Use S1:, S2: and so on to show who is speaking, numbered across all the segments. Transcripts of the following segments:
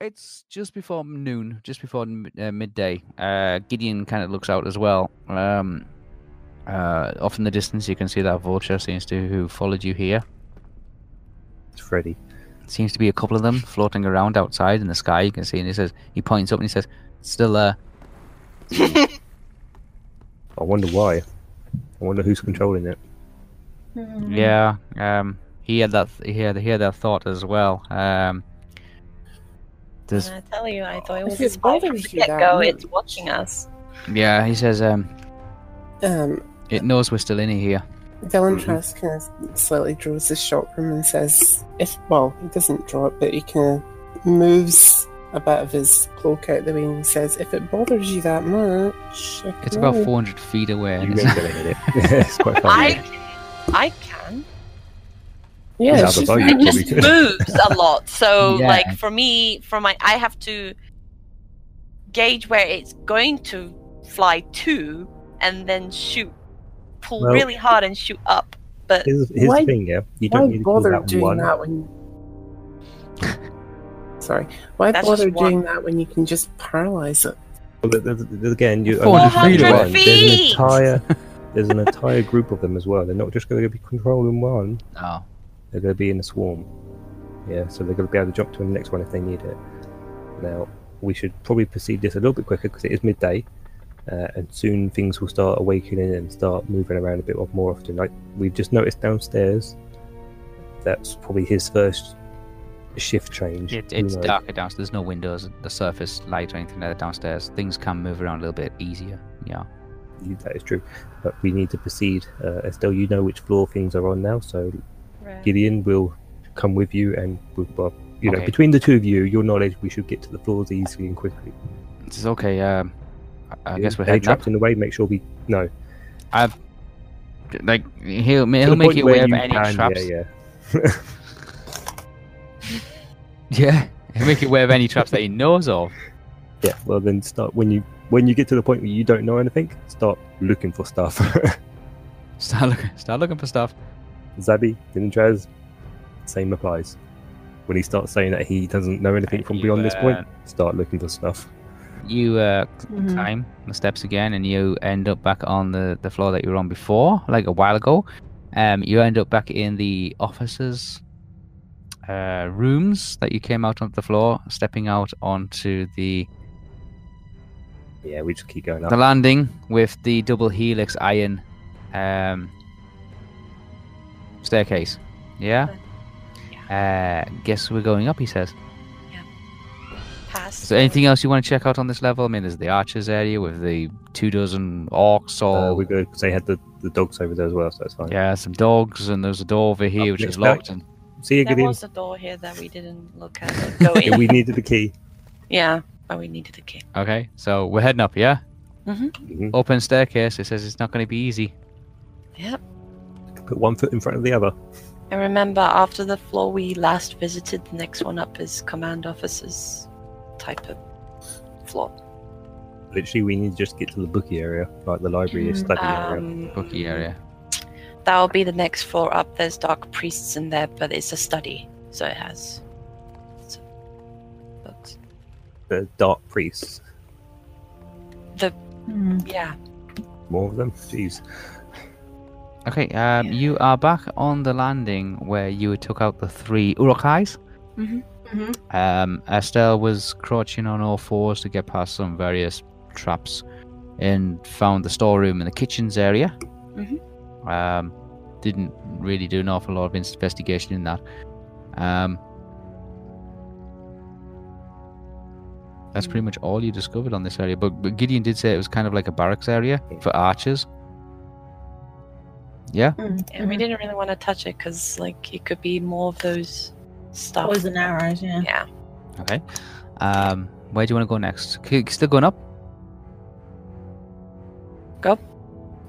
S1: It's just before noon, just before m- uh, midday. Uh, Gideon kind of looks out as well. Um, uh, off in the distance, you can see that vulture seems to who followed you here.
S2: It's Freddy.
S1: Seems to be a couple of them floating around outside in the sky. You can see, and he says, he points up and he says, "Still there."
S2: I wonder why. I wonder who's controlling it.
S3: Hmm. Mm.
S1: Yeah, um, he had that. He had, he had that thought as well. Um, there's
S3: I tell you, I thought it
S4: If
S3: was
S4: it
S3: its fault from
S4: bothers
S3: the
S4: you that
S3: get-go. It's
S4: much.
S3: watching us.
S1: Yeah, he says um,
S4: Um,
S1: it knows we're still in here.
S4: Delantrask kind of slightly draws his short room and says, "If well, he doesn't draw it, but he kind of moves a bit of his cloak out the way and says, if it bothers you that much, I
S1: It's
S4: can
S1: about
S4: only-
S1: 400 feet away.
S2: You
S1: And
S2: may
S1: it's,
S2: get it. it's quite funny.
S3: I can, I can.
S4: Yeah,
S2: Without
S4: she's
S2: the
S1: Oh,
S2: bow,
S3: It
S2: you
S4: just-
S2: probably
S3: just
S2: could.
S3: moves a lot. So,
S1: Yeah.
S3: like for me, for my, I have to gauge where it's going to fly to, and then shoot, pull
S2: Well-
S3: really hard and shoot up. But
S2: Here's, here's
S4: Why-
S2: the thing, yeah. You
S4: why
S2: don't need to do
S4: bother
S2: that
S4: doing
S2: one.
S4: that when? Sorry, why
S3: That's
S4: bother
S3: just one.
S4: doing that when you can just paralyze it?
S2: But th- th- th- again, you
S1: 400
S2: only
S3: feet.
S2: one. There's an
S3: 400
S2: entire, there's an entire group of them as well. They're not just going to be controlling one.
S1: oh,
S2: They're going to be in a swarm. Yeah, so they're going to be able to jump to the next one if they need it. Now, we should probably proceed this a little bit quicker because it is midday, uh, and soon things will start awakening and start moving around a bit more often. Like we've just noticed downstairs, that's probably his first shift change.
S1: it,
S2: Who
S1: it's
S2: knows?
S1: darker downstairs. There's no windows, the surface light or anything like that downstairs. Things can move around a little bit easier. Yeah.
S2: You- That is true, but we need to proceed. Uh, Estelle, you know which floor things are on now, so Gideon will come with you, and we'll, well, you know,
S1: Okay.
S2: between the two of you, your knowledge, we should get to the floors easily and quickly.
S1: It says, okay, um, I, I
S2: Yeah,
S1: guess we're
S2: if they're
S1: heading up.
S2: trapped in the way. Make sure we no.
S1: I've, like, he'll,
S2: To
S1: he'll
S2: the
S1: make
S2: point
S1: you
S2: where
S1: aware of
S2: you
S1: any
S2: can,
S1: traps. Yeah,
S2: Yeah,
S1: he'll make you aware of any traps that he knows of.
S2: yeah, yeah. Well, then start when you when you get to the point where you don't know anything. Start looking for stuff.
S1: Start looking, start looking for stuff.
S2: Zabi, Dintrez, same applies. When he starts saying that he doesn't know anything from
S1: You,
S2: beyond this
S1: uh,
S2: point, start looking for stuff.
S1: You uh,
S2: Mm.
S3: Mm-hmm.
S1: climb the steps again and you end up back on the, the floor that you were on before, like a while ago. Um, you end up back in the officers' uh, rooms that you came out onto the floor, stepping out onto the,
S2: Yeah, we just keep going up.
S1: the landing with the double helix iron um, staircase. Yeah? Uh, guess we're going up, he says.
S3: Pass.
S1: Is there anything else you want to check out on this level? I mean, there's the archers area with the two dozen orcs,
S2: Uh,
S1: all
S2: we're good because they had the, the dogs over there as well, so that's fine.
S1: Yeah, some dogs, and there's a door over here
S2: Up
S1: which
S2: next
S1: is locked. And
S2: See you,
S3: There
S2: Gideon.
S3: was a door here that we didn't look at. or Go
S2: Yeah,
S3: in.
S2: we needed the key.
S3: Yeah, but we needed a key.
S1: okay, so we're heading up. Yeah,
S2: Mhm.
S1: open staircase. It says it's not going to be easy.
S3: Yep.
S2: Put one foot in front of the other.
S3: And remember, after the floor we last visited, the next one up is command officers type of floor.
S2: Literally, we need to just get to the bookie area, like the library is study area.
S3: Um,
S1: Bookie area.
S3: That'll be the next floor up. There's dark priests in there, but it's a study, so it has lots of books.
S2: The dark priests,
S3: Yeah.
S2: more of them. Jeez.
S1: Okay, um, you are back on the landing where you took out the three urukais.
S5: Mhm.
S1: Um, Estelle was crouching on all fours to get past some various traps, and found the storeroom and the kitchens area.
S3: Mhm.
S1: Um, didn't really do an awful lot of investigation in that. Um, that's pretty much all you discovered on this area. But, but Gideon did say it was kind of like a barracks area for archers. Yeah.
S3: And we didn't really want to touch it because, like, it could be more of those stuff.
S5: Poison arrows, yeah.
S3: Yeah.
S1: Okay. Um, where do you want to go next? K- Still going up?
S3: Go.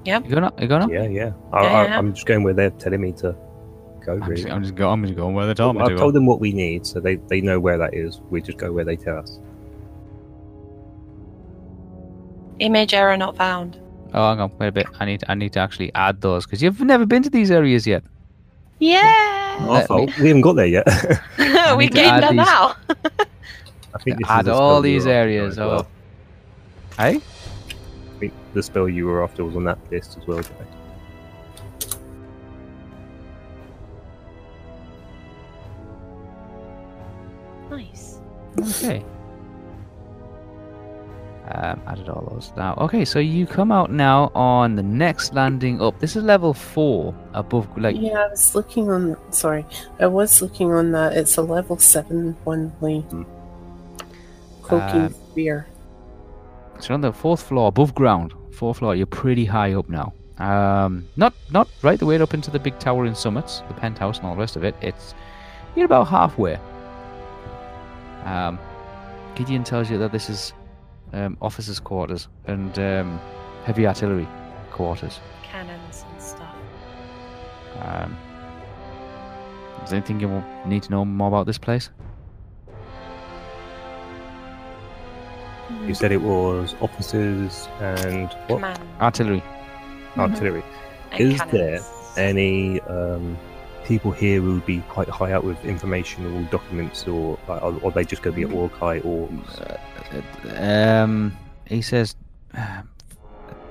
S3: Yep.
S1: You going up? You going up?
S2: Yeah, yeah. I,
S3: Yeah,
S2: I,
S3: yeah.
S2: I'm just going where they're telling me to go.
S1: I'm just,
S2: Really.
S1: I'm just going. I'm just going where they're telling me to go.
S2: I've told them what we need, so they, they know where that is. We just go where they tell us.
S3: Image error not found.
S1: Oh, hang on. Wait a bit. I need. I need to actually add those because you've never been to these areas yet.
S3: Yeah.
S1: Let
S2: Oh,
S1: me
S2: we haven't got there yet. I
S3: we
S1: need to
S3: gained
S1: add
S3: them
S1: these-
S3: out.
S2: think this is
S1: add
S2: the
S1: all
S2: spell you
S1: these
S2: were after
S1: areas.
S2: as
S1: Oh.
S2: well.
S1: Hey.
S2: I think the spell you were after was on that list as well. Jay.
S3: Nice.
S1: Okay. Um, added all those now. Okay, so you come out now on the next landing up. This is level four above, like
S4: yeah, I was looking on. Sorry, I was looking on that. It's a level seven one way
S2: Hmm.
S4: cloaking
S2: Uh,
S1: Um,
S4: spear.
S1: So on the fourth floor, above ground, fourth floor, you're pretty high up now. Um, not not right the way up into the big tower in Summits, the penthouse, and all the rest of it. It's you're about halfway. Um, Gideon tells you that this is um, officers' quarters and um, heavy artillery quarters.
S3: Cannons and stuff.
S1: Um, is there anything you wa- need to know more about this place?
S2: You said it was officers and what? Mm-hmm.
S3: Command
S1: Artillery. Mm-hmm.
S2: Artillery.
S3: and
S2: Is
S3: cannons.
S2: there Any um, people here will be quite high up with information or documents, or or, or they just go be
S1: Mm-hmm.
S2: at Orkai or
S1: Uh, Um, he says uh,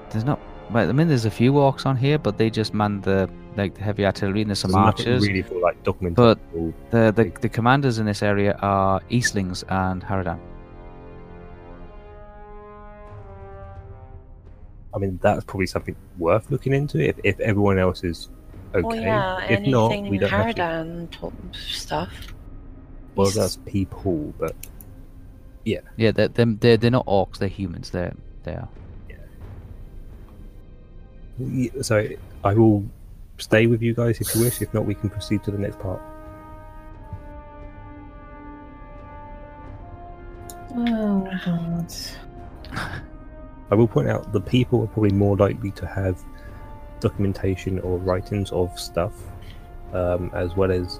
S1: there's not. Well, I mean, there's a few walks on here, but they just man the like the heavy artillery and there's some
S2: There's nothing
S1: archers.
S2: really for like documents.
S1: But
S2: or,
S1: the, the the commanders in this area are Eastlings and Haradan.
S2: I mean, that's probably something worth looking into if, if everyone else is okay.
S3: Oh yeah,
S2: if
S3: anything
S2: not,
S3: in
S2: we don't have to.
S3: Haradan to- stuff.
S2: Well, that's people, but
S1: Yeah, they're, they're they're they're not orcs. They're humans. They're they are.
S2: Y- So I will stay with you guys if you wish. If not, we can proceed to the next part.
S5: Oh, God.
S2: I will point out the people are probably more likely to have documentation or writings of stuff, um, as well as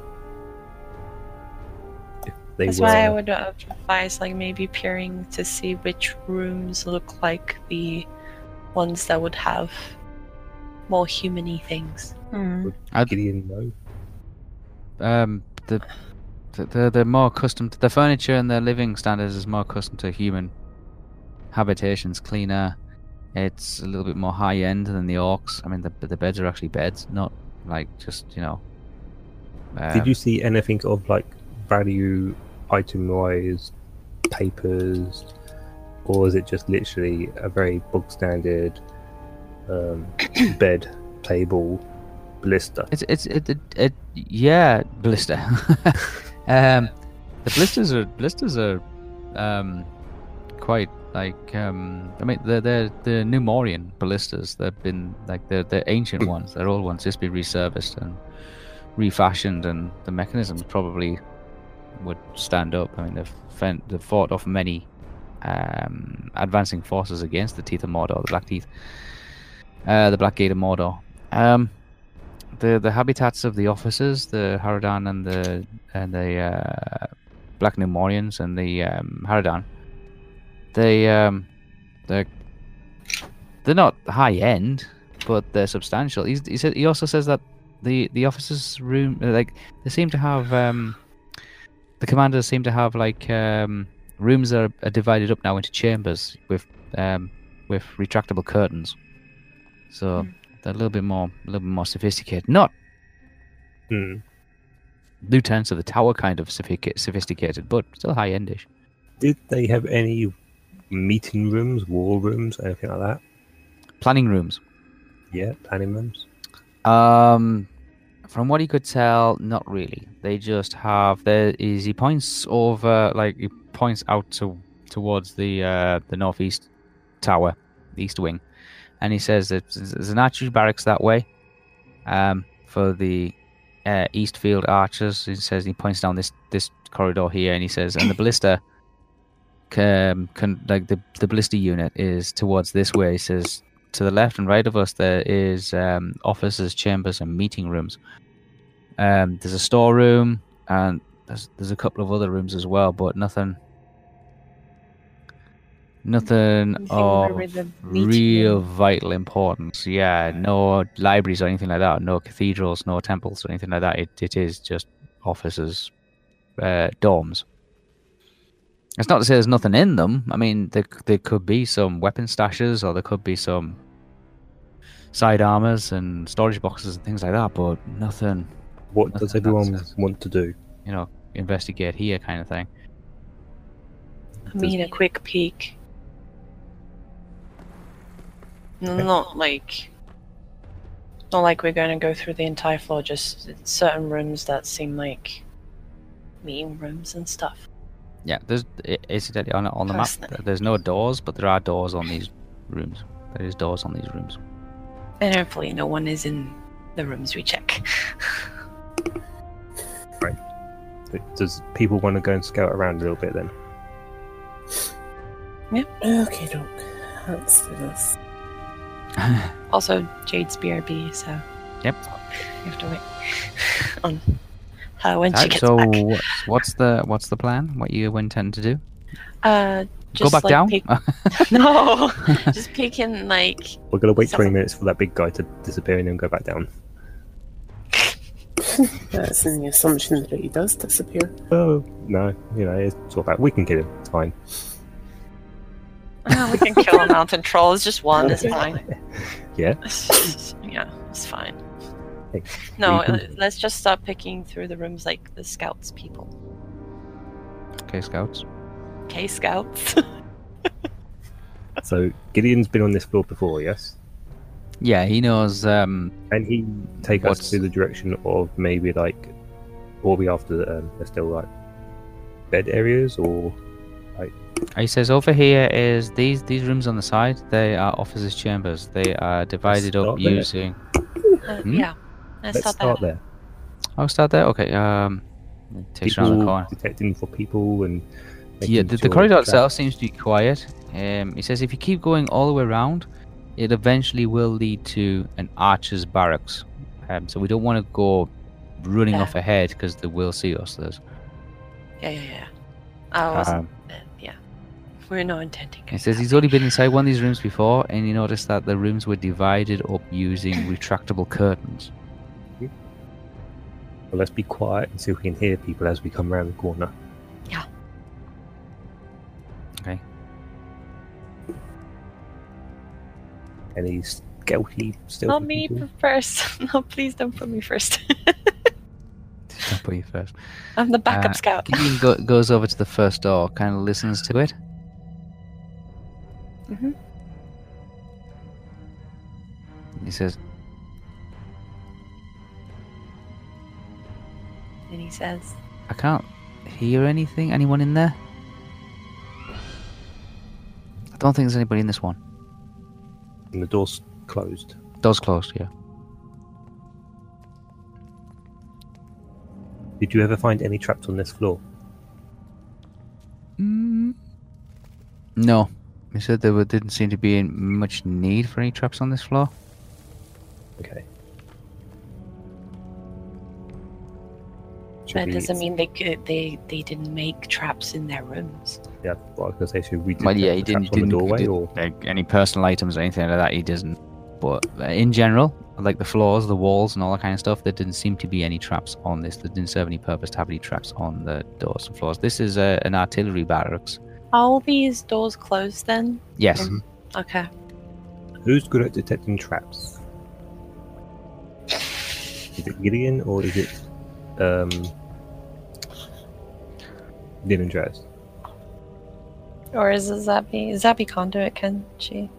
S2: if they
S3: That's
S2: were.
S3: why I would advise, like, maybe peering to see which rooms look like the ones that would have more humany things.
S5: Hmm.
S2: Gideon, no.
S1: Um, the the- they're, they're more accustomed to the furniture and their living standards is more accustomed to human habitations cleaner it's a little bit more high end than the orcs i mean the, the beds are actually beds not like just you know
S2: Did
S1: um,
S2: you see anything of like value item wise, papers, or is it just literally a very bog standard um, bed, table, blister?
S1: It's it's it, it, it yeah blister. um, the blisters are blisters are um quite like um I mean they're they're they're Numorian blisters. They've been like they're they're ancient ones. They're old ones just been resurfaced and refashioned, and the mechanisms probably would stand up. I mean they've fen- they've fought off many um advancing forces against the Teeth of Mordor, the Black Teeth, uh, the Black Gate of Mordor. Um the the habitats of the officers, the Haradan and the and the uh, Black Numorians and the um, Haradan, they um, they're they're not high end, but they're substantial. He's, he said he also says that the the officers' room uh, like they seem to have um, the commanders seem to have like um, rooms that are, are divided up now into chambers with um, with retractable curtains. So they're a little bit more, a little bit more sophisticated. Not
S2: Hmm.
S1: lieutenants of the tower kind of sophic- sophisticated, but still high endish.
S2: Did they have any meeting rooms, war rooms, anything like that?
S1: Planning rooms.
S2: Yeah, planning rooms.
S1: Um, from what he could tell, not really. They just have there is he points over like he points out to towards the uh, the northeast tower, the east wing, and he says that there's there's an archer's barracks that way. Um, for the uh, Eastfield archers, he says he points down this this corridor here, and he says, and the ballista, um, con, like the the ballista unit is towards this way. He says to the left and right of us there is um, offices, chambers, and meeting rooms. Um, there's a storeroom and there's there's a couple of other rooms as well, but nothing, nothing
S5: Anything
S1: of
S5: over the meeting
S1: real
S5: room.
S1: vital importance. Yeah, no libraries or anything like that, no cathedrals, no temples or anything like that. It it is just offices, uh, dorms. It's not to say there's nothing in them. I mean, there, c- there could be some weapon stashes, or there could be some side armors and storage boxes and things like that, but nothing,
S2: What
S1: That's-
S2: does everyone
S1: that's-
S2: want to do?
S1: you know, investigate here kind of thing.
S3: I mean, a quick peek. No, Not like. Not like we're going to go through the entire floor, just certain rooms that seem like meeting rooms and stuff.
S1: Yeah, there's i- incidentally on on the map.
S3: Personally.
S1: There's no doors, but there are doors on these rooms. There is doors on these rooms.
S3: And hopefully, no one is in the rooms we check.
S2: Does people want to go and scout around a little bit then?
S4: Okay, doke. Let's do this.
S3: Also, Jade's BRB, so.
S1: Yep.
S3: You have to wait on her when she
S1: Right,
S3: gets
S1: so
S3: back.
S1: what's, what's the what's the plan? What you intend to do?
S3: Uh,
S1: Go
S3: just
S1: back
S3: like
S1: down.
S3: peek- no, just peeking like
S2: We're gonna wait
S3: Sounds-
S2: 20 minutes for that big guy to disappear and then go back down.
S4: That's in the assumption that he does disappear.
S2: Oh no, you know it's all about we can kill him. It's fine.
S3: oh, we can kill a mountain troll. It's just one. It's fine.
S2: Yeah.
S3: yeah, it's fine.
S2: Hey,
S3: No,
S2: we can-
S3: l- let's just start picking through the rooms like the scouts people.
S1: okay, scouts.
S3: Okay, scouts.
S2: So Gideon's been on this floor before, yes,
S1: Yeah, he knows. Um,
S2: and he take
S1: What's-
S2: us to the direction of maybe like what we after um, are still like bed areas or
S1: He says over here is these these rooms on the side. They are officers' chambers. They are divided up
S2: start there.
S1: using.
S3: Uh,
S1: Hmm?
S3: Yeah. Let's,
S2: let's
S3: start,
S2: start
S3: there.
S2: there.
S1: I'll oh, start there. Okay. Um, takes around the
S2: People
S1: corner.
S2: detecting for people and
S1: Yeah,
S2: making
S1: the, the
S2: sure
S1: corridor
S2: that-
S1: itself seems to be quiet. Um, he says if you keep going all the way around, it eventually will lead to an archer's barracks. Um, so we don't want to go running
S3: Yeah.
S1: off ahead because they will see us. There's.
S3: Yeah, yeah, yeah. I wasn't.
S1: Um,
S3: uh, yeah. We're not intending.
S1: He
S3: on
S1: says
S3: that.
S1: he's already been inside one of these rooms before, and he noticed that the rooms were divided up using retractable curtains.
S2: Well, let's be quiet and see if we can hear people as we come around the corner.
S1: Okay.
S2: Any stealthy, stealthy
S3: Not me
S2: people?
S3: first. No, please don't put me first.
S1: I'll put you first.
S3: I'm the backup
S1: Uh,
S3: scout.
S1: Gideon go- goes over to the first door, kind of listens to it.
S3: Mhm.
S1: He says,
S3: And he says,
S1: I can't hear anything. Anyone in there? I don't think there's anybody in this one.
S2: And the door's closed.
S1: Door's closed, yeah.
S2: Did you ever find any traps on this floor?
S1: No. He said there were, didn't seem to be in much need for any traps on this floor.
S2: Okay. should
S3: That
S2: be.
S3: doesn't mean they could, they they didn't make traps in their rooms.
S2: Yeah, well, I was gonna say, should we? do
S1: Well, yeah,
S2: the
S1: he didn't-
S2: traps on the
S1: didn't- he
S2: doorway,
S1: didn't-
S2: or
S1: like any personal items or anything like that he doesn't but uh, in general like the floors the walls and all that kind of stuff there didn't seem to be any traps on this there didn't serve any purpose to have any traps on the doors and floors this is uh, an artillery barracks
S3: Are all these doors closed then?
S1: yes
S3: Okay.
S2: who's good at detecting traps? Is it Gideon or is it um, Dylan Dress?
S3: Or is it Zabby? Zabby can't do it, can she?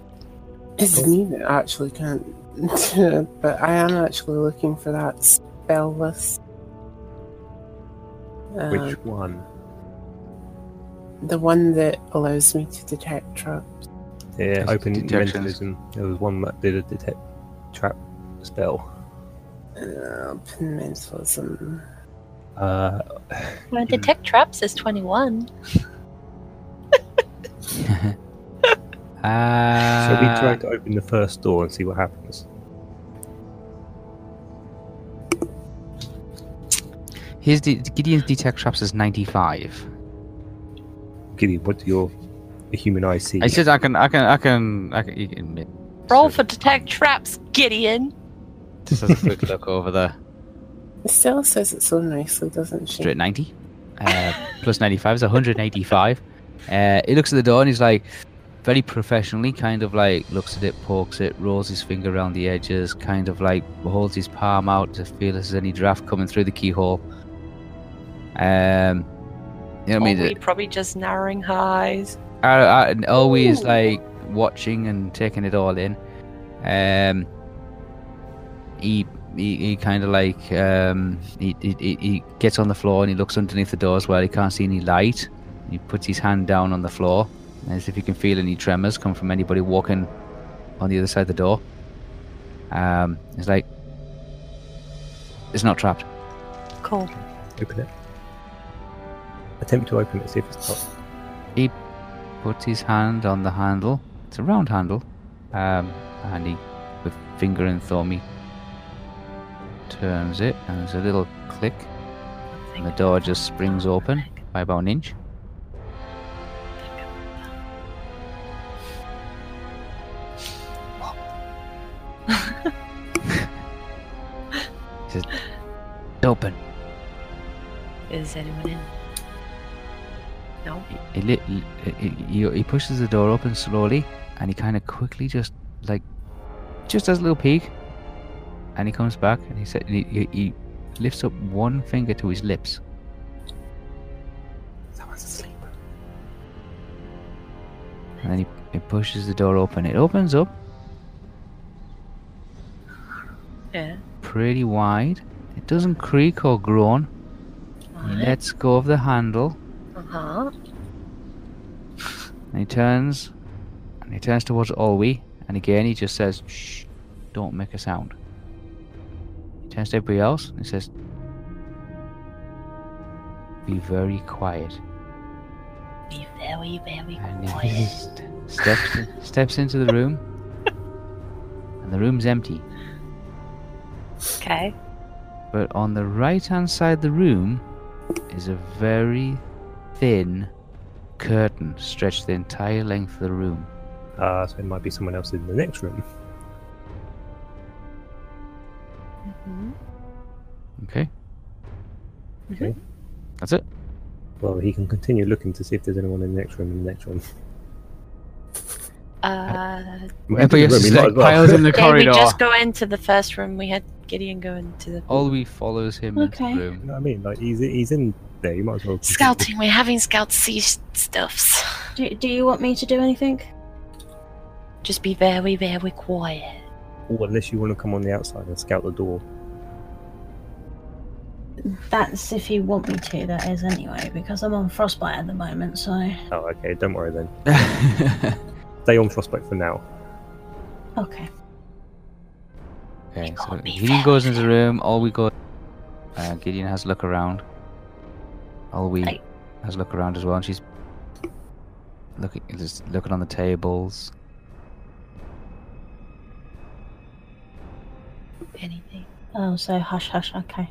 S4: It's me that actually can't do it, but I am actually looking for that spell list.
S3: Uh,
S4: Um,
S2: Which one?
S4: The one that allows me to detect traps.
S2: Yeah,
S1: It's
S2: open
S1: detections.
S2: mentalism. There was one that did a detect trap spell.
S4: Uh, open mentalism.
S2: Uh,
S3: Well,
S2: Mhm.
S3: detect traps is twenty-one.
S1: uh,
S2: so we try to open the first door and see what happens.
S1: his de- gideon's detect traps is 95
S2: Gideon, what do your human eyes see?
S1: i said i can i can i can i can, you can
S3: Roll for detect traps, Gideon.
S1: just have a quick look over there
S4: It still says it so nicely, doesn't she?
S1: straight 90 uh, plus 95 is 185 uh, he looks at the door and he's like very professionally kind of like looks at it pokes it rolls his finger around the edges kind of like holds his palm out to feel if there's any draft coming through the keyhole um you know what I mean
S3: Or Oh, we probably just narrowing her eyes.
S1: I, I, and always like watching and taking it all in. Um, he he, he kind of like um, he, he he- he gets on the floor and he looks underneath the door as well. He can't see any light. He puts his hand down on the floor as if he can feel any tremors come from anybody walking on the other side of the door. Um, it's like it's not trapped.
S3: Cool.
S2: Open it. Attempt to open it, see if it's not.
S1: puts his hand on the handle. It's a round handle. Um, and he, with finger and thumb, he turns it, and there's a little click, and the door just springs open by about an inch. He says, "It's Open.
S3: Is anyone in? No.
S1: He, li- he, he, he pushes the door open slowly and he kind of quickly just like just does a little peek and he comes back and he said he, he, he lifts up one finger to his lips
S2: Someone's asleep.
S1: and then he, he pushes the door open it opens up
S3: Yeah.
S1: pretty wide it doesn't creak or groan
S3: Uh
S1: lets go of the handle
S3: huh.
S1: and he turns and he turns towards Olwe and again he just says shh don't make a sound he turns to everybody else and he says be very quiet
S3: Be very, very
S1: And he
S3: quiet.
S1: s- steps steps into the room, and the room's empty.
S3: Okay.
S1: But on the right hand side of the room is a very thin curtain stretched the entire length of the room.
S2: Uh, so it might be someone else in the next room.
S3: Mm-hmm.
S1: Okay.
S2: Okay.
S1: That's it.
S2: Well, he can continue looking to see if there's anyone in the next room in the next room.
S3: Uh,
S2: Well, he's in the room, he might as well.
S1: the
S3: yeah, we just go into the first room. We had Gideon go into the
S1: Olwe follows him
S5: Okay.
S1: into the
S2: You
S1: room.
S2: know what I mean? Like he's he's in there. You might as well.
S3: scouting. We're having scout see s- stuffs.
S5: Do, do you want me to do anything?
S3: Just be very, very quiet.
S2: Or unless you want to come on the outside and scout the door.
S5: That's if you want me to, that is anyway, because I'm on frostbite at the moment, so.
S2: Oh, okay. Don't worry then. Stay on frostbite for now.
S5: Okay.
S1: okay,
S3: It
S1: so
S3: can't be
S1: Gideon
S3: fair.
S1: goes into the room. Olwe goes. Uh, Gideon has a look around. Olwe
S3: I-
S1: has a look around as well, and she's looking just looking on the tables.
S3: Anything.
S5: Oh, so hush hush, okay.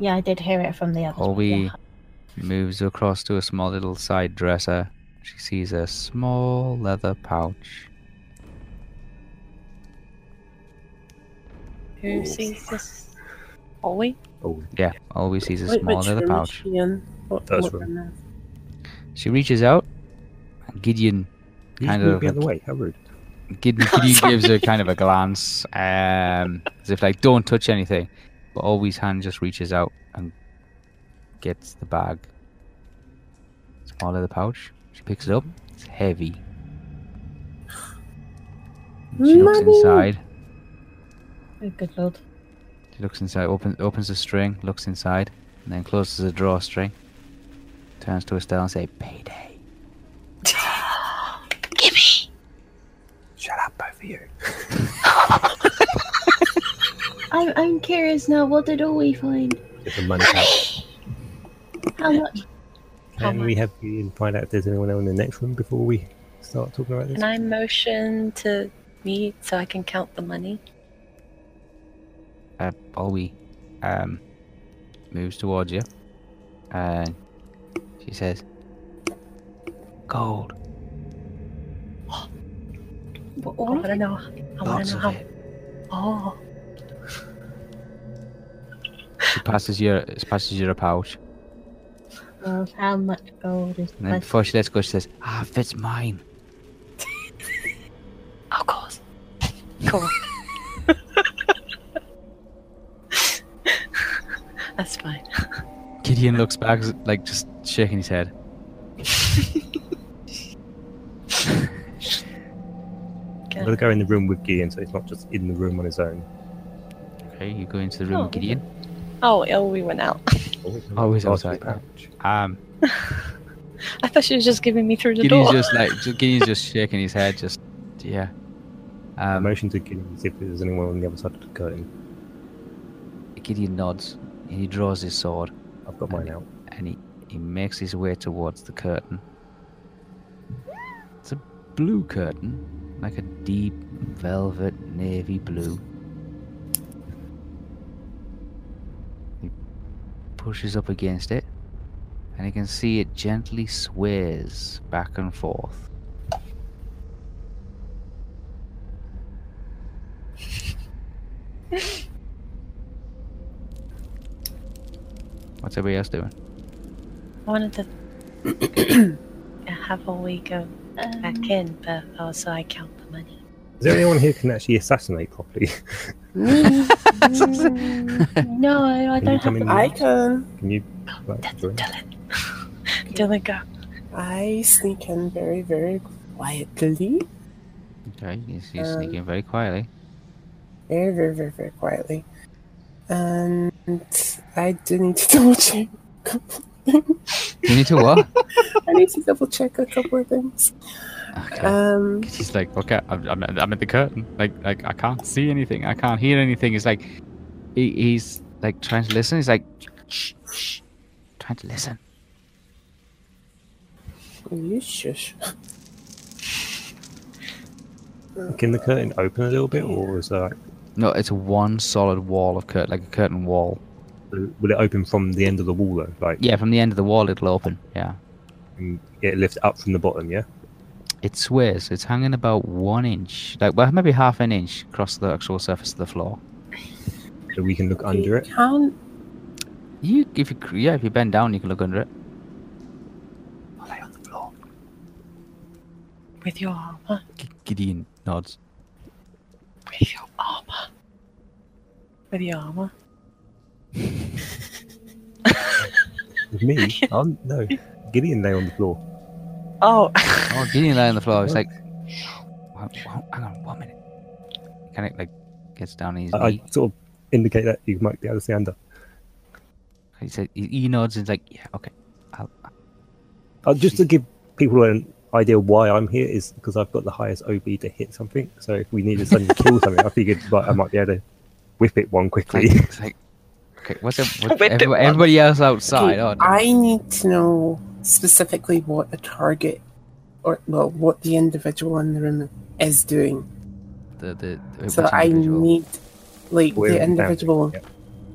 S5: Yeah, I did hear it from the other.
S1: Or we- moves across to a small little side dresser. She sees a small leather pouch.
S3: Who sees this? Are we?
S2: Oh,
S1: Yeah, all we see is a
S4: Wait,
S1: small
S4: which
S1: leather
S4: room is
S1: pouch.
S4: she in? What,
S2: First
S4: what
S2: room.
S4: room
S1: She reaches out. and Gideon,
S2: you
S1: Kind
S2: just moved
S1: of
S2: the other
S1: like-
S2: way. How rude!
S1: Gideon,
S3: I'm
S1: Gideon gives her kind of a glance, um, as if like don't touch anything. But Always hand just reaches out and gets the bag. Small leather pouch. She picks it up. It's heavy. She looks
S4: Money.
S1: inside.
S5: Oh, good lord.
S1: She looks inside, opens opens the string, looks inside, and then closes the drawstring. Turns to Estelle and say, "Payday."
S3: Gimme!
S2: Shut up, both of you.
S5: I'm, I'm curious now. What did all we find?
S2: It's a money pouch.
S5: How much?
S3: How
S2: Can we have you and find out if there's anyone else in the next room before we start talking about this?
S3: Can I motion to me so I can count the money?
S1: Uh, Olwe, um, moves towards you, and she says, "Gold,
S5: What,
S3: I
S5: all
S3: want
S5: of
S3: to
S5: it?
S3: know. I want
S1: lots
S3: to know
S1: of
S3: how.
S1: it."
S3: Oh,
S1: She passes you, she passes you a pouch,
S5: Well, how much gold is
S1: and then
S5: left?
S1: before she lets go, she says, "Ah, fits mine."
S3: of course. Cool. That's fine.
S1: Gideon looks back, like just shaking his head.
S2: I'm gonna go in the room with Gideon, so he's not just in the room on his own.
S1: Okay, you go into the room,
S3: Oh.
S1: Gideon.
S3: Oh, oh, we went out.
S1: Always
S2: Pass
S1: outside.
S2: the pouch.
S1: Um,
S3: I thought she was just giving me through the
S1: Gideon's
S3: door.
S1: just like, just, Gideon's just shaking his head, just yeah.
S2: I
S1: Um,
S2: motion to Gideon to see if there's anyone on the other side of the curtain.
S1: Gideon nods, and he draws his sword.
S2: I've got mine out.
S1: and he, he makes his way towards the curtain. It's a blue curtain, like a deep velvet navy blue. He pushes up against it, and he can see it gently sways back and forth. What's everybody else doing?
S3: I wanted to have a week of back
S5: Um,
S3: in, but also I count the money.
S2: Is there anyone here who can actually assassinate properly?
S5: no, I
S2: Can you
S5: don't
S2: come
S5: have.
S2: in?
S4: I can.
S2: Can you? Like,
S3: That's
S2: join?
S3: Dylan. Dylan, go.
S4: I sneak in very, very quietly.
S1: Okay, he's, he's
S4: Um,
S1: sneaking very quietly.
S4: Very, very, very, very quietly. And I do need to double check.
S1: You need to what?
S4: I need to double check a couple of things.
S1: Okay.
S4: Um,
S1: He's like, okay, I'm, I'm, I'm at the curtain. Like, like I can't see anything. I can't hear anything. It's like, he, he's like trying to listen. He's like, shh, shh, trying to listen.
S4: will you shush.
S2: Can the curtain open a little bit, or is there, like,
S1: No, it's one solid wall of curtain, like a curtain wall.
S2: will it open from the end of the wall though? Like,
S1: Yeah, from the end of the wall, it'll open. Yeah,
S2: and get it lifted up from the bottom, yeah.
S1: it swears it's hanging about one inch, like well, maybe half an inch across the actual surface of the floor.
S2: So we can look under it.
S4: Can't.
S1: You, if you, cr- yeah, if you bend down, you can look under it.
S3: I'll lay on the floor. With your armor.
S1: G- Gideon nods.
S3: With your armor. With your armor.
S2: With me? um, no. Gideon lay on the floor.
S3: Oh,
S1: Oh, Gideon lay on the floor. It's like, "Wha- wha- hang on, one minute. Kind of like gets down on his
S2: I, I
S4: Uh-huh.
S1: knee.
S2: sort of indicate that you might be able to see under.
S1: He said he, he nods and he's like, yeah, okay. I'll,
S2: Uh, just to give people an idea why I'm here is because I've got the highest OB to hit something. So if we need to suddenly kill something, I figured like, I might be able to whip it one
S1: like,
S2: quickly.
S1: it's like, okay, what's up? What,
S3: Whip it
S1: everybo-
S3: once.
S1: everybody else outside?
S4: Okay,
S1: Oh, no.
S4: I need to know specifically what a target, or well, what the individual in the room is doing.
S1: the, the, the,
S4: so
S1: which
S4: I
S1: individual?
S4: need, like,
S2: Where we
S4: the
S2: found it,
S4: individual.
S2: yeah.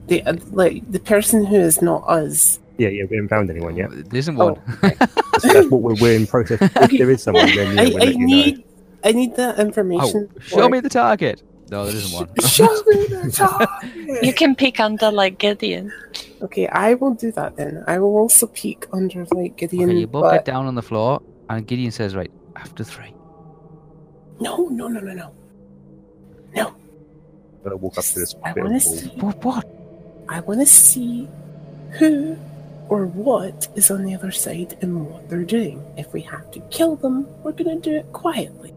S4: the uh, like the person who is not us.
S2: Yeah, yeah, we haven't found anyone yet.
S4: Oh,
S1: There isn't one.
S2: That's, that's what we're, we're in process. If there is someone, then yeah,
S4: I,
S2: we'll
S4: I
S2: let you
S4: need
S2: know.
S4: I need that information.
S1: Oh, show me the target. No, there isn't one.
S4: Show me the
S3: You
S4: target.
S3: can peek under like Gideon.
S4: okay, I will do that then. I will also peek under like Gideon.
S1: Okay, you both
S4: but
S1: get down on the floor, and Gideon says, "Right after three.
S4: no, no, no, no, no.
S2: I'll walk up to this
S4: I
S2: bit of
S4: want to
S2: wall.
S4: see.
S1: What? What?
S4: I want to see who or what is on the other side and what they're doing. If we have to kill them, we're gonna do it quietly.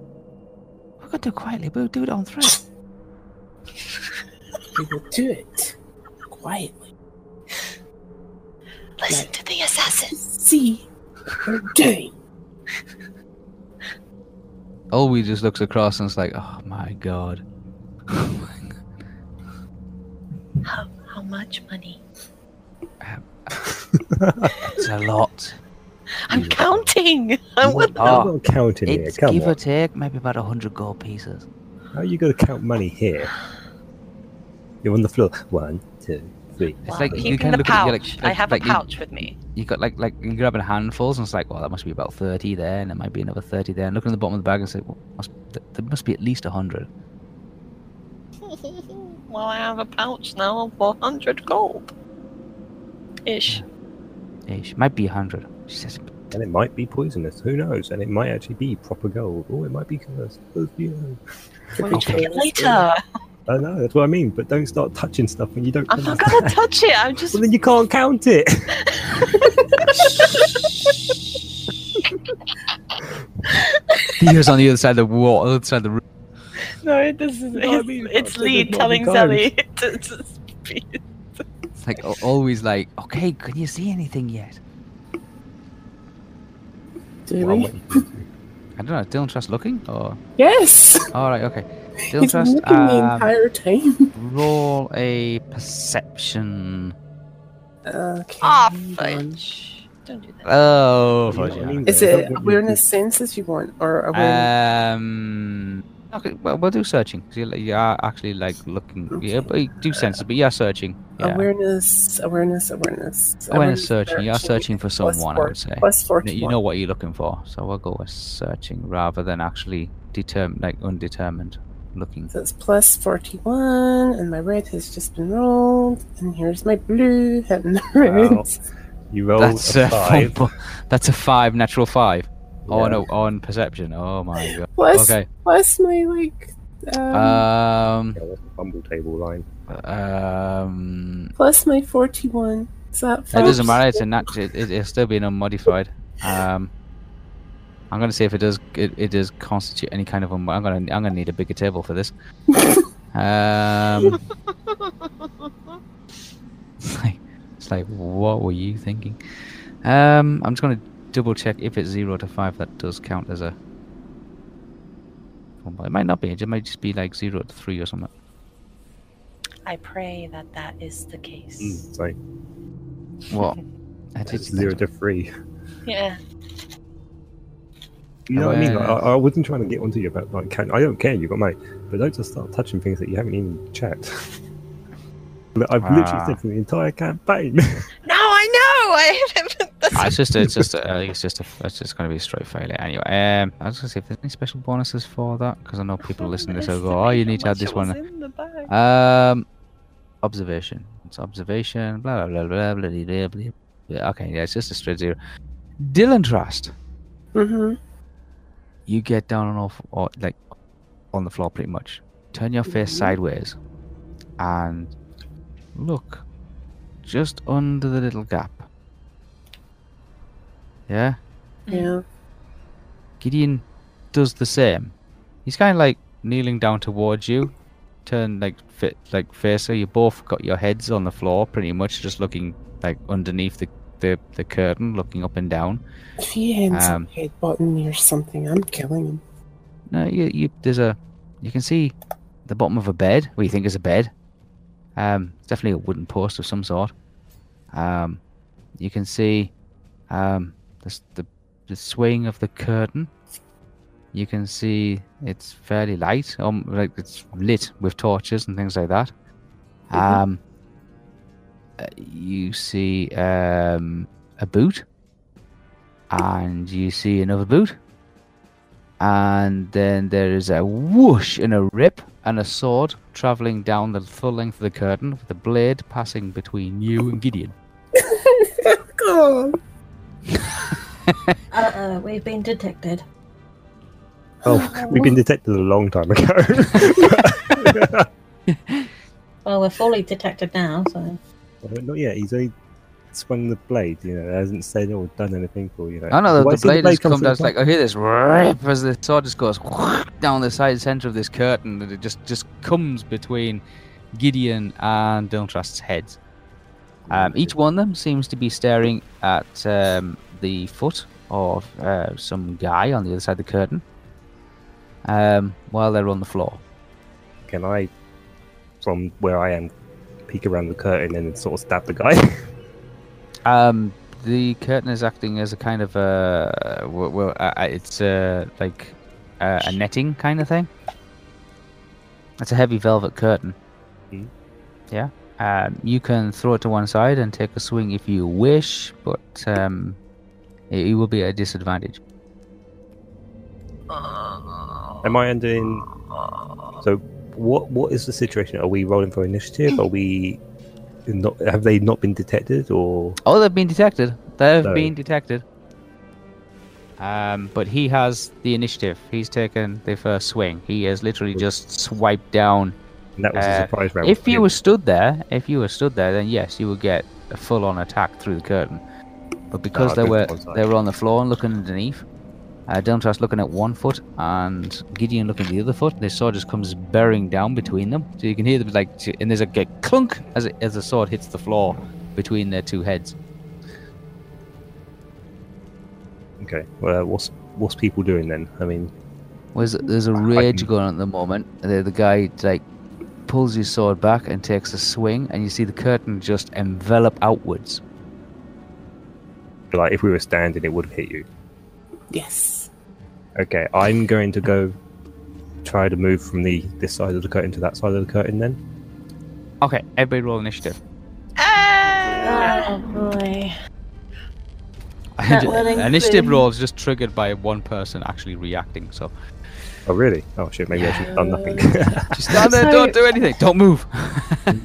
S1: We're gonna do it quietly. We'll do it on three.
S4: We will do it quietly.
S3: Listen to the assassin.
S4: See what they're doing.
S1: Olwe Oh, just looks across and is like, "Oh my god."
S3: How, how much money?
S1: it's a lot.
S3: I'm counting. I
S2: You're
S3: want
S2: not- you're
S1: Oh,
S2: not counting here.
S1: It's
S2: Come
S1: give or
S2: on.
S1: take maybe about a hundred gold pieces.
S2: How are you going to count money here? You're on the floor. One, two, three.
S1: It's like you
S3: keeping
S1: can
S3: the
S1: look at it, you're like-
S3: pouch. I
S1: like-
S3: have
S1: like
S3: a
S1: you-
S3: pouch with me.
S1: You got like like you're grabbing handfuls and it's like, well, that must be about thirty there, and it might be another thirty there. And looking at the bottom of the bag and say, well, must, th- there must be at least a hundred.
S3: well, I have a pouch now of 400 gold. Ish.
S1: Ish, might be a hundred. She says,
S2: And it might be poisonous. Who knows? And it might actually be proper gold. Or it might be cursed. Oh, yeah.
S3: We'll check it
S4: Yeah.
S3: later.
S2: I know. That's what I mean. But don't start touching stuff when you don't.
S3: I'm not
S2: understand.
S3: gonna touch it. I'm just.
S2: Well, then you can't count it.
S1: he was on the other side of the wall, other side of the room.
S3: No, this is.
S2: I
S3: It's,
S2: mean,
S3: it's
S2: I've said
S3: Lee
S2: it multiple
S3: telling
S2: times.
S3: Zelly to, to speak.
S1: It's like al- always like, okay, can you see anything yet?
S4: Do
S2: Well,
S4: we?
S2: I'm waiting.
S1: I don't know. Dylan Trust looking or
S4: Yes.
S1: all right, okay. Dylan
S4: He's
S1: Trust,
S4: looking the
S1: um,
S4: entire time.
S1: roll a perception.
S4: Okay.
S3: Ah,
S4: hold on.
S3: fudge. Don't do
S2: Uh,
S3: that.
S1: Oh,
S2: You know
S1: fudge,
S2: what I
S1: yeah.
S2: mean,
S4: Is
S2: though? I
S4: it
S2: don't want you to-
S4: awareness senses you want, or
S1: Uh,
S4: awareness?
S1: Um. Okay. Well, we'll do searching. 'cause You, you are actually like looking. Yeah, but you do senses, but you are searching. Yeah.
S4: Awareness, awareness, awareness.
S1: Awareness searching. You are searching for
S4: Plus
S1: someone. I
S4: four-
S1: would say.
S4: Plus
S1: No,
S4: forty-one.
S1: You know what you're looking for, so we'll go with searching rather than actually determined, like undetermined looking.
S4: So it's plus 41, and my red has just been rolled, and here's my blue hitting the red.
S2: Wow. You roll
S1: That's
S2: Oh,
S1: uh,
S2: a
S1: a
S2: five.
S1: fumble. that's a five, natural five
S2: Yeah.
S1: on a, on perception. Oh my god.
S4: Plus,
S1: Okay.
S4: plus my, like, um,
S1: Um.
S2: Yeah, that's the fumble table line.
S1: Um.
S4: plus my 41. Is that
S1: It doesn't
S4: five?
S1: matter. It's a nat- it, it, it's still being unmodified. Um, I'm gonna see if it does. It, it does constitute any kind of. Un- I'm gonna. I'm gonna need a bigger table for this. Um, it's like, it's like, what were you thinking? Um, I'm just gonna double check if it's zero to five. That does count as a. Well, It might not be. It might just be like zero to three or something.
S3: I pray that that is the case.
S2: Mm, so
S1: What? I did
S2: it's zero to three.
S3: Yeah.
S2: You know what I mean? Like, I,
S1: Awareness.
S2: I wasn't trying to get onto you about like count. I don't care. You got money, but don't just start touching things that you haven't even checked. Look, I've
S1: Ah.
S2: literally said for the entire campaign.
S3: Now I know. I that's-
S1: Ah, it's just, a, it's just, a, I think it's just, a, it's just going to be a straight failure. Anyway, um, I was going to see if there's any special bonuses for that because I know people listening to this will go, "Oh, you need to add this
S3: How much
S1: one."
S3: was in the bag?
S1: Um, observation. It's observation. Blah blah blah blah blah blah. blah, blah, blah. Okay, yeah, it's just a straight zero. Dylan Trust,
S4: Mhm.
S1: you get down and off, or like on the floor, pretty much. Turn your face
S4: Mhm.
S1: sideways, and look just under the little gap. Yeah.
S3: Mm.
S4: Yeah.
S1: Gideon does the same. He's kind of like kneeling down towards you, turn like fit like face. So you both got your heads on the floor, pretty much, just looking like underneath the the, the curtain, looking up and down.
S4: If he ends
S1: Um,
S4: up head button or something, I'm killing him.
S1: No, you you there's a you can see the bottom of a bed. What you think is a bed? Um, it's definitely a wooden post of some sort. Um, you can see um the s- the, the swaying of the curtain. You can see it's fairly light, um, like it's lit with torches and things like that.
S4: Mhm.
S1: Um, uh, you see um, a boot, and you see another boot, and then there is a whoosh and a rip and a sword traveling down the full length of the curtain with the blade passing between you and Gideon.
S4: God.
S5: Uh oh, we've been detected.
S2: Oh, we've been detected a long time ago.
S5: Well, we're fully detected now, so.
S2: Not yet. He's only swung the blade. You know, hasn't said or done anything for you know.
S1: I know
S2: Oh, Why
S1: the, the
S2: has
S1: blade has
S2: come
S1: come
S2: from
S1: down. It's
S2: the
S1: like I hear this rip as the sword just goes down the side center of this curtain, and it just just comes between Gideon and Don't Trust's heads. Um, each one of them seems to be staring at um, the foot of uh, some guy on the other side of the curtain um, while they're on the floor.
S2: Can I, from where I am, peek around the curtain and sort of stab the guy?
S1: Um, the curtain is acting as a kind of a well, well uh, uh, it's uh, like uh, a netting kind of thing. It's a heavy velvet curtain.
S2: Hmm.
S1: Yeah. Um, you can throw it to one side and take a swing if you wish, but um, it, it will be at a disadvantage.
S2: Am I under? in- So, what what is the situation? Are we rolling for initiative? Are we not? Have they not been detected? Or
S1: Oh, they've been detected. They've
S2: No.
S1: been detected. Um, but he has the initiative. He's taken the first swing. He has literally just swiped down
S2: and that was
S1: Uh,
S2: a surprise round.
S1: If you were stood there, if you were stood there, then yes, you would get a full-on attack through the curtain. But because
S2: I'd
S1: they
S2: go
S1: were
S2: to one side.
S1: they were on the floor and looking underneath, uh, Delmtras looking at one foot and Gideon looking at the other foot, the sword just comes burying down between them. So you can hear them like, and there's a g- clunk as it, as the sword hits the floor between their two heads.
S2: okay, well, what's what's people doing then? I mean,
S1: There's, there's a rage going on at the moment. The, the guy like pulls his sword back and takes a swing, and you see the curtain just envelop outwards.
S2: like if we were standing, it would have hit you.
S4: Yes.
S2: Okay, I'm going to go try to move from the this side of the curtain to that side of the curtain. Then
S1: Okay, everybody roll initiative.
S5: Oh boy. That will include-
S1: Initiative rolls just triggered by one person actually reacting. So
S2: oh really? Oh shit! Maybe I should have done nothing.
S1: just stand there,
S5: So-
S1: don't do anything, don't move.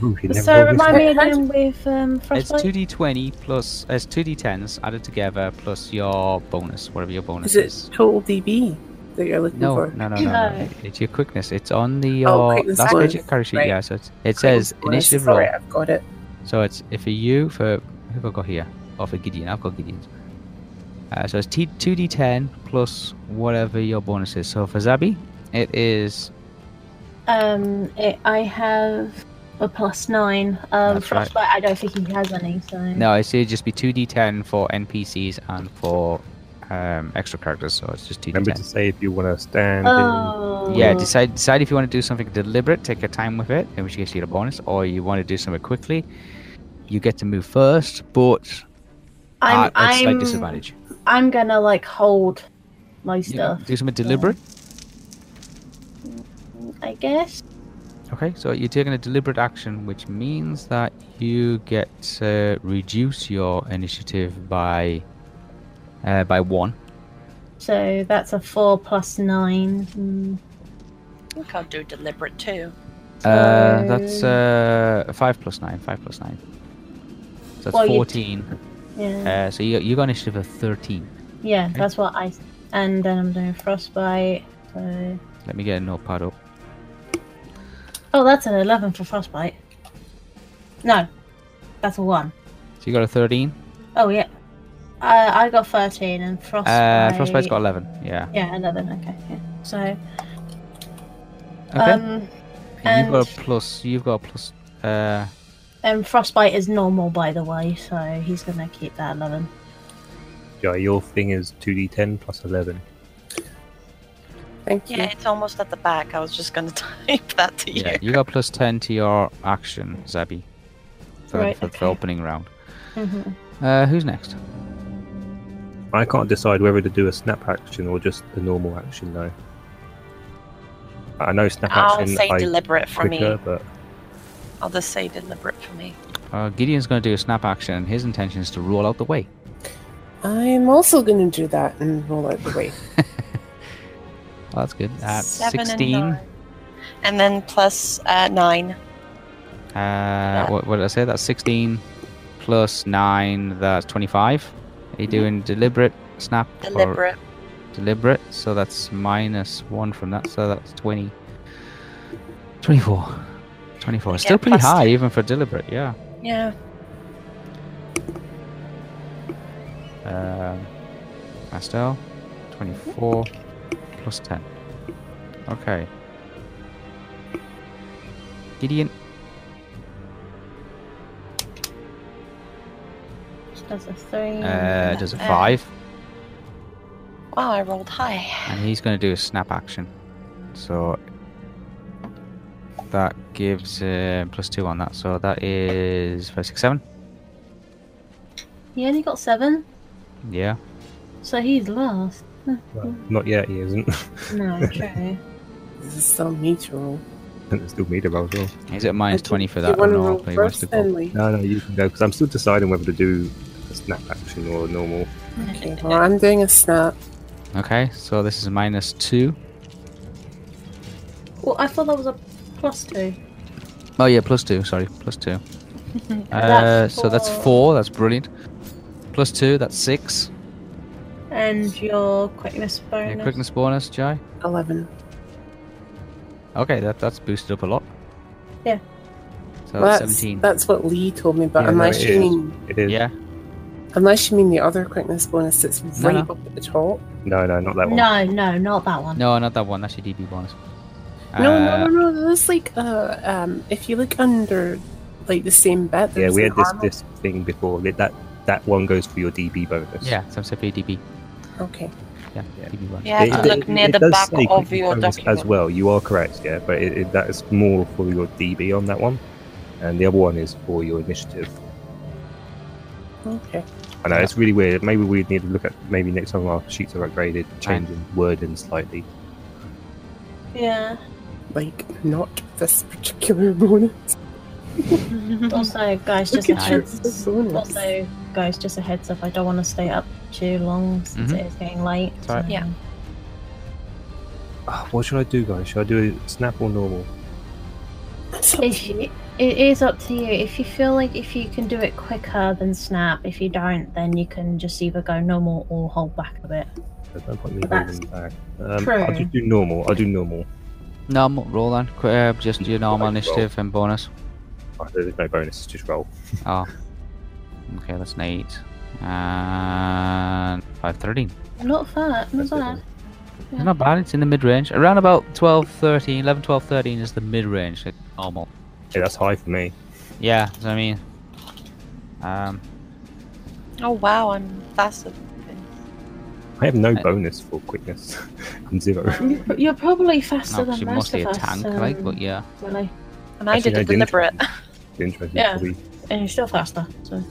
S2: Ooh, you never
S5: So
S2: rolled
S5: remind
S2: this.
S5: me again with um,
S1: it's two
S5: frostbite.
S1: d twenty plus it's two d tens added together plus your bonus, whatever your bonus
S4: Is
S1: is.
S4: it total DB that you're looking
S1: No,
S4: for?
S1: no, no, no, no.
S5: No.
S1: It's your quickness. It's on the
S4: Oh,
S1: your
S4: quickness
S1: last page
S4: bonus,
S1: of character sheet.
S4: right.
S1: Yeah, so it's, it says
S4: Goodness,
S1: initiative roll.
S4: Sorry, I've got it.
S1: So it's if for you for who have I got here? Oh, for Gideon, I've got Gideon's. Uh, so it's t- 2d10 plus whatever your bonus is. So for Zabi, it is
S5: Um, it, I have a plus nine. Um,
S1: That's right.
S5: frostbite. I don't think he has any. So
S1: No, I see. It'd just be two d10 for NPCs and for um, extra characters. So it's just two
S2: Remember to
S1: d10.
S2: say if you want to stand. in-
S5: Oh.
S1: Yeah, decide decide if you want to do something deliberate, take your time with it, in which case you get a bonus, or you want to do something quickly. You get to move first, but at
S5: I'm.
S1: a slight
S5: I'm,
S1: disadvantage.
S5: I'm gonna like hold my
S1: You can
S5: stuff.
S1: do something deliberate.
S5: I guess.
S1: Okay, so you're taking a deliberate action, which means that you get to reduce your initiative by uh, by one.
S5: So that's a four plus nine. Mm,
S3: We can't do deliberate too.
S1: Uh, that's uh, five plus nine. Five plus nine. So that's
S5: Well, you-
S1: fourteen.
S5: Yeah.
S1: Uh, so you, you got initiative of 13.
S5: yeah, that's what I. And then I'm doing frostbite. So.
S1: Let me get a notepad up.
S5: Oh, that's an eleven for frostbite. No, that's a one.
S1: So you got a 13?
S5: Oh yeah. Uh, I got 13 and Frostbite.
S1: Uh, Frostbite's got 11. Yeah.
S5: Yeah, 11, okay. Yeah. So,
S1: Okay.
S5: um,
S1: and you've got
S5: and-
S1: a plus. You've got a plus. Uh,
S5: and Frostbite is normal, by the way, so he's gonna keep that 11.
S2: Yeah, your thing is 2d10 plus 11.
S4: Thank you.
S3: Yeah, it's almost at the back. I was just gonna type that to you.
S1: yeah. You got plus 10 to your action, Zabi. For,
S5: Right,
S1: for the
S5: okay.
S1: opening round.
S5: Mm-hmm.
S1: Uh, who's next?
S2: I can't decide whether to do a snap action or just a normal action, though. I know snap
S3: I'll
S2: action
S3: say
S2: I
S3: deliberate for me.
S2: quicker, but
S3: I'll just say deliberate for me.
S1: Uh, Gideon's going to do a snap action, and his intention is to roll out the way.
S4: I'm also going to do that and roll out the way.
S1: Well, that's good. At
S3: Seven and
S1: 16.
S3: nine. And then plus uh, nine.
S1: uh, what, what did I say? That's 16 plus 9, that's 25. Are you doing deliberate snap? or-
S3: Mm-hmm. Deliberate.
S1: deliberate, so that's minus one from that, so that's 20. 24. 24. It's
S3: Yeah,
S1: Still pretty
S3: plus
S1: high, even for deliberate, yeah.
S3: Yeah.
S1: Um, Pastel, 24 plus 10. Okay. Gideon,
S5: She does a three.
S1: uh, does a
S3: Uh,
S1: 5,
S3: Wow, I rolled high.
S1: and he's going to do a snap action. So that gives uh, plus 2 on that, so that is 5, 6, 7.
S5: He only got seven,
S1: Yeah.
S5: so he's last.
S2: Well, not yet, he isn't.
S5: No, true.
S4: This is still me to roll.
S2: and it's still me to roll as well.
S1: He's at minus
S4: I think
S1: 20 for
S4: you
S1: that
S4: wanna
S1: one,
S4: roll
S1: or he wants
S4: first,
S1: to go.
S4: then, Lee?
S2: No, no, you can go, because I'm still deciding whether to do a snap action or a normal.
S4: Okay, well, I'm doing a snap.
S1: Okay, so this is minus 2.
S5: well, I thought that was a plus two.
S1: Oh yeah, plus two. Sorry, plus two. uh,
S5: That's
S1: so that's
S5: four.
S1: four. That's brilliant. Plus two. That's six.
S5: And your quickness
S1: Yeah,
S5: bonus.
S1: quickness bonus, Jai.
S4: 11.
S1: Okay, that that's boosted up a lot.
S5: Yeah.
S1: So
S4: Well,
S1: that's,
S4: that's,
S1: seventeen.
S4: that's what Lee told me, but
S2: Yeah, no,
S4: unless
S2: it
S4: you
S2: is.
S4: mean
S2: It is.
S1: yeah.
S4: unless you mean the other quickness bonus that's
S1: No,
S4: right
S1: no.
S4: up at the top.
S2: No, no, not that one.
S5: No, no, not that one.
S1: No, not that one. That's your DB bonus.
S4: no,
S1: Uh,
S4: no, no, no. That's like uh, um, if you look under like the same bit.
S2: Yeah,
S4: there's
S2: we
S4: an
S2: had this
S4: arrow.
S2: this thing before. That that- that one goes for your DB bonus.
S1: Yeah, so I'm simply DB.
S4: Okay.
S1: Yeah,
S2: Yeah.
S1: DB bonus.
S3: You have to
S1: Uh,
S3: look near the
S2: does
S3: back
S2: say
S3: of
S2: quick
S3: your
S2: bonus
S3: document.
S2: as well. You are correct, yeah, but it, it, that is more for your DB on that one, and the other one is for your initiative.
S4: Okay.
S2: I know
S1: Yeah.
S2: it's really weird. Maybe we need to look at maybe next time our sheets are upgraded, changing wording slightly.
S5: Yeah.
S4: Like not this particular bonus.
S5: Also, guys, just a
S4: Look at your
S5: heads.
S4: bonus.
S5: Also, guys, just a heads up. I don't want to stay up too long since
S1: Mhm.
S5: it is getting late.
S1: It's alright.
S3: Yeah.
S2: Ah, what should I do, guys? Should I do a snap or normal?
S5: If you- it is up to you. If you feel like if you can do it quicker, then snap. If you don't, then you can just either go normal or hold back a bit.
S2: There's no point in me
S5: That's
S2: holding back. Um,
S5: true.
S2: I'll just do normal. I'll do normal.
S1: normal roll on. Qu- Uh, just your normal
S2: roll.
S1: initiative and bonus.
S2: Oh, there's no bonus. Just roll.
S1: Oh. Okay, that's an eight. And five thirteen.
S5: Not fat, not
S2: That's it.
S5: bad.
S1: It's not bad, it's in the mid range. Around about 12, 13, 11, 12, 13 is the mid range, like normal.
S2: Yeah, that's high for me.
S1: Yeah, that's what I mean. Um,
S3: Oh wow, I'm faster.
S2: I have no
S1: I-
S2: bonus for quickness. I'm zero.
S5: You're pro- You're probably faster
S1: not
S5: than
S1: you're
S5: most
S1: mostly
S5: of
S1: a
S5: us.
S1: tank,
S5: um,
S1: like, but yeah.
S5: really.
S3: And I
S2: Actually,
S3: did a
S2: I didn't.
S3: deliberate.
S2: Interesting.
S5: Yeah.
S2: Probably-
S5: And you're still faster. So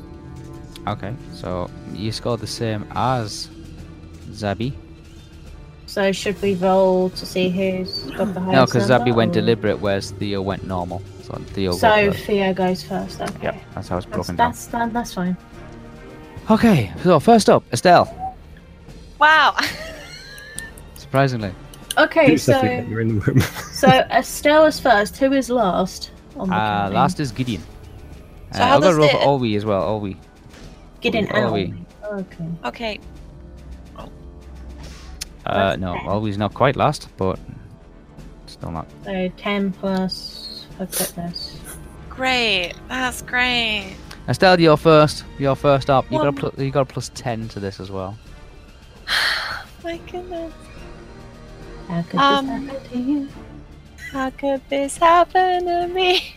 S1: Okay, so you scored the same as Zabi.
S5: So should we roll to see who's got the highest?
S1: No, because
S5: number,
S1: Zabi went
S5: or-
S1: deliberate, whereas Theo went normal. So Theo
S5: So
S1: got first.
S5: Theo goes first. Okay.
S1: Yep, that's how it's
S5: That's,
S1: broken
S5: that's that- that's fine.
S1: down. Okay, so first up, Estelle.
S3: Wow.
S1: Surprisingly.
S5: Okay,
S2: Two seconds,
S5: so
S2: You're in the room.
S5: so Estelle is first. Who is last? On the
S1: Uh,
S5: counting?
S1: last is Gideon.
S3: Oh,
S1: Uh,
S3: So how
S1: I've got
S3: does
S1: to roll
S3: it-
S1: for Olwe as well, Olwe.
S5: Gideon
S1: Olwe.
S5: out. Okay.
S3: Okay.
S1: Uh,
S5: That's
S1: no,
S5: ten.
S1: Olwe's not quite last, but still not.
S5: So ten plus oh her fitness.
S3: Great. That's great.
S1: Estelle, you're first. You're first up. You got a
S3: One.
S1: pl- you got a plus ten to this as well.
S3: My goodness.
S5: How Uh, could
S3: Um,
S5: this happen to you?
S3: How could this happen to me?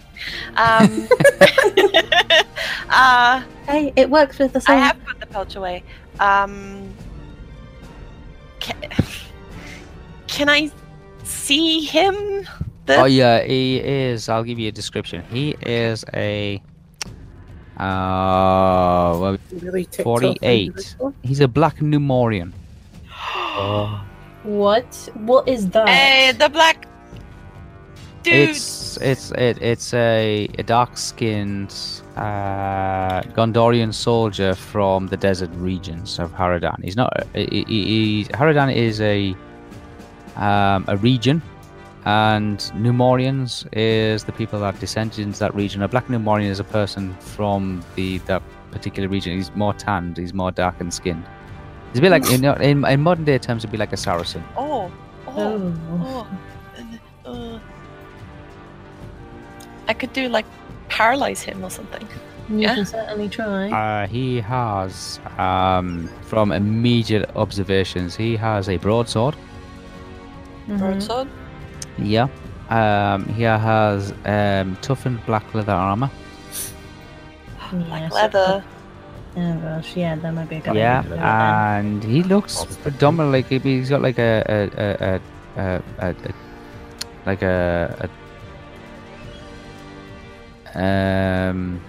S3: Um. uh,
S5: Hey, it works with the
S3: I
S5: same.
S3: have put the pouch away. Um. Can, can I see him? The-
S1: Oh yeah, he is. I'll give you a description. He is a uh, well,
S4: Really ticked off under
S1: 48.
S4: this one.
S1: he's a black Numorian.
S2: Oh,
S5: What? What is that?
S3: Hey, Eh, the black dude.
S1: It's it's it, it's a, a dark skinned uh, Gondorian soldier from the desert regions of Haradan. He's not. He, he, he's, Haradan is a um, a region, and Numorians is the people that descended into that region. A black Numorian is a person from the that particular region. He's more tanned. He's more darkened skinned. It's a bit like in, in, in modern day terms, it'd be like a Saracen.
S3: Oh, oh,
S5: Oh.
S3: oh. and, uh, I could do like paralyze him or something.
S5: You
S3: Yeah.
S5: can certainly try.
S1: Uh, he has, um, from immediate observations, he has a broadsword.
S5: Mhm.
S3: Broadsword.
S1: Yeah. Um, he has um, toughened black leather armor.
S5: Yeah,
S3: Like
S5: so-
S3: leather.
S5: Oh, gosh, yeah, that might be a good
S1: yeah,
S5: idea.
S2: uh,
S1: and he looks predominantly like he's got like a a a, a, a, a, a like a, a um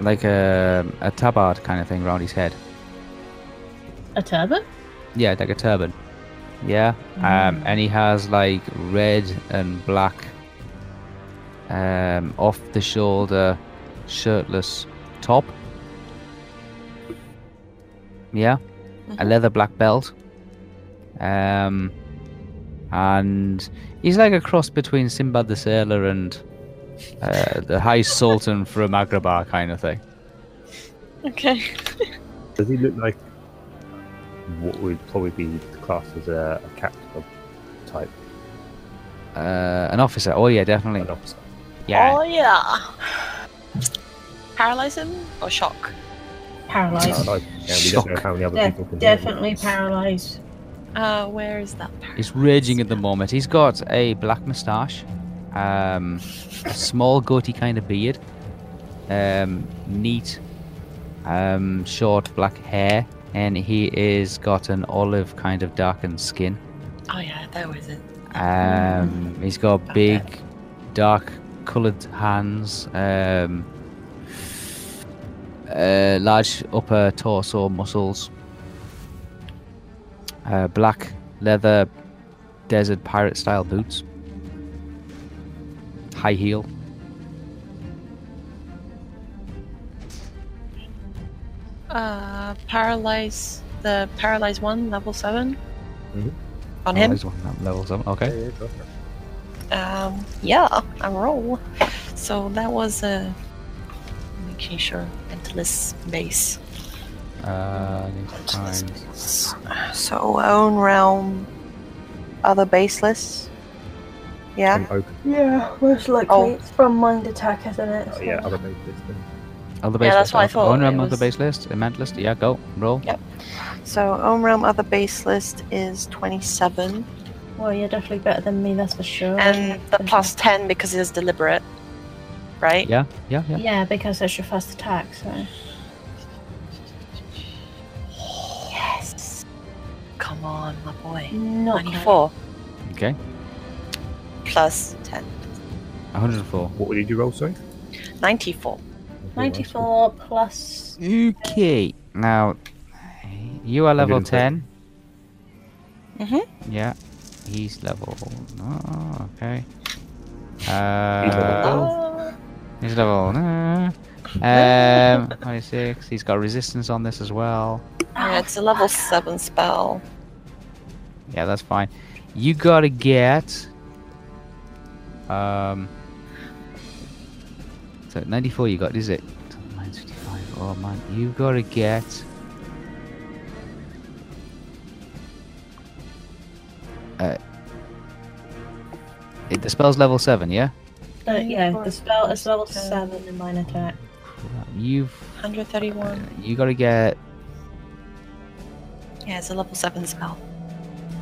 S1: like a a tabard kind of thing around his head.
S5: a turban?
S1: Yeah, like a turban. Yeah. Um, and he has like red and black, um, off the shoulder, shirtless top. Yeah. A
S3: Mhm.
S1: leather black belt. Um, and he's like a cross between Sinbad the Sailor and uh, the High Sultan from Agrabah kind of thing.
S3: Okay.
S2: Does he look like what would probably be classed as a, a captain type,
S1: Uh, an officer. Oh, yeah, definitely.
S2: an officer?
S1: Yeah.
S3: Oh yeah. Paralyze him or shock?
S2: No,
S5: Paralyzed.
S2: no, yeah, we don't know
S1: Shock.
S2: how many other
S5: De-
S2: people can hear him.
S5: definitely paralyzed.
S3: Uh, where is that? Paralyze?
S1: He's raging at the moment. He's got a black moustache, um, a small goatee kind of beard, um, neat, um, short black hair, and he is got an olive kind of darkened skin.
S3: Oh yeah, that was it.
S1: Um, he's got big, dark coloured hands, um, uh, large upper torso muscles, uh, black leather desert pirate style boots, high heel.
S3: Uh, paralyze the paralyze one level 7
S1: Mm-hmm.
S2: Mhm.
S3: on him.
S1: oh, There's one that levels up. Okay.
S2: Yeah, yeah, go for it.
S3: Um, yeah, I roll. So that was uh, making sure endless base.
S1: Uh, I need to find.
S3: So own realm, other baseless. Yeah.
S2: An oak-
S5: Yeah, most likely
S3: Oh.
S5: it's from mind attack, isn't it?
S2: oh, yeah, other bases. then.
S1: Other
S3: Yeah,
S1: base
S3: that's
S1: list.
S3: what I
S1: Alpha-
S3: thought.
S1: Oh, no,
S3: It
S1: I'm on the
S3: was-
S1: base list. Event list. Yeah, go. Roll.
S3: Yep. So own realm, other baseless is twenty-seven,
S5: Well, you're definitely better than me, that's for sure.
S3: and the plus ten because it is deliberate, right?
S1: Yeah, yeah, yeah.
S5: Yeah, because that's your first attack, so.
S3: Yes. Come on, my boy.
S5: Not quite.
S3: Ninety-four
S1: Okay.
S3: plus ten.
S1: 104.
S2: What did you roll, sorry?
S3: 94.
S5: 94 plus.
S1: Okay. Now, you are level
S2: didn't play.
S1: 10.
S3: Mhm.
S1: Yeah. He's level. Oh, okay.
S2: level
S1: Uh,
S3: Oh.
S1: he's level. no. Um, 26. He's got resistance on this as well.
S3: Yeah, it's a level 7 spell.
S1: Yeah, that's fine. You gotta get. Um. So 94 you got, is it? Mine's 55. Oh man, you gotta get. Uh, it- the spell's level 7, yeah?
S5: Uh, yeah, the spell is level 7 in mind attack.
S1: You've.
S3: 131.
S1: You gotta get.
S3: Yeah, it's a level 7 spell.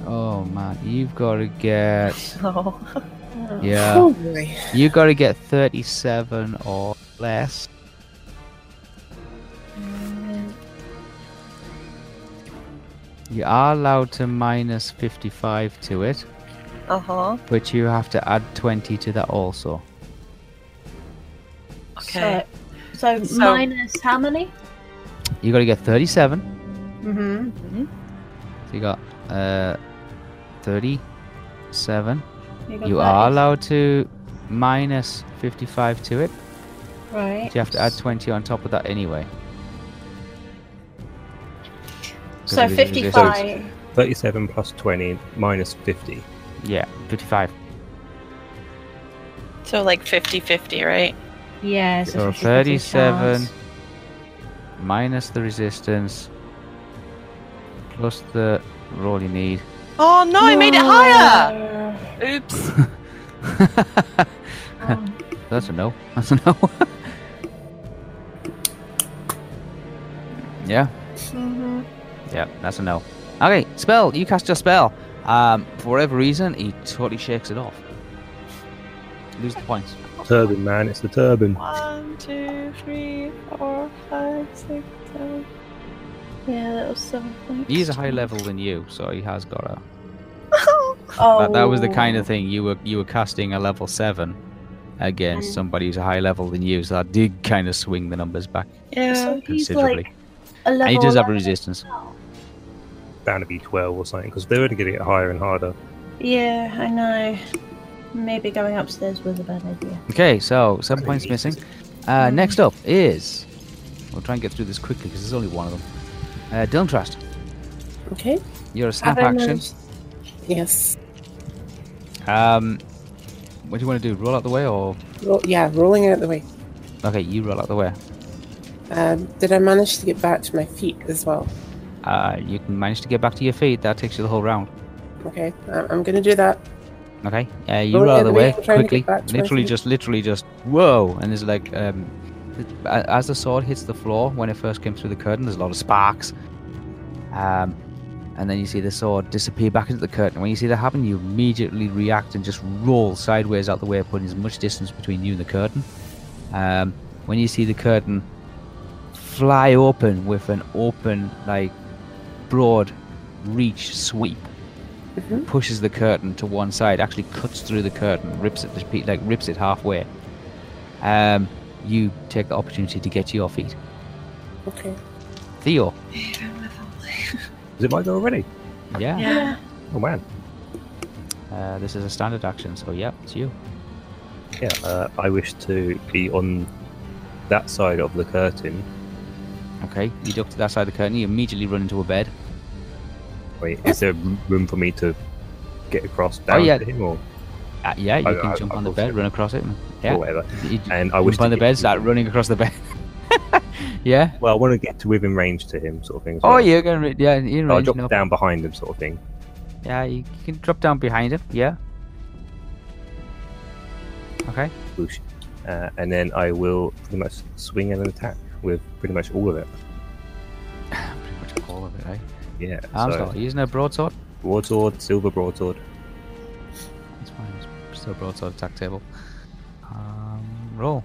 S1: Oh man, you've gotta get.
S3: Oh.
S1: Yeah.
S4: Oh boy.
S1: You got to get 37 or less. You are allowed to minus 55 to it,
S3: Uh huh.
S1: but you have to add 20 to that also.
S3: Okay.
S5: So, so,
S3: So-
S5: minus how many?
S1: You got to get 37.
S5: Mm-hmm.
S1: So you got uh 37. You
S5: got
S1: are
S5: that.
S1: allowed to minus 55 to it,
S5: Right.
S1: you have to add 20 on top of that anyway? 'Cause
S5: So
S1: it is- it is-
S5: 55.
S2: 37 plus 20 minus 50.
S1: Yeah, 55.
S3: So like 50 50, right?
S5: Yeah, so
S1: So
S5: 50 chance.
S1: 37 minus the resistance plus the roll you need.
S3: Oh no, I made it higher! Oops.
S5: Oh.
S1: That's a no. That's a no. yeah. Yeah, that's a no. Okay, spell. You cast your spell. Um, for whatever reason, he totally shakes it off. Lose the points.
S2: Turban, man, it's the turban.
S3: One, two, three, four, five, six, seven.
S5: Yeah, that was seven points.
S1: He's a higher level than you, so he has got a.
S5: Oh.
S1: That, that was the kind of thing you were you were casting a level seven against
S5: Mm.
S1: somebody who's a higher level than you, so that did kind of swing the numbers back
S3: Yeah.
S5: So he's
S1: considerably.
S5: like a level
S1: and he does have
S5: 11.
S1: resistance.
S2: Bound to be 12 or something, because they're only going to get higher and harder.
S5: Yeah, I know. Maybe going upstairs was a bad idea.
S1: Okay, so seven points missing. Uh, next up is. We'll try and get through this quickly because there's only one of them. Uh, Dylan Trust,
S4: Okay.
S1: you're a snap
S4: Have I
S1: action.
S4: managed- Yes.
S1: Um, what do you want to do? Roll out the way or?
S4: Ro- yeah, rolling out the way.
S1: Okay, you roll out the way.
S4: Um, did I manage to get back to my feet as well?
S1: Uh, you can manage to get back to your feet. That takes you the whole round.
S4: Okay, I- I'm going to do that.
S1: Okay. Uh, you
S4: Roll
S1: roll
S4: out
S1: out
S4: the
S1: the
S4: way,
S1: way
S4: I'm trying to get
S1: quickly.
S4: back to my
S1: Literally,
S4: feet.
S1: just literally, just whoa! And there's like, um, th- a- as the sword hits the floor when it first came through the curtain, there's a lot of sparks. Um, and then you see the sword disappear back into the curtain. When you see that happen, you immediately react and just roll sideways out the way, putting as much distance between you and the curtain. Um, when you see the curtain fly open with an open, like, broad reach sweep,
S4: Mhm.
S1: pushes the curtain to one side, actually cuts through the curtain, rips it, to pe- like, rips it halfway. Um, you take the opportunity to get to your feet.
S4: Okay.
S1: Theo,
S2: Is it my go already?
S1: yeah.
S3: Yeah.
S2: Oh, man.
S1: Uh, this is a standard action, so yeah, it's you.
S2: Yeah, uh, I wish to be on that side of the curtain.
S1: Okay, you duck to that side of the curtain, you immediately run into a bed.
S2: Wait, is there room for me to get across down
S1: Oh, yeah.
S2: to him or,
S1: Uh, yeah, you
S2: I-
S1: can
S2: I-
S1: jump
S2: I
S1: on the
S2: will
S1: bed,
S2: check.
S1: run across it. and- Yeah.
S2: or whatever?
S1: You
S2: And I wish
S1: jump
S2: to
S1: on the
S2: get
S1: bed,
S2: to-
S1: start running across the bed. yeah.
S2: Well, I want to get to within range to him, sort of thing. as
S1: Oh,
S2: well.
S1: you're going to. Yeah, you're in
S2: I'll
S1: range.
S2: drop
S1: no
S2: down behind him, sort of thing.
S1: Yeah, you can drop down behind him. Yeah. Okay.
S2: Whoosh. Uh, and then I will pretty much swing and attack with pretty much all of it.
S1: Pretty much all of it, right?
S2: Yeah.
S1: Arms
S2: so
S1: not using a broadsword.
S2: broadsword, silver broadsword.
S1: That's fine. It's still broadsword attack table. Um, roll.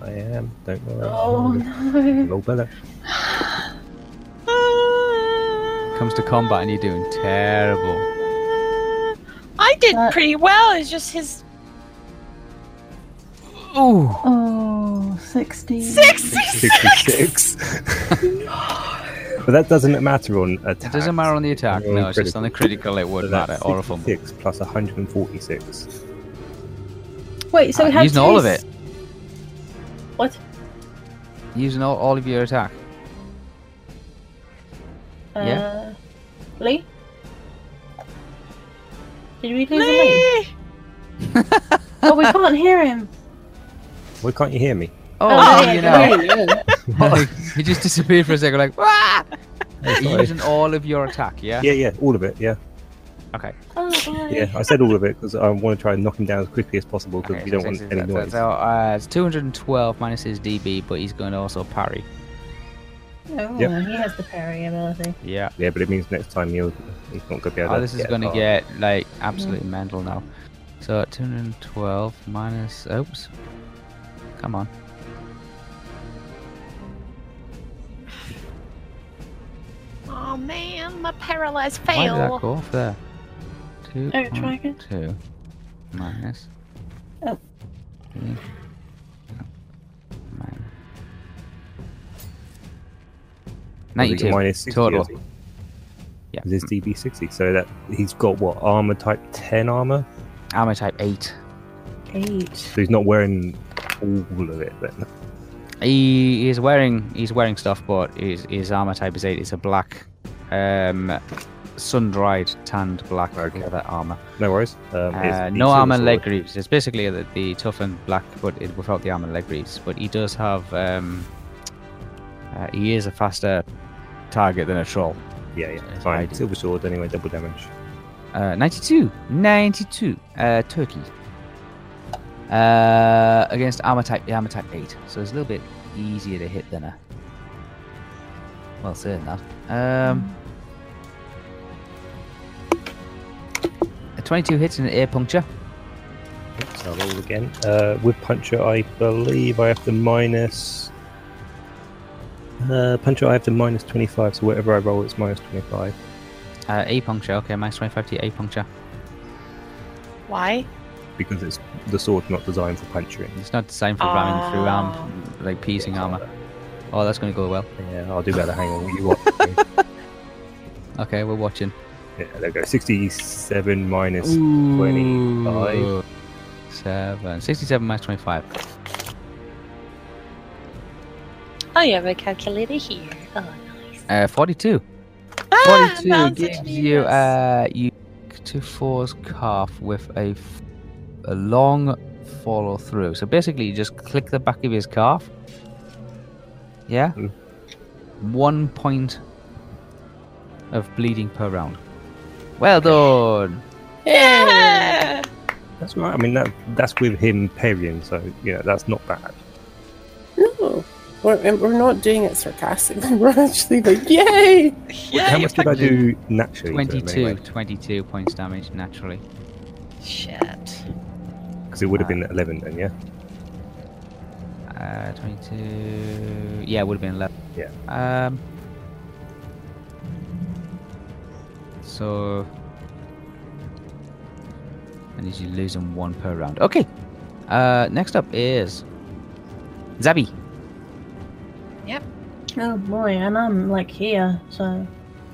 S2: I am. Don't worry.
S5: Oh no.
S2: No better.
S1: Comes to combat and you're doing terrible.
S3: I did
S5: That-
S3: pretty well. It's just his
S1: Oh.
S5: Oh, 16.
S2: 66. but that doesn't matter on attack.
S1: It doesn't matter on the attack.
S2: Roll
S1: No, it's just on the critical it would
S2: So
S1: matter.
S2: that's
S1: Or a fumble.
S2: 66 plus 146.
S5: Wait, so
S1: Uh,
S5: we had
S1: using all
S5: two
S1: of it.
S5: s- What?
S1: Using all, all of your attack.
S5: Uh,
S1: Yeah.
S5: Lee? Did we lose Lee?
S3: Lee!
S5: Oh, we can't hear him.
S2: Why can't you hear me?
S1: Oh, there
S5: Oh, yeah,
S1: you
S5: go
S1: know.
S4: Oh, yeah.
S1: Like, he just disappeared for a second, like, "Wah!" You're
S2: sorry.
S1: using all of your attack, yeah?
S2: Yeah, yeah, all of it, yeah.
S1: Okay.
S5: Oh, boy.
S2: Yeah, I said all of it because I want to try and knock him down as quickly as possible because
S1: okay,
S2: we
S1: so
S2: don't want
S1: six is
S2: any
S1: that-
S2: noise.
S1: So, uh, it's 212 minus his DB, but he's going to also parry.
S5: Oh,
S2: Yep.
S5: he has the parry ability.
S1: Yeah.
S2: Yeah, but it means next time he'll, he's not going to be able
S1: Oh,
S2: to
S1: this is
S2: get
S1: going to
S2: far.
S1: get, like, absolutely mental now. So, 212 minus. Oops. Come on.
S3: Oh man, my paralyzed
S1: Why did that
S3: fail.
S1: go off there? Two.
S5: Oh, try again.
S1: Two. Minus.
S5: Oh.
S1: Three. Minus.
S2: Was he
S1: 92.
S2: minus 60,
S1: total.
S2: is he?
S1: Yeah.
S2: Is this DB sixty? So that he's got what armor type ten armor,
S1: Armor type 8.
S5: Eight.
S2: so he's not wearing all of it. But
S1: He is wearing he's wearing stuff, but his his armor type is eight. It's a black, um, sun dried, tanned black
S2: Okay.
S1: leather armor.
S2: no worries. Um, it's
S1: Uh,
S2: the
S1: no
S2: silver
S1: armor and leg
S2: sword.
S1: greaves. It's basically the, the toughened black, but it, without the armor and leg greaves. But he does have um, uh, he is a faster target than a troll.
S2: Yeah, yeah.
S1: It's
S2: Fine.
S1: hiding.
S2: Silver sword anyway. Double damage.
S1: Uh, 92. 92. Uh, Turkey. Uh, against armor type, the armor type 8. So it's a little bit easier to hit than a. Well, saying that. Um, a 22 hits and an ear puncture.
S2: So I'll roll again. Uh, with puncher, I believe I have to minus. Uh, puncher, I have to minus 25, so whatever I roll, it's minus 25.
S1: Uh, a puncture. Okay, minus 25 to a puncture.
S3: Why?
S2: Because it's the sword's not designed for punching.
S1: It's not designed for ramming through arm, like piercing
S2: Yeah.
S1: armor. Oh, that's going to go well.
S2: Yeah, I'll do better. Hang on, what you want?
S1: Okay, we're watching.
S2: yeah, there we go. 67 minus 25.
S1: Ooh. Seven. 67 minus 25.
S3: I Oh, have a calculator here. Oh,
S1: Uh, 42.
S3: Ah,
S1: 42
S3: mounted
S1: gives
S3: penis.
S1: you uh you two fours calf with a f- a long follow through. So basically, you just click the back of his calf. Yeah.
S2: Mm.
S1: One point of bleeding per round. Well done.
S3: Yeah!
S2: That's all right. I mean, that that's with him parrying, so you know that's not bad.
S4: No. We're, and we're not doing it sarcastically. We're actually like, yay!
S3: Yeah,
S2: How
S3: you
S2: much did I do naturally? to him
S1: 22,
S2: anyway?
S1: 22 points damage naturally.
S3: fuck- Shit.
S2: Because it would have been 11 then, yeah?
S1: Uh, 22. Yeah, would have been 11.
S2: Yeah.
S1: Um. So. I need you losing one per round. Okay. Uh, next up is Zabi.
S5: Oh boy, and I'm like here, so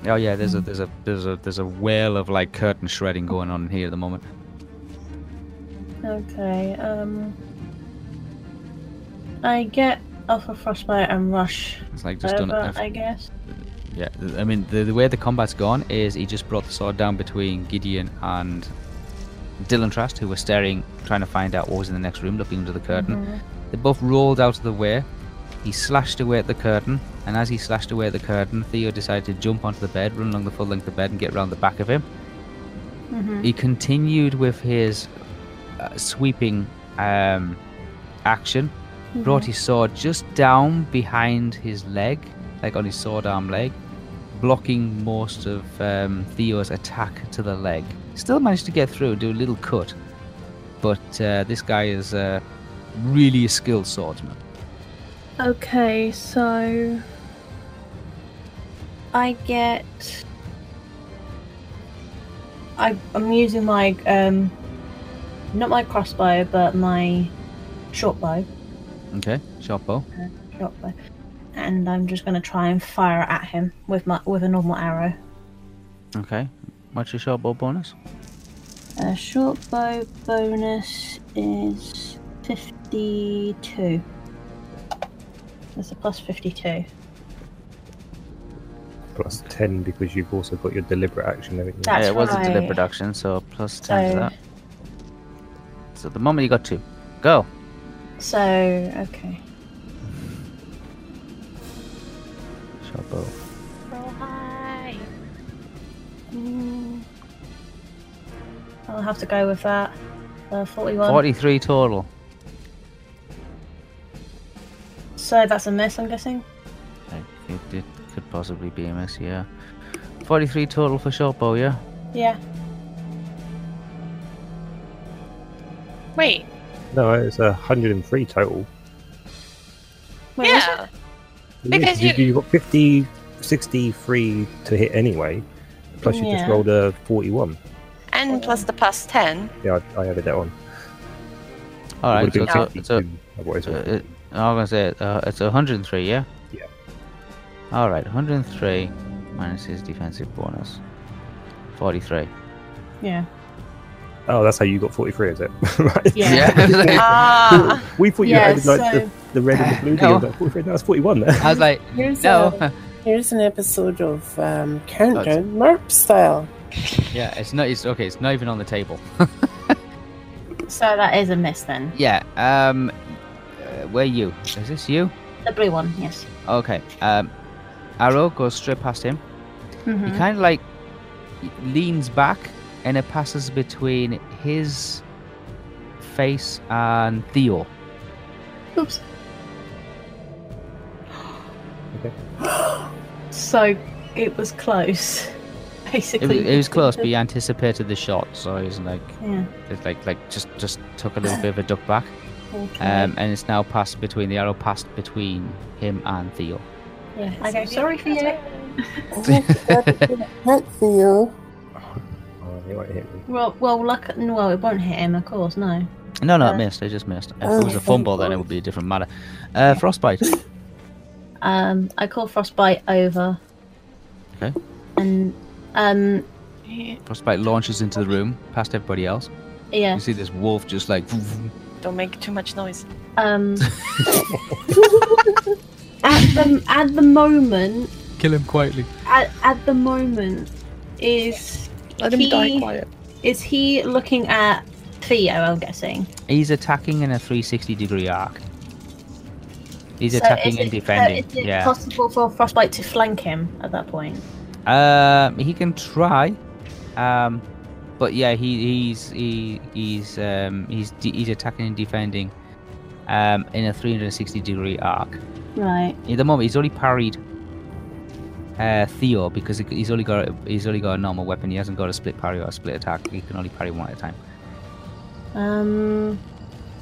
S1: Oh yeah, there's a there's a there's a there's a whale of like curtain shredding going on here at the moment.
S5: okay. Um, I get off of frostbite and rush
S1: It's like just done.
S5: over,
S1: I've-
S5: I guess.
S1: Yeah, th- I mean the, the way the combat's gone is he just brought the sword down between Gideon and Dylan Trust, who were staring, trying to find out what was in the next room, looking under the curtain.
S5: Mhm.
S1: They both rolled out of the way. He slashed away at the curtain, and as he slashed away at the curtain, Theo decided to jump onto the bed, run along the full length of the bed, and get round the back of him.
S5: Mhm.
S1: He continued with his uh, sweeping um, action, brought his sword just down behind his leg, like on his sword arm leg, blocking most of um, Theo's attack to the leg. Still managed to get through, do a little cut, but uh, this guy is uh, really a skilled swordsman.
S5: Okay, so I get. I, I'm using my um, not my crossbow, but my short bow,
S1: Okay, short bow.
S5: short bow, and I'm just gonna try and fire at him with my with a normal arrow.
S1: Okay, what's your short bow bonus?
S5: Uh, short bow bonus is 52. That's a plus 52.
S2: Plus 10 because you've also got your deliberate action, haven't you?
S5: That- That's
S1: yeah, it was a
S5: right.
S1: deliberate action, so plus 10
S5: So-
S1: to that. So at the moment you got two. Go.
S5: So, okay.
S1: Short bow.
S3: Roll high.
S5: I'll have to go with that. Uh, 41.
S1: 43 total.
S5: So that's a miss, I'm guessing?
S1: Like, It, it could possibly be a miss, yeah. 43 total for short bow, yeah?
S5: Yeah.
S3: Wait.
S2: No, it's 103 total.
S5: Wait, was
S3: yeah.
S2: Yeah,
S3: Because
S2: you,
S3: you-
S2: you got 50, 63 to hit anyway. Plus, you
S5: Yeah.
S2: just rolled a 41.
S3: And plus the plus 10.
S2: Yeah, I, I added that on.
S1: Alright, so it's
S2: Would've
S1: a.
S2: been
S1: It's a
S2: 52 otherwise.
S1: uh, it- I'm gonna say it, uh, it's 103, yeah?
S2: Yeah.
S1: Alright, 103 minus his defensive bonus. 43.
S5: it? Yeah.
S2: Oh, that's how you got 43, is it? right.
S5: Yeah.
S1: Yeah.
S3: Ah,
S2: We thought you
S5: Yeah,
S2: added like
S5: so-
S2: the, the red and the blue
S1: No.
S2: deal. Like, 43, no, that's 41 there.
S1: I was like,
S4: Here's, a,
S1: no.
S4: here's an episode of um, Countdown Merp style.
S1: yeah, it's not. It's okay. It's not even on the table.
S5: So that is a miss then.
S1: Yeah. Um, uh, where you? Is this you?
S5: The blue one, yes.
S1: Okay. Um, arrow goes straight past him. He
S5: Mhm.
S1: kind of like leans back, and it passes between his face and Theo.
S5: Oops.
S2: Okay.
S5: so it was close,
S1: It was,
S5: basically.
S1: it was close, but he anticipated the shot, so he's like,
S5: Yeah.
S1: it's like, like just, just took a little bit of a duck back.
S5: Okay.
S1: Um, and it's now passed between the arrow passed between him and Theo.
S5: yeah. I go, sorry for you.
S4: Oh, That's you.
S2: Oh, it won't hit me.
S5: Well, well, luck. Well, it won't hit him, of course. No.
S1: No, no,
S5: Uh,
S1: it missed. It just missed. If
S4: oh,
S1: it was a
S4: thank
S1: fumble, then it
S4: God.
S1: would be a different matter. Uh, frostbite.
S5: Um, I call frostbite over.
S1: Okay.
S5: And um,
S1: Frostbite launches into the room past everybody else.
S5: yeah.
S1: You see this wolf just like.
S3: don't make too much noise.
S5: Um. at the at the moment,
S1: Kill him quietly.
S5: at, at the moment, is
S3: Let him die
S5: He-
S3: quiet.
S5: is he looking at Theo? I'm guessing.
S1: He's attacking in a 360 degree arc. He's
S5: So
S1: attacking
S5: is
S1: and
S5: it-
S1: defending.
S5: So is it
S1: yeah.
S5: possible for Frostbite to flank him at that point?
S1: Um, he can try, um, but yeah, he, he's he, he's um, he's de- he's attacking and defending, um, in a 360 degree arc.
S5: Right.
S1: At the moment, he's only parried. Uh, Theo, because he- he's only got he's only got a normal weapon. He hasn't got a split parry or a split attack. He can only parry one at a time.
S5: Um.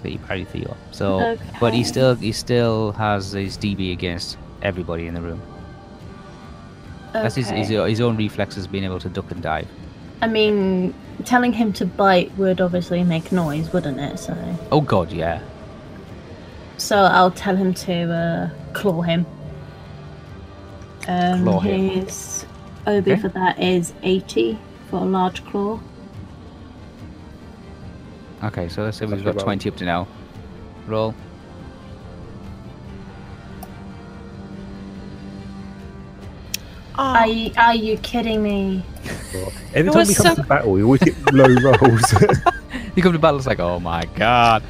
S1: But he parried Theo. So,
S5: Okay.
S1: but he still he still has his DB against everybody in the room. That's his, his
S5: okay.
S1: his own reflexes being able to duck and dive.
S5: I mean, telling him to bite would obviously make noise, wouldn't it? So,
S1: Oh God, yeah.
S5: so I'll tell him to uh, claw him. Um,
S1: Claw him.
S5: his OB
S1: Okay.
S5: for that is 80 for a large claw.
S1: Okay, so let's say we've
S2: Okay,
S1: got
S2: roll.
S1: 20 up to now. Roll.
S3: Ah,
S5: Are you, are you kidding me?
S2: Well, Every
S3: It
S2: time
S3: was
S2: we come to
S3: so-
S2: battle, we always get low rolls.
S1: You come to battle, it's like, oh my god.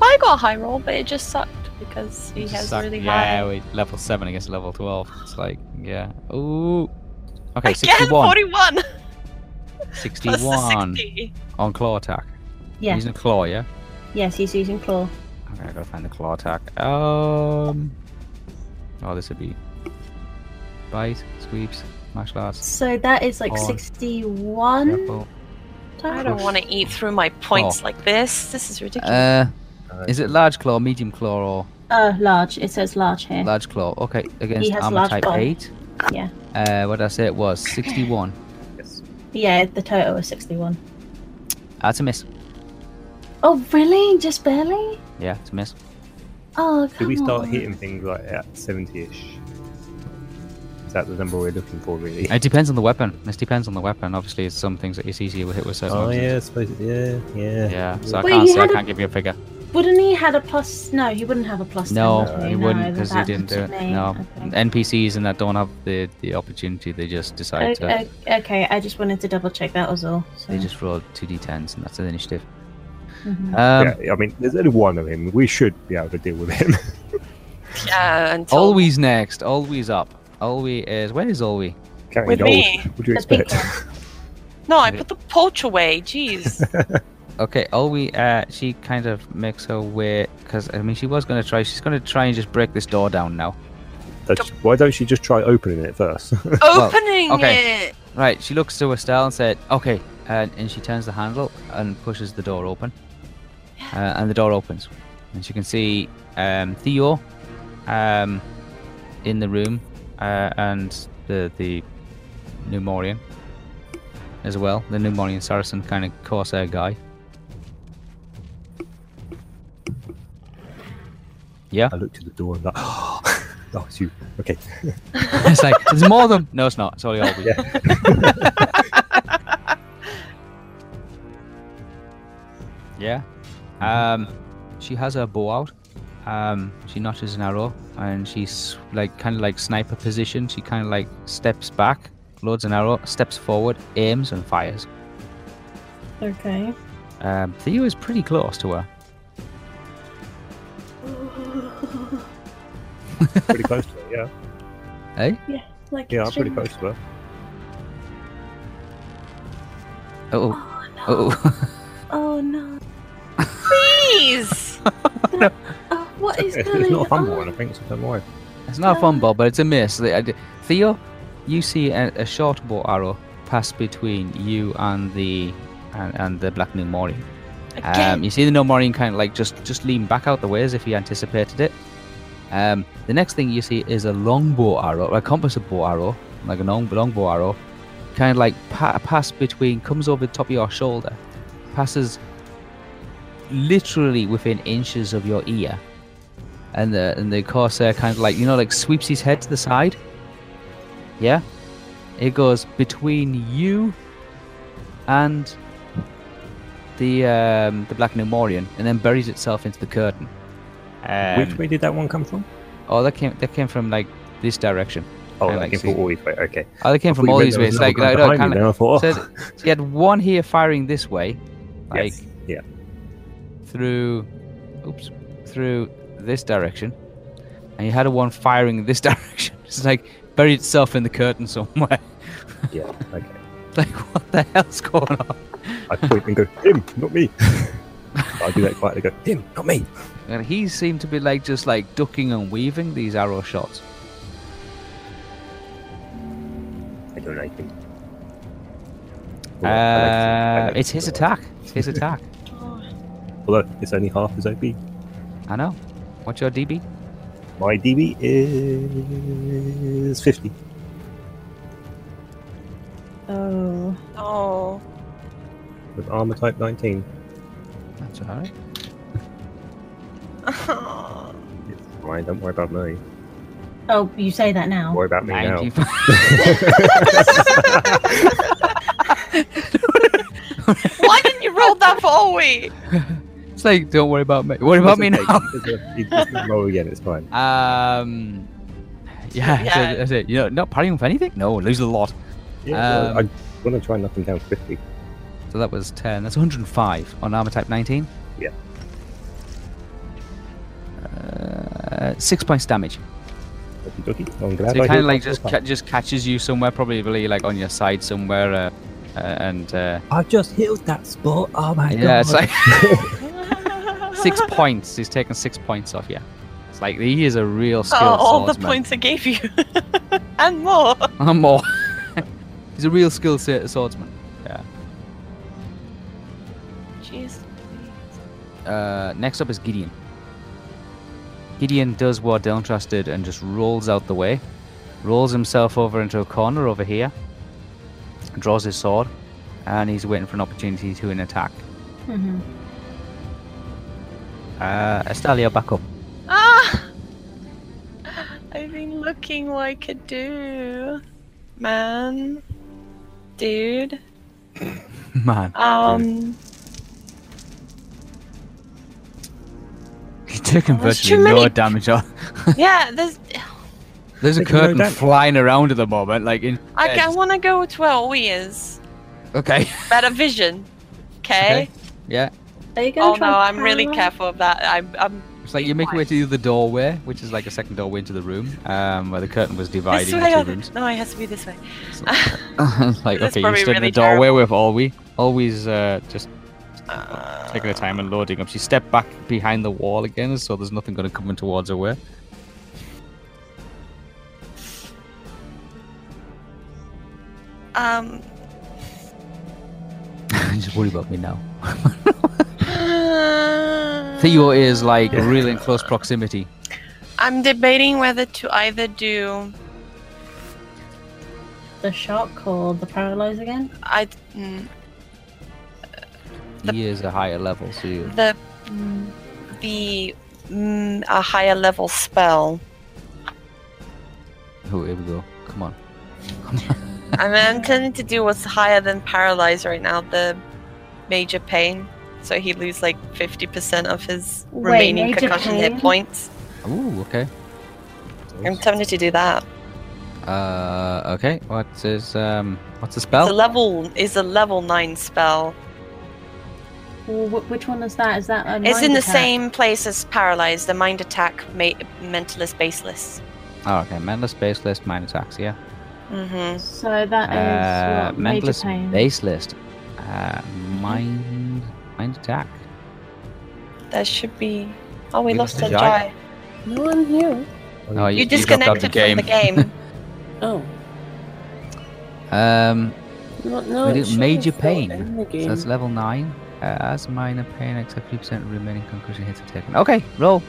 S3: I got a high roll, but it just sucked because he
S1: Just
S3: has
S1: suck-
S3: really
S1: yeah,
S3: high.
S1: we level 7 against level 12. It's like, yeah. Ooh. Okay,
S3: Again,
S1: 61.
S3: 41 plus the
S1: 61
S3: 60.
S1: on claw attack.
S5: Yeah.
S1: Using a claw, yeah?
S5: Yes, he's using claw.
S1: Okay, I gotta find the claw attack. Um. Oh, this would be. Bite, sweeps, martial arts.
S5: So that is like
S1: On.
S5: 61.
S1: grapple.
S3: I don't
S1: Oof.
S3: want to eat through my points
S1: Oh.
S3: like this. This is ridiculous.
S1: Uh, is it large claw, medium claw, or
S5: Uh, large. It says large here.
S1: large claw? Okay, against
S5: has
S1: armor
S5: large
S1: type
S5: claw.
S1: 8.
S5: Yeah.
S1: Uh, what did I say it was? 61.
S2: Yes.
S5: Yeah, the total is 61.
S1: That's Ah, a miss.
S5: Oh, really? Just barely?
S1: Yeah, it's a miss.
S5: Oh, come
S2: Do we start
S5: on.
S2: hitting things like at 70 ish? Is that the number we're looking for, really?
S1: It depends on the weapon. It depends on the weapon. Obviously, it's some things that it's easier to hit with certain
S2: Oh,
S1: weapons.
S2: yeah, I suppose. Yeah, yeah.
S1: Yeah, so I
S5: Wait,
S1: can't
S5: you
S1: say, I
S5: had a-
S1: can't give you a figure.
S5: Wouldn't he had a plus? No, he wouldn't have a plus.
S1: No,
S5: 10, would
S1: he wouldn't
S5: No,
S1: because he
S5: that's
S1: didn't do it.
S5: me.
S1: No,
S5: Okay.
S1: NPCs and that don't have the the opportunity. They just decide
S5: O-
S1: to.
S5: o- okay, I just wanted to double check that was all. So.
S1: They just roll two d10s and that's the initiative.
S5: Mhm.
S1: Um,
S2: yeah, I mean, there's only one of him. We should be able to deal with him.
S3: yeah, until
S1: Always next. Always up. Always is. Where is Always?
S2: Counting
S3: with
S2: gold.
S3: me.
S2: What do you
S5: The pink
S2: expect?
S3: No, I put the poach away. Jeez.
S1: Okay, Always. Uh, she kind of makes her way because I mean she was going to try. She's going to try and just break this door down now.
S2: That's- Why don't you just try opening it first?
S3: Opening
S1: okay.
S3: it.
S1: Right, she looks to Estelle and said, "Okay," and, and she turns the handle and pushes the door open, uh, and the door opens, and she can see um, Theo um, in the room uh, and the the Numorian as well, the Numorian Saracen kind of corsair guy. Yeah,
S2: I looked at the door and like, oh, it's you. Okay.
S1: it's like there's more of them. No, it's not. It's only all of you. Um, she has her bow out. Um, she notches an arrow and she's like kind of like sniper position. She kind of like steps back, loads an arrow, steps forward, aims and fires.
S5: Okay.
S1: Um, Theo is pretty close to her.
S2: Pretty close to her, yeah.
S1: Hey,
S5: Like
S2: Yeah, I'm pretty close to
S5: extremely-
S2: her.
S1: oh,
S5: Oh no!
S1: oh,
S5: Oh no!
S3: Please!
S5: Oh, what is
S2: It's,
S5: going
S2: it's not a fumble
S5: on?
S2: one, I think, so don't worry.
S1: it's not a fun ball, but it's a miss. The- I d- Theo, you see a, a short bow arrow pass between you and the and, and the Black New Mori.
S3: Again.
S1: Um, you see the Nomorian kind of like just just lean back out the way as if he anticipated it. Um, the next thing you see is a longbow arrow, a compass bow arrow, like a long longbow arrow, kind of like pa- pass between, comes over the top of your shoulder, passes literally within inches of your ear, and the and the corsair kind of like you know like sweeps his head to the side. Yeah, it goes between you and the um, the Black Numorian and then buries itself into the curtain. Um,
S2: Which way did that one come from?
S1: Oh, that came that came from like this direction.
S2: Oh,
S1: I
S2: that
S1: like
S2: came
S1: see-
S2: from all these way. Okay.
S1: Oh, they came from all these ways. Like, like, like, kinda-
S2: I thought,
S1: so, so you had one here firing this way, like
S2: yes, yeah,
S1: through, oops, through this direction, and you had a one firing this direction. It's like buried itself in the curtain somewhere.
S2: yeah, okay.
S1: like, what the hell's going on?
S2: I point and go, him, not me. I do that quietly. Go, him, not me.
S1: And he seemed to be like just like ducking and weaving these arrow shots.
S2: I don't like him. Although I
S1: Uh,
S2: like to- I like
S1: it's
S2: to
S1: his
S2: do that.
S1: attack. It's his attack.
S2: Although it's only half his OP.
S1: I know. What's your DB?
S2: My DB is 50.
S5: Oh.
S3: Oh.
S2: with armor type 19.
S1: That's alright.
S2: It's fine, don't worry about me.
S5: Oh, you say that now.
S2: Worry about me now.
S1: 95.
S3: Why didn't you roll that for Ollie?
S1: It's like, don't worry about me. What about me
S2: It's
S1: now?
S2: okay, you just- you just roll again, it's fine.
S1: Um, yeah, that's
S3: Yeah.
S1: it, that's it. You know, not parrying with anything? No, lose a lot.
S2: Yeah, well,
S1: Um,
S2: I want to try knocking down 50.
S1: So that was 10. That's 105 on armor type 19.
S2: Yeah.
S1: Uh, six points damage.
S2: Okie dokie. I'm glad
S1: so
S2: I
S1: it kind of
S2: healed
S1: like
S2: myself
S1: just
S2: up.
S1: ca- just catches you somewhere, probably like on your side somewhere, uh, uh, and uh,
S2: I've just healed that spot. Oh my
S1: yeah, it's
S2: god.
S1: like six points. He's taken six points off. Yeah, it's like he is a real skilled
S3: Oh, all the
S1: swordsman.
S3: points I gave you. and more.
S1: I'm more. He's a real skilled sa- swordsman. Yeah.
S3: Jeez.
S1: Uh, next up is Gideon. Gideon does what Delantras did and just rolls out the way, rolls himself over into a corner over here, draws his sword, and he's waiting for an opportunity to an attack.
S5: Mm-hmm.
S1: Uh, Estalia, back up.
S3: Ah! I've been looking like a do. Man. Dude.
S1: Man,
S3: Um.
S1: you're taking
S3: Oh, There's
S1: virtually
S3: too
S1: no
S3: many-
S1: damage. off-
S3: Yeah, there's.
S1: There's a
S2: Taking no
S1: curtain
S2: damage.
S1: flying around at the moment. Like, in...
S3: I,
S1: Yeah,
S3: I
S1: just-
S3: want to go to where Ollie is.
S1: okay,
S3: Better vision. Okay?
S1: Okay. yeah.
S5: There you go.
S3: Oh no,
S5: try
S3: I'm really
S5: power.
S3: careful of that. I'm. I'm
S1: It's like you make your way to the other doorway, which is like a second doorway into the room, um, where the curtain was
S3: this
S1: dividing
S3: way.
S1: the
S3: or
S1: two rooms.
S3: the- No, it has to be this way.
S1: It's like,
S3: That's
S1: okay, you
S3: probably
S1: stood in the
S3: really
S1: doorway with Olwe. Always uh, just
S3: Uh,
S1: taking her time and loading up. She stepped back behind the wall again, so there's nothing going to come in towards her way.
S3: um.
S1: just worry about me now. Theo is like really in close proximity.
S3: I'm debating whether to either do.
S5: The shock or the paralyze again?
S3: I. mm,
S1: He is a higher level, so you...
S3: The. mm, The. Mm, a higher level spell.
S1: Oh, here we go. Come on.
S3: I'm intending to do what's higher than paralyze right now, the major pain. so he loses like 50% of his
S5: Wait,
S3: remaining
S5: major
S3: concussion hit
S5: pain?
S3: points.
S1: Ooh, okay.
S3: I'm tempted to do that.
S1: Uh, okay. What's his um? What's the
S3: It's a
S1: spell?
S3: level is a level nine spell.
S5: Well, wh- which one is that? Is that a
S3: it's
S5: mind
S3: in the
S5: attack?
S3: same place as paralyzed. The mind attack, ma- mentalist, baseless.
S1: Oh, okay. Mentalist, baseless, mind attacks. Yeah.
S3: Mm-hmm.
S5: So that is
S1: Uh,
S5: what, major
S1: mentalist,
S5: pain.
S1: baseless, uh, mind, mind attack.
S3: That should be. Oh, we,
S1: We
S3: lost
S1: lost
S3: the
S1: the guy.
S3: guy.
S4: No, I'm here.
S1: No, oh,
S3: You
S1: you- dropped out
S3: disconnected
S1: the
S3: from the game.
S4: Oh,
S1: Um,
S4: no, no.
S1: We
S4: it
S1: did
S4: should
S1: major
S4: be still
S1: pain.
S4: in the game.
S1: so that's level nine. Uh, as minor pain, except 50% remaining concussion hits are taken. Okay, roll.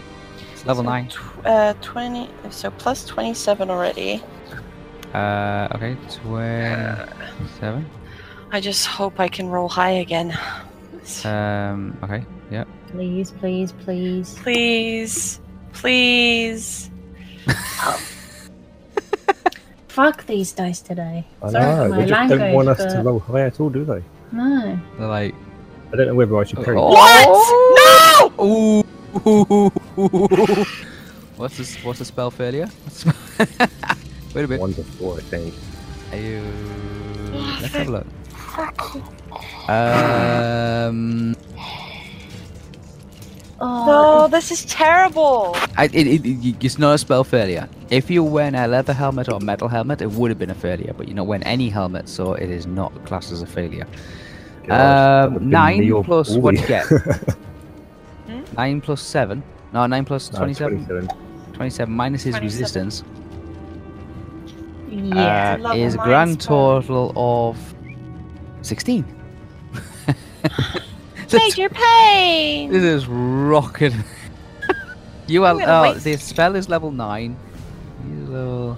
S1: It's level
S3: So
S1: nine.
S3: tw- uh, twenty. So plus twenty-seven already.
S1: Uh, okay, twenty-seven.
S3: I just hope I can roll high again.
S1: Um, okay, yeah.
S5: Please, please, please.
S3: Please, please.
S5: Fuck these dice today.
S2: I
S5: Sorry
S2: know, they
S5: for my
S2: just
S5: language,
S2: don't want us to
S5: but-
S2: roll high at all, do they?
S5: No.
S1: They're like
S2: I don't know whether I should parry.
S1: Oh.
S3: What? No!
S1: Ooh. what's this? What's the spell failure? Wait a minute.
S2: Wonderful, I think.
S1: Ew. Let's have a look. Um,
S3: No,
S5: Oh,
S3: this is terrible.
S1: I, it, it, it- it's not a spell failure. If you were wearing a leather helmet or metal helmet, it would have been a failure. But you're not wearing any helmet, so it is not classed as a failure.
S2: God, that
S1: Um,
S2: would've been
S1: nine
S2: me or
S1: plus
S2: Ori.
S1: what you get?
S2: No,
S3: Hmm?
S1: Nine plus seven. No, nine plus 27.
S2: 27.
S1: 27 minus his
S3: 27.
S1: resistance
S5: yeah.
S3: It's a
S1: uh,
S3: level
S1: is a
S3: nine
S1: grand
S3: spell.
S1: total of 16. this,
S3: Major pain.
S1: this is rocket. you
S3: I'm
S1: are.
S3: gonna
S1: Oh,
S3: waste-
S1: the spell is level 9. You level.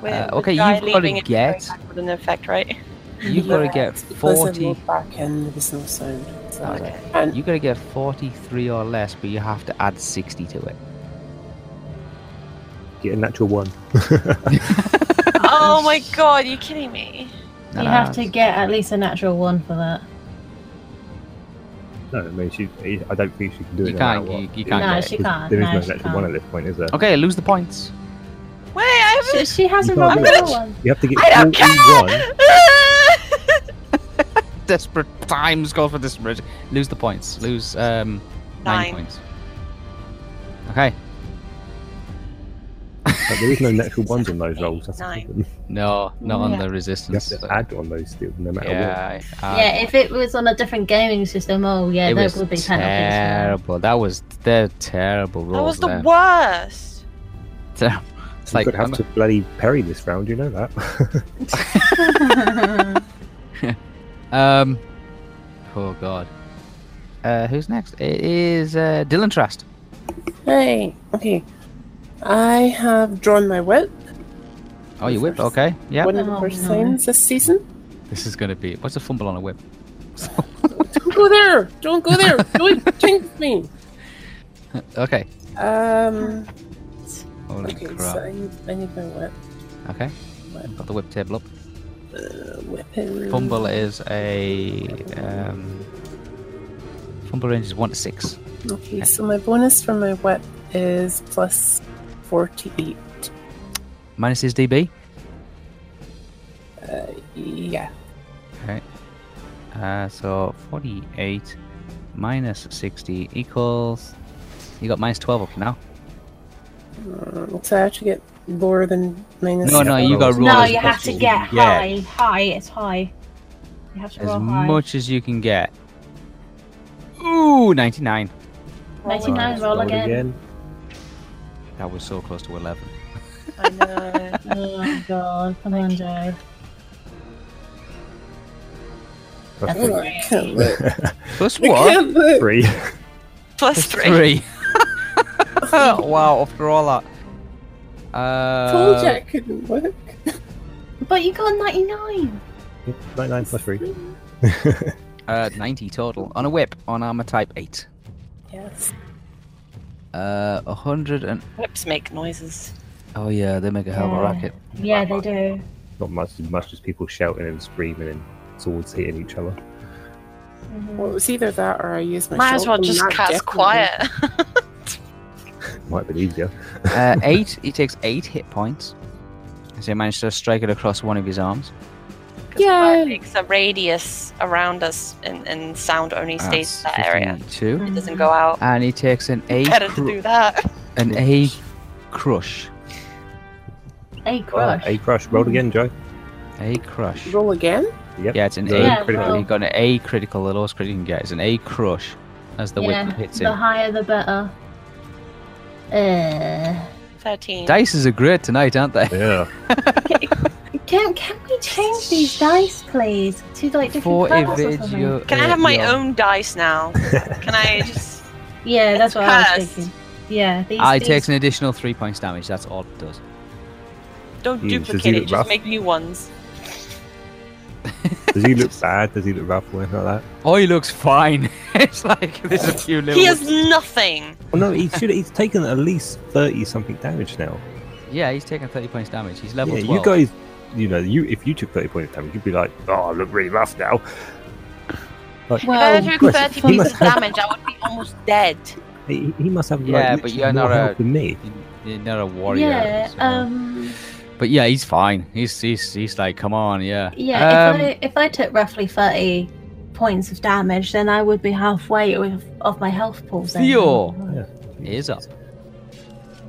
S3: Where
S1: Uh,
S3: the
S1: okay,
S3: guy
S1: you've gotta
S3: leaving it is going
S1: get-
S3: back With an effect, right?
S1: You've got to
S4: Yeah,
S1: get
S4: it's because I
S1: 40.
S4: logged back in, there was no sound. So
S1: Oh, okay.
S4: And
S1: You got to get 43 or less, but you have to add 60 to it.
S2: Get a natural one.
S3: oh my god, you kidding me?
S1: No,
S5: you
S1: no,
S5: have to
S1: it's-
S5: get at least a natural one for that.
S2: No, I mean, she, I don't think she can do it.
S1: You
S2: no
S1: can't-
S2: matter
S1: you-
S2: what.
S1: you
S2: Yeah,
S1: can't
S5: No,
S1: get it.
S5: she
S2: because
S5: can't.
S2: There is
S5: no,
S2: no
S5: she
S2: natural
S5: can't.
S2: one at this point, is there?
S1: Okay, lose the points.
S3: Wait, I
S5: She, she has
S2: You
S5: a
S2: can't
S5: roll
S2: do
S5: for
S2: it.
S5: one.
S2: You have to get
S3: I don't
S2: 41.
S3: haven't.
S1: Desperate times call for desperate. Lose the points. Lose um, nine,
S3: Nine.
S1: points. Okay.
S2: But there is no natural ones on those rolls. That's the
S3: Nine.
S2: problem.
S1: No, not on
S5: Yeah.
S1: the
S2: You have
S1: resistance.
S2: to add on those still, no matter what.
S1: Yeah, I- I-
S5: yeah, if it was on a different gaming system, oh yeah,
S1: it
S5: there
S1: was
S5: would be penalties. for that.
S1: terrible. That was they're terrible
S3: that was
S1: rules.
S3: the
S1: there.
S3: worst.
S1: Terrible. It's like
S2: You're gonna
S1: I'm-
S2: have to bloody parry this round. You know that.
S1: um. Oh God. Uh, who's next? It is uh, Dylan Trust.
S4: hey, okay. I have drawn my whip.
S1: Oh, you whipped. Okay. Yeah.
S4: One of the
S5: Oh,
S4: first
S5: no.
S4: times this season.
S1: This is gonna be. What's a fumble on a whip?
S4: Don't go there! Don't go there! Don't jinx me!
S1: Okay.
S4: Um.
S1: Holy
S4: Okay,
S1: crap.
S4: so I need, I need my whip.
S1: Okay.
S4: Whip.
S1: Got the whip table up.
S4: Uh, weapon.
S1: Fumble is a um, fumble range is one to six.
S4: Okay, so my bonus for my whip is plus 48.
S1: Minus his DB.
S4: Yeah.
S1: Okay. Uh, so forty-eight minus sixty equals. You got minus twelve up now.
S4: Um, so I actually get lower than minus.
S1: No, no, you got to roll.
S5: No,
S1: as
S5: you
S1: much
S5: have to
S1: as
S5: get
S1: can get.
S5: high. High, it's high. You have to
S1: As
S5: roll high.
S1: much as you can get. Ooh, 99.
S5: 99
S2: Right,
S5: roll again.
S1: That was so close to 11.
S3: I know.
S5: Oh my god, come on, Joe.
S2: That's
S4: Oh,
S5: That's-
S2: like
S4: I can't look.
S1: Plus
S4: I
S1: what?
S4: can't look.
S2: three.
S3: Plus
S1: Plus
S3: three.
S1: three. wow, after all that. Uh,
S4: Told you I couldn't look.
S5: But you got 99!
S2: Ninety-nine plus three.
S1: uh, 90 total. On a whip, on armor type 8.
S4: Yes.
S1: Uh, 100 and.
S3: Whips make noises.
S1: Oh, yeah, they make a hell of a
S5: Yeah.
S1: racket.
S5: Yeah, they do.
S2: Not much as much as people shouting and screaming and swords hitting each other.
S5: Mm-hmm.
S4: Well, it was either that or I used my.
S3: Might as well
S4: shotgun,
S3: just
S4: that
S3: cast
S4: definitely-
S3: quiet.
S2: Might be easier.
S1: Uh, eight. He takes eight hit points. So he managed to strike it across one of his arms.
S3: yeah.
S4: Yay.
S3: makes a radius around us, and, and sound only stays in
S1: That's
S3: that area.
S1: 52.
S3: It doesn't go out.
S1: And he takes an A.
S3: Better
S1: cru-
S3: to do that.
S1: an A crush.
S5: A
S2: Ah,
S5: crush.
S2: a crush. Roll again, Joe.
S1: A crush.
S4: Roll again.
S1: Mm.
S2: Yep.
S1: Yeah, it's an
S2: The
S1: A.
S5: Yeah,
S2: critical.
S5: well-
S1: You got an A critical. The lowest critical you can get is an A crush, as the
S5: yeah,
S1: whip hits
S5: the
S1: him.
S5: higher the better. Uh,
S3: Thirteen.
S1: Dice are great tonight, aren't they?
S2: Yeah.
S5: can can we change these dice, please, to like different
S1: For a
S5: colours or something?
S1: video.
S3: Can I
S1: uh,
S3: have my
S1: your-
S3: own dice now? Can I just?
S5: Yeah, that's what I was
S3: Cursed.
S5: thinking. Yeah, these.
S1: Ah, it
S5: these-
S1: takes an additional three points damage. That's all it does.
S3: Don't
S2: Hmm, does he
S3: duplicate it.
S2: look
S3: Just
S2: rough?
S3: make new ones.
S2: Does he look sad? Does he look rough or anything like that?
S1: Oh, he looks fine. it's like there's a few little.
S3: He has nothing.
S2: Well, no, he should. He's taken at least thirty something damage now.
S1: Yeah, he's taking 30 points damage. He's level
S2: yeah,
S1: 12.
S2: you guys, you know, you if you took thirty points of damage, you'd be like, oh, I look really rough now. Like,
S5: Well,
S3: if I took
S2: Chris,
S3: thirty
S2: he
S3: points
S2: must
S3: of
S2: have-
S3: damage, I would be almost dead.
S2: he, he must have like,
S1: Yeah, but
S2: literally
S1: you're
S2: more
S1: not a-
S2: health than me.
S1: You're not a warrior.
S5: Yeah.
S1: so-
S5: Um.
S1: But yeah, he's fine. He's he's he's like, come on, yeah.
S5: Yeah.
S1: Um,
S5: if I if I took roughly thirty points of damage, then I would be halfway of, of my health pool. Then.
S1: Theo. It is up.
S2: Oh,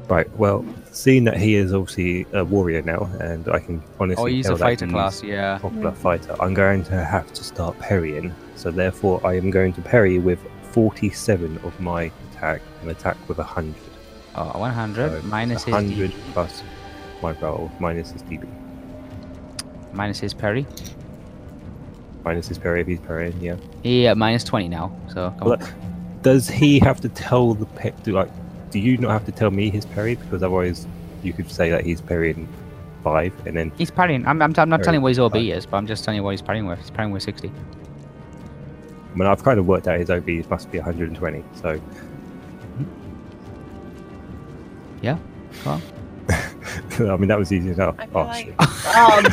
S2: Right. Well, seeing that he is obviously a warrior now, and I can honestly
S1: Oh, he's
S2: tell
S1: a
S2: that
S1: fighter
S2: he's
S1: class. Yeah.
S2: popular fighter, I'm going to have to start parrying. So therefore, I am going to parry with 47 of my attack and attack with 100.
S1: Oh, 100
S2: So
S1: minus his
S2: 100
S1: D,
S2: plus my roll minus his DB
S1: minus his parry.
S2: minus his parry if he's parrying. Yeah.
S1: Yeah, uh, minus 20 now. So come
S2: Well,
S1: on.
S2: Does he have to tell the pe- do like? Do you not have to tell me his parry because otherwise you could say that he's parrying five and then
S1: He's parrying. I'm, I'm, I'm not
S2: Parry.
S1: telling you what his OB is, but I'm just telling you what he's parrying with. He's parrying with 60.
S2: I mean, I've kind of worked out his OB must be 120. So
S1: Come Mm-hmm. on.
S2: I mean, that was easy enough.
S3: I feel
S2: Oh,
S3: like-
S2: shit.
S5: Um,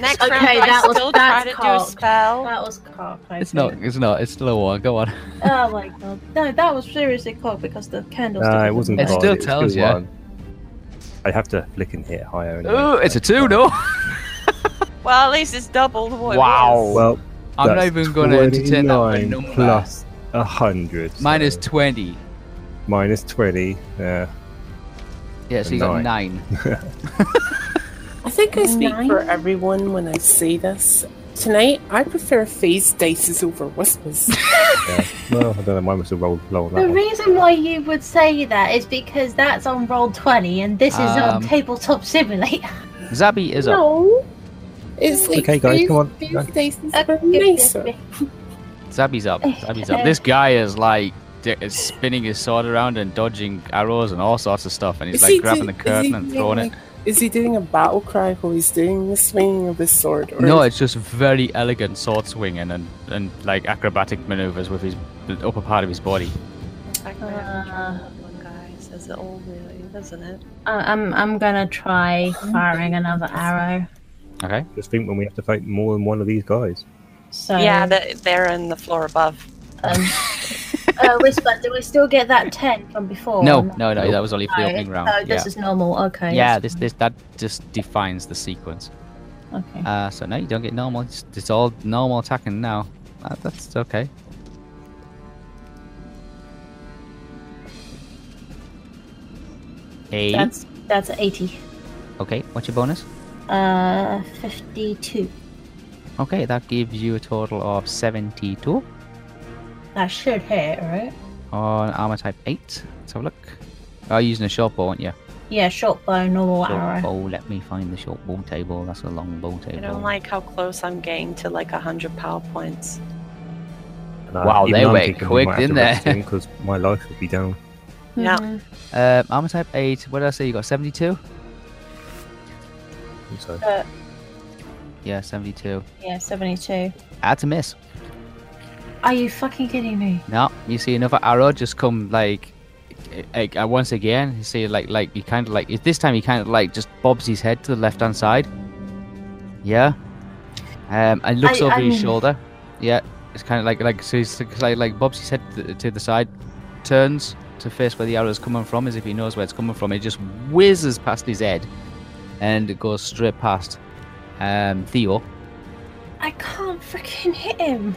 S3: Next
S5: Okay,
S3: round,
S5: that
S3: I
S5: was-
S3: still try
S5: that's
S3: to do
S5: cocked.
S3: a spell.
S5: that was cock. I
S1: It's
S5: think.
S1: not. It's not. It's still a one. Go on.
S5: Oh my god. No, that was seriously cock because the candle.
S2: Nah, it wasn't.
S1: It
S2: hard,
S1: still
S2: was
S1: tells ya.
S2: one. I have to flick and hit higher. and-
S1: Oh, it's a two. No.
S3: Well, at least it's doubled what it
S1: Wow.
S3: was.
S2: Well,
S1: I'm not
S2: that's
S1: even going to entertain that for a
S2: 29
S1: number.
S2: plus a hundred. so
S1: Minus 20.
S2: minus twenty. Yeah.
S1: Yeah, so you got nine.
S4: I think I speak
S5: Nine?
S4: for everyone when I say this. Tonight, I prefer phase dices over whispers.
S2: yeah. Well, I don't know. Mine was a roll low on that
S5: The
S2: one.
S5: reason why you would say that is because that's on roll twenty, and this is
S1: Um,
S5: on tabletop simulator.
S1: Zabby is up.
S5: No,
S4: It's like
S2: Okay, guys,
S4: phase,
S2: come on.
S4: phase
S2: Go.
S4: dices are nicer.
S1: Zabby's up. Zabby's up. This guy is like di- is spinning his sword around and dodging arrows and all sorts of stuff, and he's
S4: Is
S1: like
S4: he
S1: grabbing
S4: do-
S1: the
S4: is he
S1: curtain and
S4: doing,
S1: throwing it.
S4: like- Is he doing a battle cry while he's doing the swinging of his sword? Or
S1: No,
S4: is-
S1: it's just very elegant sword swinging and, and like acrobatic maneuvers with his the upper part of his body.
S3: Like, we have to try that one, guys, as it all really, doesn't it?
S5: I- Uh, I'm I'm gonna try firing another arrow.
S1: Okay.
S2: Just think when we have to fight more than one of these guys.
S5: So
S3: yeah, they- they're in the floor above.
S5: Um, uh, Whisper, do we still get that ten from
S4: Oh,
S5: before?
S1: No, no, no, that was only for the
S5: No,
S1: opening round.
S5: So this
S1: yeah.
S5: is normal. Okay.
S1: yeah,
S5: that's
S1: this this that just defines the sequence.
S5: fine. Okay.
S1: Uh, so no, you don't get normal. It's, it's all normal attacking now. Uh, that's okay. Eight.
S5: That's that's eighty.
S1: Okay, what's your bonus?
S5: Uh, fifty-two.
S1: Okay, that gives you a total of 72
S5: That should hit, right?
S1: on armor type 8. Let's have a look. Oh, you're using a short bow, aren't you?
S5: Yeah, short bow, normal
S1: Short
S5: arrow.
S1: bow, let me find the short bow table. That's a long bow table.
S3: I don't like how close I'm getting to like 100 PowerPoints.
S2: And I-
S1: Wow,
S2: even
S1: they
S2: I'm
S1: went
S2: thinking we
S1: quick,
S2: might have to
S1: didn't they?
S2: rest him 'cause my life would be down.
S3: Yeah.
S5: Mhm.
S1: Uh, armor type 8, what did I say? You got 72?
S2: So
S1: Yeah, 72.
S5: Yeah, seventy-two.
S1: That's a miss.
S5: Are you fucking kidding me?
S1: No, you see another arrow just come like, like uh, once again. You see, like, like he kind of like this time he kind of like just bobs his head to the left hand side. Yeah, um, and looks
S5: I-
S1: over his
S5: I'm-
S1: shoulder. Yeah, It's kind of like like so he's cause like like Bobsy said to, to the side, turns to face where the arrow's coming from, as if he knows where it's coming from. It just whizzes past his head, and it goes straight past um, Theo.
S5: I can't freaking hit him.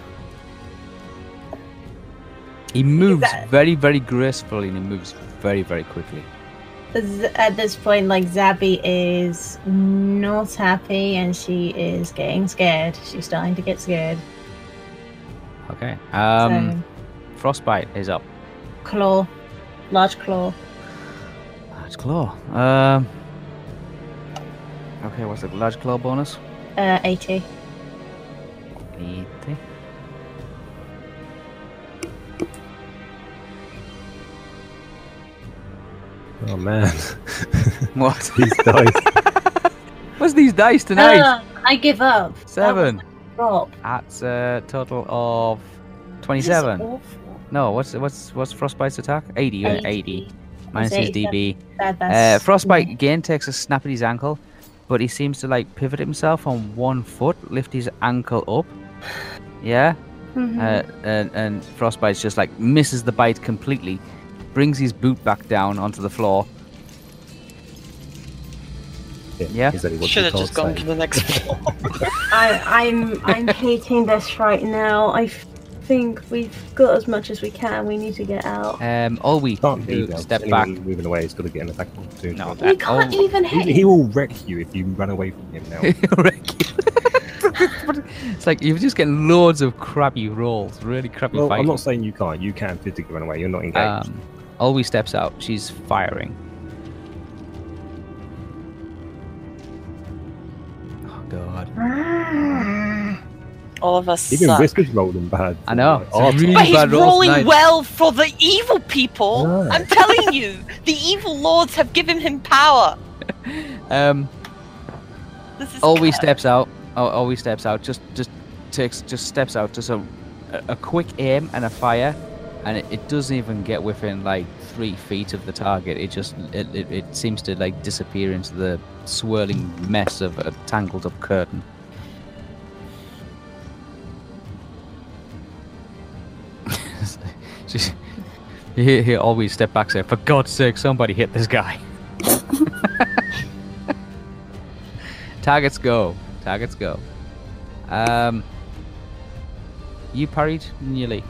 S1: He moves
S5: that-
S1: very very gracefully and he moves very very quickly.
S5: Z- At this point, like Zabby is not happy and she is getting scared. She's starting to get scared.
S1: Okay. Um, Frostbite is up.
S5: so, claw, large claw.
S1: Large claw. Um. Okay, what's the large claw bonus?
S5: Uh, 80.
S1: Eighty.
S2: Oh man,
S1: What?
S2: these dice.
S1: What's these dice tonight?
S5: Ah, I give up. That
S1: Seven.
S5: was a Drop.
S1: That's a total of
S5: This is
S1: twenty-seven.
S5: awful.
S1: No, what's what's what's frostbite's attack? Eighty. you went Eighty. Minus his
S5: It's
S1: DB.
S5: That,
S1: Uh,
S5: that's-
S1: frostbite again takes a snap at his ankle, but he seems to like pivot himself on one foot, lift his ankle up. Yeah.
S5: Mhm.
S1: uh, and, and Frostbite's just like misses the bite completely, brings his boot back down onto the floor. Yeah.
S2: Exactly what
S3: Should
S2: you
S3: have just
S2: can't
S3: gone to
S2: say.
S3: the next floor.
S5: I, I'm I'm hating this right now. I f- think we've got as much as we can. We need to get out.
S1: Um, all we
S2: Can't
S1: do
S2: leave now.
S1: step
S2: Anyone
S1: back.
S2: Moving away, he's got to get an attack opportunity.
S1: No,
S5: We
S1: that
S5: can't
S1: all-
S5: even hit.
S2: He, he will wreck you if you run away from him now.
S1: it's like you're just getting loads of crappy rolls, really crappy
S2: well, I'm
S1: fighting.
S2: not saying you can't. You can physically run away. You're not engaged.
S1: Um, Olwe steps out. She's firing. Oh God!
S5: Ah.
S3: All of us
S2: Even
S3: suck.
S2: Whiskers rolling bad.
S1: I know.
S2: Oh,
S1: It's really
S3: But he's
S1: bad rolls
S3: rolling
S1: tonight.
S3: well for the evil people.
S2: Right.
S3: I'm telling you, the evil lords have given him power.
S1: Um,
S3: This is
S1: Olwe
S3: cursed.
S1: steps out. Oh, Olwe steps out. Just, just takes, just steps out. Just a, a- a quick aim and a fire, and it, it doesn't even get within like three feet of the target. It just, it, it, it seems to like disappear into the swirling mess of a tangled up curtain. Just, you hear, hear Olwe step back, say, "For God's sake, somebody hit this guy." Targets go. Targets go. Um, you parried nearly.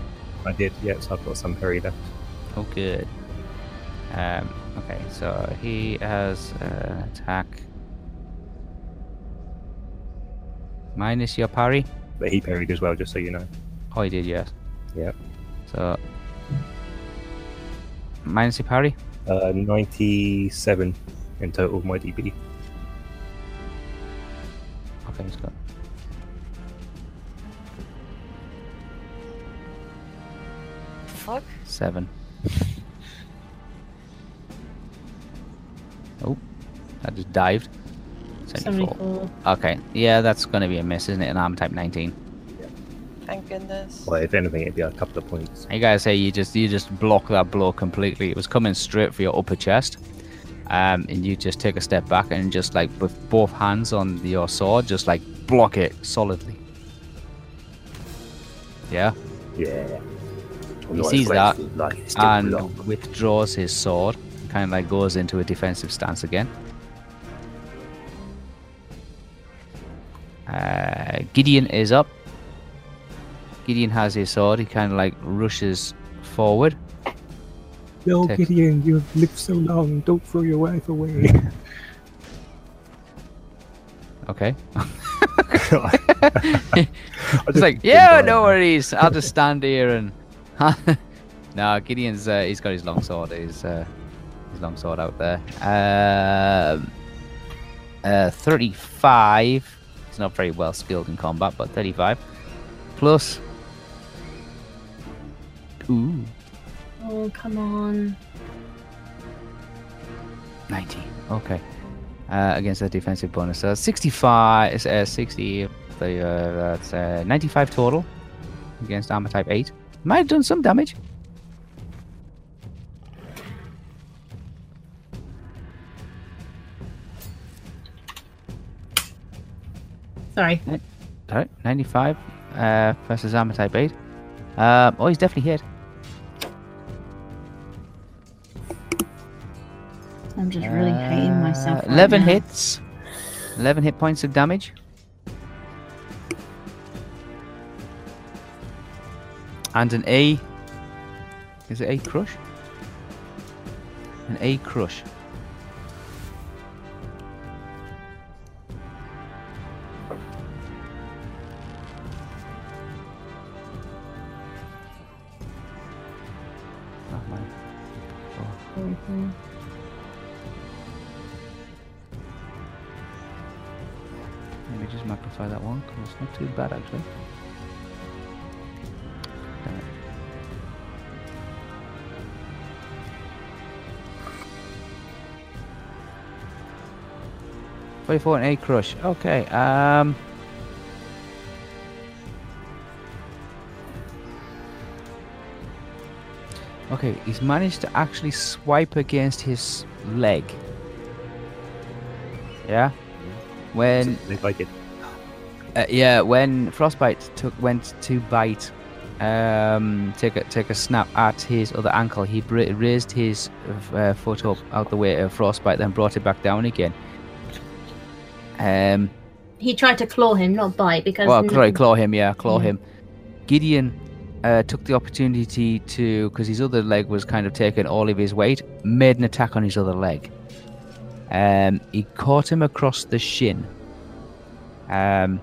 S2: I did. Yeah, so I've got some hurry left.
S1: Oh, good. Um, okay, so he has uh, attack minus your parry.
S2: But he parried as well, just so you know.
S1: Oh, he did, yes.
S2: Yep.
S1: So minus your parry.
S2: Uh, 97 in total of my DB.
S1: Okay, he's got.
S3: Fuck.
S1: Seven. oh, I just dived. 74.
S5: 74.
S1: Okay, yeah, that's going to be a miss, isn't it? An arm type 19.
S3: Thank goodness.
S2: Well, if anything, it'd be a couple of points.
S1: You gotta say you just you just block that blow completely. It was coming straight for your upper chest, um, and you just take a step back and just like with both hands on your sword, just like block it solidly. Yeah,
S2: Yeah.
S1: he sees that and withdraws his sword, kind of like goes into a defensive stance again. Uh, Gideon is up. Gideon has his sword. He kind of like rushes forward.
S2: No,
S1: Take-
S2: Gideon, you've lived so long. Don't throw your wife away.
S1: Okay.
S2: I
S1: It's like, yeah, no worries. I'll just stand here and. no, Gideon's uh, he's got his long sword. His uh, his long sword out there. Um, uh, thirty-five. He's not very well skilled in combat, but thirty-five plus. Ooh,
S5: Oh, come on.
S1: 90. Okay. Uh, against the defensive bonus. So 65, it's, uh, 60, uh, that's uh, 95 total against armor type 8. Might have done some damage.
S5: Sorry.
S1: Alright, 95 uh, versus armor type 8. Um, oh, he's definitely hit.
S6: I'm just really hating myself.
S1: Uh,
S6: right
S1: 11
S6: now.
S1: hits. 11 hit points of damage. And an A. Is it A crush? An A crush. Oh, my. Let me just magnify that one because it's not too bad actually. Damn it. Forty-four and eight crush. Okay. Um. Okay, he's managed to actually swipe against his leg. Yeah. When
S2: they like it.
S1: uh, yeah, when Frostbite took went to bite, um, take a take a snap at his other ankle. He bra- raised his uh, foot up out the way of Frostbite, then brought it back down again. Um,
S5: He tried to claw him, not bite, because
S1: well,
S5: n-
S1: sorry, claw him, yeah, claw him. Gideon uh, took the opportunity to, because his other leg was kind of taking all of his weight, made an attack on his other leg. Um, he caught him across the shin. Um,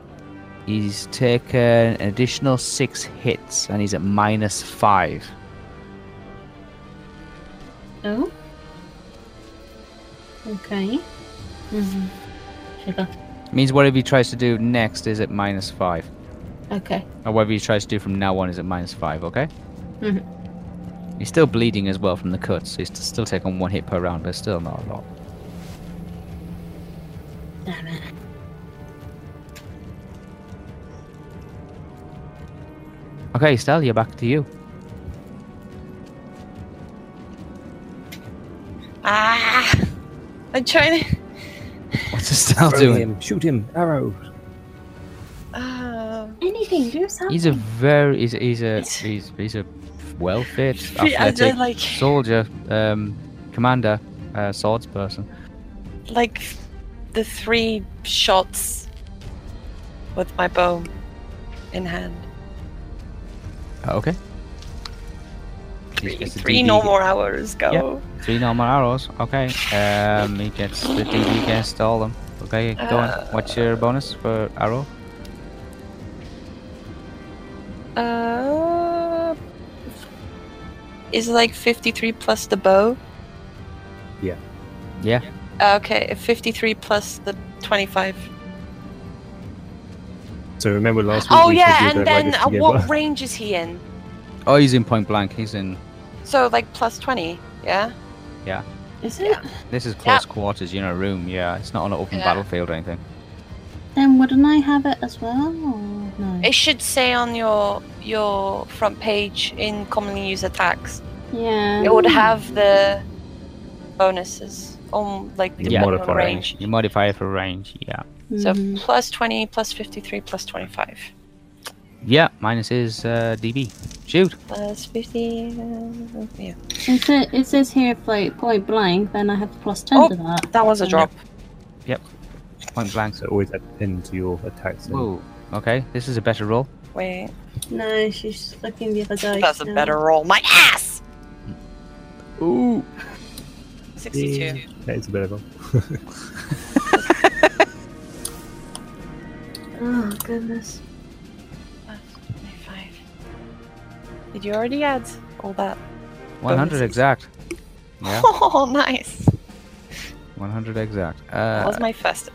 S1: he's taken an additional six hits, and he's at minus five.
S5: Oh. Okay. Mm-hmm. Sugar.
S1: Means whatever he tries to do next is at minus five.
S5: Okay.
S1: Or whatever he tries to do from now on is at minus five, okay?
S5: Mhm.
S1: He's still bleeding as well from the cuts. so he's t- still taking one hit per round, but still not a lot.
S5: Damn it.
S1: Okay, Stel, you're back to you.
S3: Ah! I'm trying to.
S1: What's Estelle
S2: Throw
S1: doing?
S2: him, shoot him, arrows.
S3: Um,
S5: Anything, do something.
S1: He's a very he's he's a he's he's a well fit,
S3: I'm
S1: athletic
S3: just like,
S1: soldier, um, commander, uh, swords person.
S3: like the three shots with my bow in hand.
S1: Uh, okay.
S3: Three,
S1: It's a
S3: three
S1: DD.
S3: normal hours go.
S1: Three normal arrows. Okay. Um, he gets the DD against all of them. Okay, go on. What's your bonus for arrow?
S3: Uh, is like 53 plus the bow. Uh,
S1: Yeah.
S3: Okay, 53 plus the 25.
S2: So remember last week?
S3: Oh
S2: we said we
S3: yeah,
S2: don't
S3: and
S2: like
S3: then
S2: us
S3: uh,
S2: to get
S3: what
S2: one.
S3: range is he in?
S1: Oh, he's in point blank. He's in.
S3: So like plus 20, yeah?
S6: Is it?
S3: Yeah.
S1: This is close quarters. You know, room. Yeah, it's not on an open
S3: Yeah.
S1: battlefield or anything.
S6: Then wouldn't I have it as well? Or no.
S3: It should say on your your front page in commonly used attacks.
S6: yeah.
S3: It would have the bonuses on like the
S1: Yeah.
S3: minimum
S2: Modifier.
S3: range.
S1: You modify it for range. Yeah.
S3: So
S5: Mm-hmm.
S6: Mhm.
S3: plus 20, plus 53, plus 25.
S1: Yeah. Minus is uh, DB. Shoot.
S3: Plus 50. uh, yeah.
S6: If it, it says here like point blank, then I have plus ten
S3: Oh,
S6: to that.
S3: That was a drop.
S1: Point blank.
S2: So always add ten to your attacks. and-
S1: Whoa. Okay. This is a better roll.
S3: Wait,
S6: No, she's looking the other dice.
S3: that's a
S6: now.
S3: better roll. My ass!
S1: Ooh.
S3: 62.
S2: That is a bit of a.
S6: Oh goodness.
S3: Plus 25. Did you already add all that?
S1: 100
S3: Bonuses.
S1: exact. Yeah.
S3: Oh, nice.
S1: 100 exact.
S3: That was
S1: Uh,
S3: my first.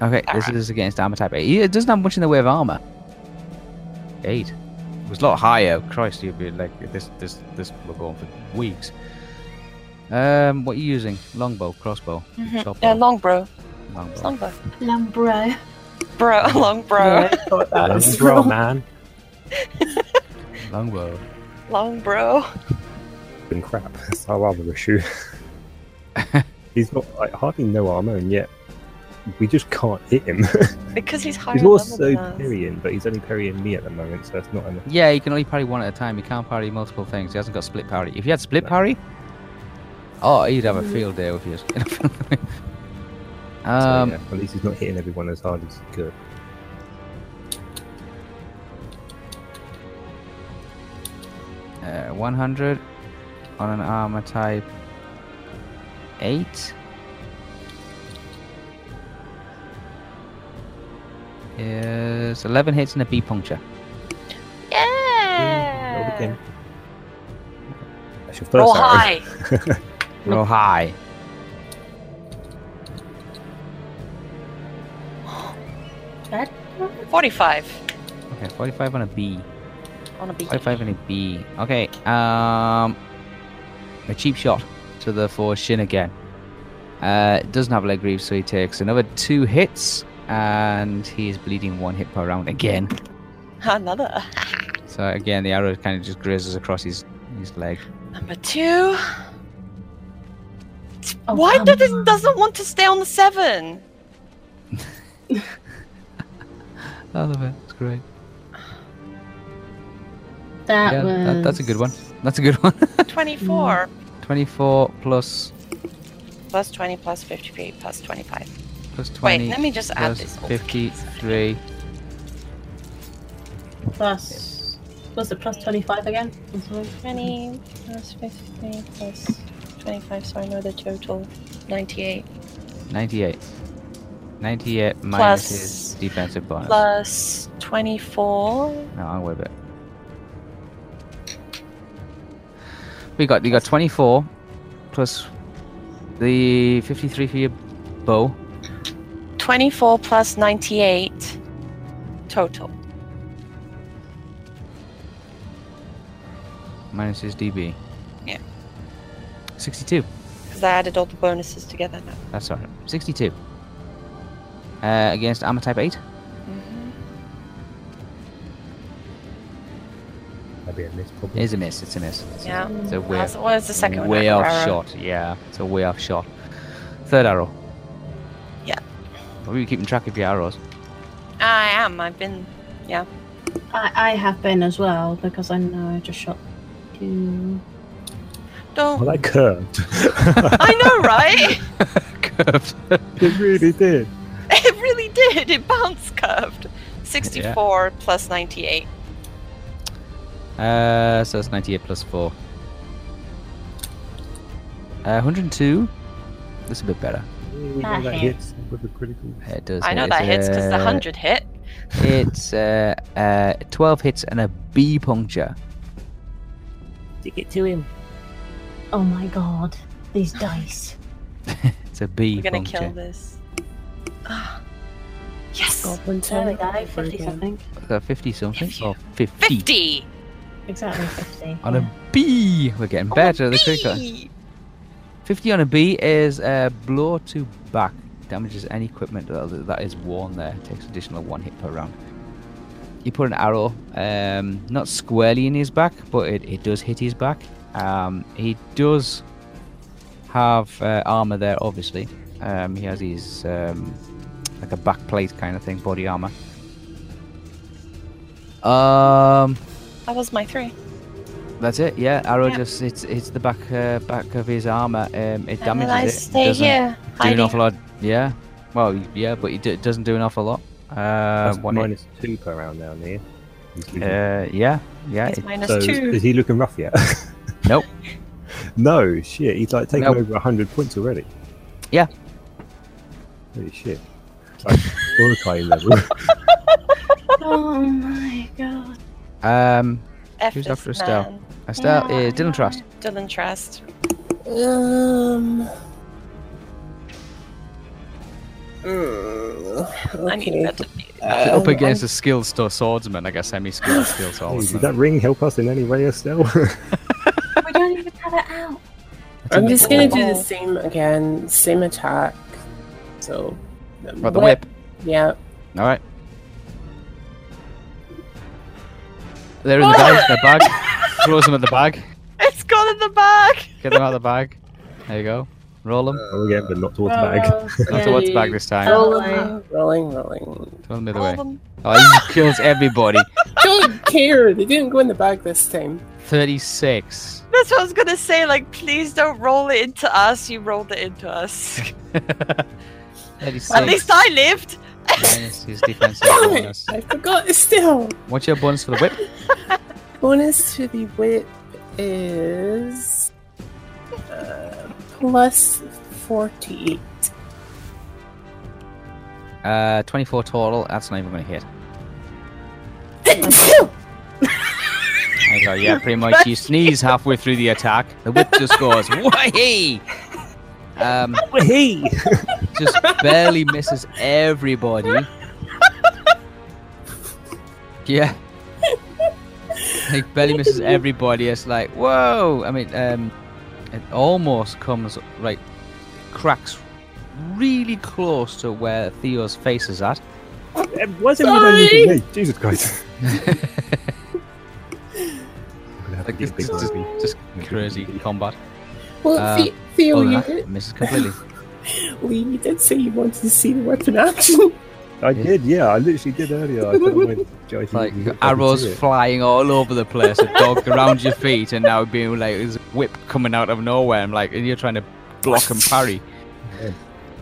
S1: okay. This is against armor type 8. He- It doesn't have much in the way of armor. 8. It was a lot higher. Christ, you'd be like, this, this, this, we're going for weeks. Um, what are you using? Longbow, crossbow, short
S3: Mm-hmm. Yeah,
S1: bow,
S3: long bro. It's
S1: longbow.
S3: long bro.
S5: Lumbro.
S3: Bro, long bro.
S4: I thought that
S2: Love
S4: was
S2: you, bro,
S4: wrong.
S2: man.
S1: Longbow.
S3: Long bro.
S2: Been crap. That's our other issue. He's got like, hardly no armor, and yet we just can't hit him.
S3: Because he's higher
S2: he's
S3: level
S2: also
S3: than us.
S2: parrying, but he's only parrying me at the moment, so that's not enough.
S1: Yeah, you can only parry one at a time. You can't parry multiple things. He hasn't got split parry. If you had split parry, oh, he'd have a field day with you.
S2: So,
S1: um,
S2: yeah, at least he's not hitting everyone as hard as he could.
S1: uh, 100 on an armor type 8 is 11 hits and a B puncture.
S2: Roll
S3: Yeah.
S2: again. That's your first
S3: Uh, Roll
S2: arrow.
S3: high.
S1: Roll high.
S5: That
S3: 45
S1: Okay, 45 on a B.
S3: on a beat.
S1: 45 and a B. Okay, um, a cheap shot to the four shin again. Uh, doesn't have leg greaves, so he takes another two hits, and he is bleeding one hit per round again.
S3: Another.
S1: So again, the arrow kind of just grazes across his his leg.
S3: Number two.
S5: Oh,
S3: Why
S5: come
S3: does this
S5: on.
S3: doesn't want to stay on the seven?
S1: I love it. It's great.
S6: That
S1: yeah,
S6: was.
S1: that, that's a good one. That's a good one.
S3: 24
S1: Twenty-four plus
S3: plus 20 plus 53 plus 25.
S1: plus twenty.
S3: Wait, let me just add
S1: plus
S3: this. all together.
S1: Fifty-three.
S5: plus was it plus twenty five again? Or something?
S3: 20 plus 53 plus 25, so I know the total. 98
S1: Ninety-eight. Ninety-eight minus
S3: Plus-
S1: his defensive bonus.
S3: plus 24.
S1: No, I'll whip it. We got you got 24 plus the 53 for your bow.
S3: 24 plus 98 total.
S1: minus his DB.
S3: Yeah.
S1: 62.
S3: Because I added all the bonuses together now.
S1: That's all right. 62. Uh, against armor type 8.
S2: That'd be a miss,
S1: It
S2: probably.
S1: is a miss. It's a miss. It's a-
S3: Yeah.
S1: It's a way,
S3: That's always the second
S1: way
S3: one.
S1: off
S3: Arrow.
S1: shot. Yeah. It's a way off shot. Third arrow.
S3: Yeah.
S1: Well, you keeping track of your arrows.
S3: I am. I've been.
S6: I, I have been as well because I know I just shot two.
S2: Oh,
S3: Don't.
S2: that curved.
S3: I know, right?
S1: Curved.
S2: it really did.
S3: it really did. It bounced curved. 64 plus 98.
S1: Uh, so that's 98 plus 4. Uh, 102. That's a bit better.
S2: Ooh,
S5: That
S2: that
S5: hits.
S2: hits with a critical.
S1: It does.
S3: I
S1: hit.
S3: know
S1: It's,
S3: that hits because the
S1: uh,
S3: 100 hit.
S1: It's uh, uh, 12 hits and a B puncture.
S5: Oh my god. These dice.
S1: It's a B
S3: We're going to
S1: puncture.
S3: kill this. Ah. yes.
S4: Goblin
S6: There we
S4: turn.
S6: go, 50 something.
S1: So 50 Uh, something?
S3: If
S1: Or 50.
S3: 50.
S5: Exactly fifty.
S1: On a B! We're getting better. The quicker. 50 on a B is a blow to back. Damages any equipment that, that is worn there. Takes additional one hit per round. You put an arrow, um, not squarely in his back, but it, it does hit his back. Um, he does have uh, armor there, obviously. Um, he has his um, like a back plate kind of thing, body armor. Um,
S3: That was my three.
S1: That's it. Yeah, arrow
S3: Yeah.
S1: just hits hits the back uh, back of his armor. Um, it
S3: and
S1: damages
S3: then I
S1: it.
S3: stay
S1: doesn't
S3: here.
S1: do an
S3: hiding.
S1: awful lot. Yeah. Well, yeah, but it do- doesn't do an awful lot. Uh,
S2: That's
S1: one hit.
S2: minus two per round down here. He's losing.
S1: Uh, yeah, yeah.
S3: It's
S1: it-
S3: minus
S2: so
S3: two.
S2: is he looking rough yet?
S1: Nope.
S2: no shit. He's like taken
S1: Nope.
S2: over hundred points already.
S1: Yeah.
S2: Holy shit. Like Boracay level.
S6: oh my god.
S1: um,
S3: F
S1: who's
S3: this
S1: after Estelle?
S3: man.
S1: Estelle
S6: Yeah,
S1: is
S6: I know.
S1: Dylan Trust.
S3: Dylan Trust.
S4: Um. Mm,
S3: I need
S4: okay.
S3: better.
S4: Uh,
S1: Up against a skilled sto- swordsman, like a semi-skilled skilled
S2: Does
S1: swordsman.
S2: that ring help us in any way, Estelle?
S6: We don't even have it out.
S4: I'm just gonna do the
S3: Oh.
S4: same again, same attack. So.
S1: Right, the whip.
S4: Yeah.
S1: All right. They're in the bag. The bag. Throws them at the bag.
S3: It's gone in the bag.
S1: Get them out of the bag. There you go. Roll them.
S2: Roll again, Oh, but not towards the bag.
S4: Oh.
S1: Not towards the bag this time.
S5: Oh.
S4: Rolling, rolling.
S1: Throw them the other
S3: All
S1: way.
S3: of them.
S1: Oh, he kills everybody.
S4: Don't care. They didn't go in the bag this time.
S1: 36.
S3: That's what I was gonna say. Like, please don't roll it into us. You rolled it into us.
S1: 36.
S3: At least I lived.
S1: minus his defensive
S4: Damn it!
S1: bonus.
S4: I forgot it still.
S1: What's your bonus for the whip?
S4: Bonus to the whip is uh, plus 48.
S1: Uh, 24 total. That's not even going to hit. There you go. Yeah, pretty much. You sneeze halfway through the attack. The whip just goes, wahey! Um,
S2: Wahey!
S1: just barely misses everybody. Yeah. Like barely misses everybody. It's like, whoa! I mean, um, it almost comes like cracks really close to where Theo's face is at.
S2: Um, Why is everyone going to me? Jesus Christ. I'm gonna have to
S1: Like
S2: get a
S1: it's
S2: big
S1: just, just,
S2: baby.
S1: just crazy combat.
S4: Well,
S1: Uh,
S4: The- Theo,
S1: Oh,
S4: you
S1: that
S4: did,
S1: misses completely.
S4: Lee, you did say you wanted to see the weapon action.
S2: I did, yeah. I literally did earlier. I thought I went, Joe, I think
S1: Like
S2: you can
S1: arrows
S2: do it.
S1: flying all over the place, a dog around your feet, and now being like there's a whip coming out of nowhere. I'm like, and you're trying to block and parry.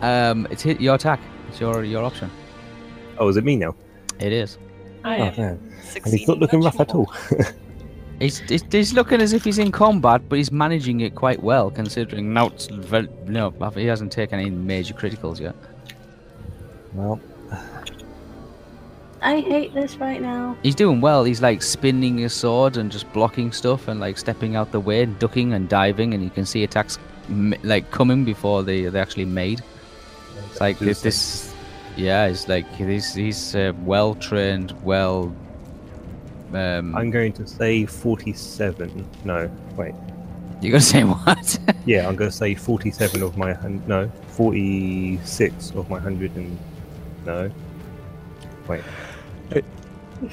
S1: Um, it's hit your attack. It's your your option.
S2: Oh, is it me now?
S1: It is.
S5: I
S2: Oh,
S5: am.
S2: man. And he's
S3: Succeeding
S2: not looking rough at all.
S1: He's, he's, he's looking as if he's in combat, but he's managing it quite well, considering now it's ve- no, he hasn't taken any major criticals yet.
S2: Well,
S6: I hate this right now.
S1: He's doing well. He's like spinning his sword and just blocking stuff and like stepping out the way and ducking and diving, and you can see attacks m- like coming before they they're actually made. It's like
S2: Just
S1: this, this yeah. It's like he's he's uh, well trained, well. Um,
S2: I'm going to say 47. No, wait.
S1: you're gonna say what?
S2: Yeah, I'm going to say 47 of my hun- no, 46 of my 100 and no.
S1: oh,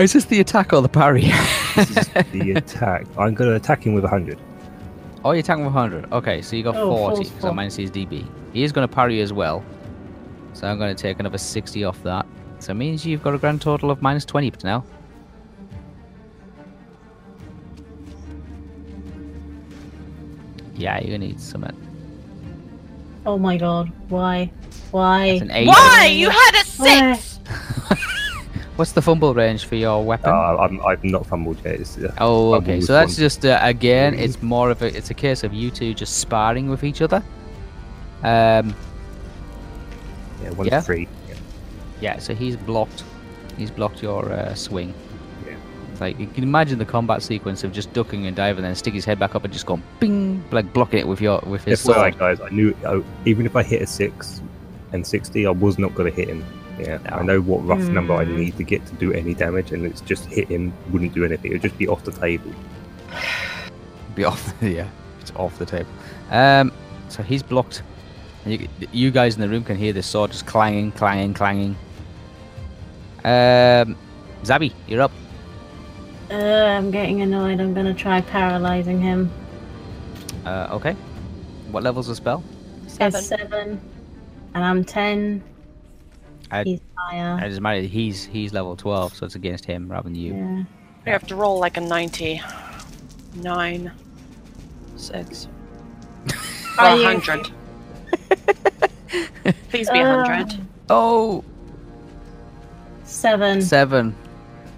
S1: is this the attack or the parry?
S2: This is the attack. I'm going to attack him with 100.
S1: oh, you're attacking with 100. Okay, so you got
S5: Oh,
S1: 40.
S5: false
S1: So
S5: four.
S1: minus his DB. He is gonna parry as well. So I'm gonna take another 60 off that. So it means you've got a grand total of minus 20 now. Yeah, you're gonna need some.
S5: Oh my god. Why? Why?
S1: It's an eight.
S3: Why? You had a
S5: Why?
S3: six.
S1: What's the fumble range for your weapon?
S2: Uh, I'm, I've not fumbled yet. It's, uh,
S1: Oh,
S2: I've
S1: okay.
S2: always
S1: So that's
S2: wanted
S1: just uh, again, it's more of a it's a case of you two just sparring with each other. Um,
S2: yeah, one
S1: Yeah.
S2: to three. Yeah.
S1: yeah. So he's blocked. He's blocked your uh, swing.
S2: Yeah.
S1: It's like you can imagine the combat sequence of just ducking and diving, and then stick his head back up and just going bing, like blocking it with your with his sword.
S2: FYI, guys, I knew I, even if I hit a six and sixty, I was not going to hit him. Yeah, I know what rough number I
S3: Mm.
S2: need to get to do any damage, and it's just hit him wouldn't do anything. It would just be off the table.
S1: be off. yeah, it's off the table. Um, so he's blocked. And you, you guys in the room can hear this sword just clanging, clanging, clanging. Um, Zabi, you're up.
S6: Uh, I'm getting annoyed. I'm gonna try paralyzing him.
S1: Uh, okay. What level's the spell?
S3: Seven.
S6: It's seven, and I'm ten.
S1: I-
S6: He's higher.
S1: It doesn't matter. He's he's level twelve, so it's against him rather than you.
S6: yeah.
S3: We have to roll like a ninety. Nine. Six. Or
S6: Are
S3: a
S6: you-
S3: hundred. Please be a hundred.
S1: Oh,
S6: Seven
S1: seven.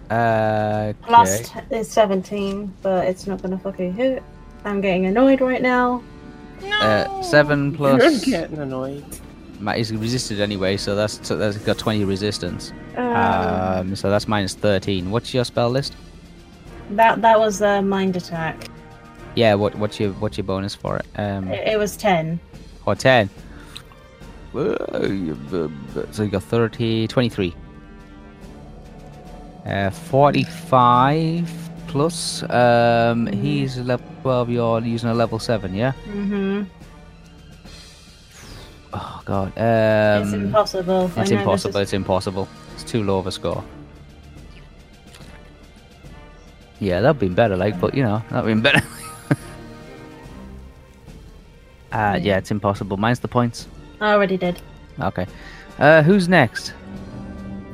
S1: Uh,
S6: plus
S1: okay.
S6: t- is seventeen, but it's not gonna fucking hit. I'm getting annoyed right now.
S1: Uh, seven
S4: You're
S1: plus.
S4: getting annoyed.
S1: Ma- He's resisted anyway, so that's so that's got twenty resistance.
S6: Um,
S5: Uh.
S1: Um, so that's minus thirteen. What's your spell list?
S6: that that was a mind attack.
S1: Yeah, what what's your what's your bonus for it? Um,
S6: It, it was ten.
S1: or ten. So you got 30, 23. Uh, 45 plus. Um,
S6: Mm.
S1: he's level 12, you're using a level 7, yeah?
S6: Mm-hmm.
S1: Oh, God.
S6: it's
S1: Um,
S6: impossible. I
S1: it's
S6: know this
S1: impossible.
S6: is-
S1: It's impossible. It's too low of a score. Yeah, that'd been better, like, but you know, that'd been better. Uh, yeah, it's impossible. Minus the points.
S5: I already did.
S1: Okay. Uh, who's next?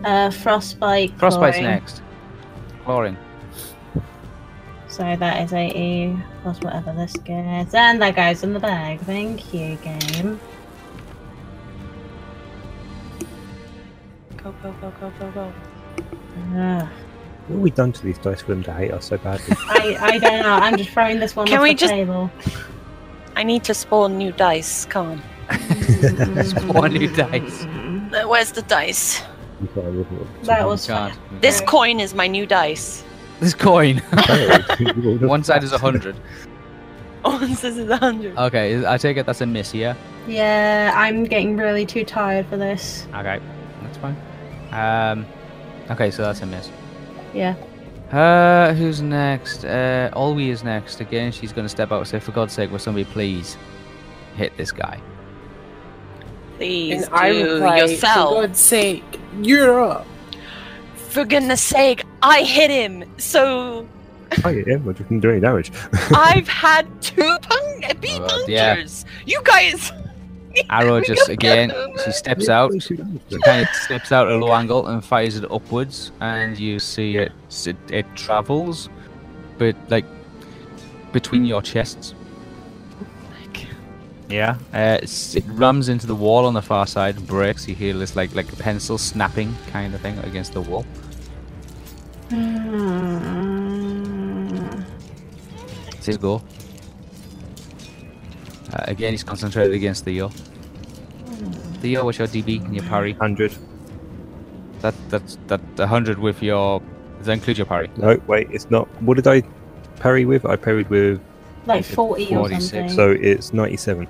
S5: Uh, frostbite.
S1: Frostbite's
S5: clawing.
S1: next. Clawing.
S5: So that is 80 plus whatever this gets. And that goes in the bag. Thank you, game.
S3: Go, go, go, go, go, go.
S5: Ugh.
S2: What have we done to these dice for them to hate us so badly?
S5: I, I don't know. I'm just throwing this one
S3: Can
S5: off
S3: we
S5: the
S3: just-
S5: table.
S3: I need to spawn new dice. Come on.
S1: Spawn new dice.
S3: Uh, Where's the dice?
S2: You can't remember.
S5: That was
S1: Can't.
S3: This coin is my new dice.
S1: this coin.
S2: Oh,
S1: One side is a hundred.
S3: Oh, this is a
S1: Uh,
S3: hundred.
S1: Okay, I take it that's a miss. Yeah.
S5: Yeah, I'm getting really too tired for this.
S1: Okay, that's fine. Um, okay, so that's a miss.
S5: Yeah.
S1: Uh, who's next? Uh, Olwe is next again. She's gonna step out and say, "For God's sake, will somebody please hit this guy?"
S3: Please
S4: and I
S3: do
S4: reply, For
S3: yourself.
S4: God's sake, you're up.
S3: For goodness sake, I hit him. So
S2: I hit him, I just didn't do any damage.
S3: I've had two punk- bee
S1: Oh, God, yeah.
S3: punctures. You guys.
S1: Arrow just again. She steps out. She kind of steps out at a low angle and fires it upwards, and you see it. It, it travels, but like between your chests. Yeah. Uh, it's, it rams into the wall on the far side, and breaks. You hear this like like a pencil snapping kind of thing against the wall.
S6: Hmm.
S1: It's his goal. Uh, again, he's concentrated against Theo. Theo, what's your DB and your parry?
S2: 100.
S1: That that's that 100 with your. Does that include your parry?
S2: No, wait, it's not. What did I parry with? I parried with.
S5: Like 40 or
S1: 46,
S5: something.
S2: So it's 97.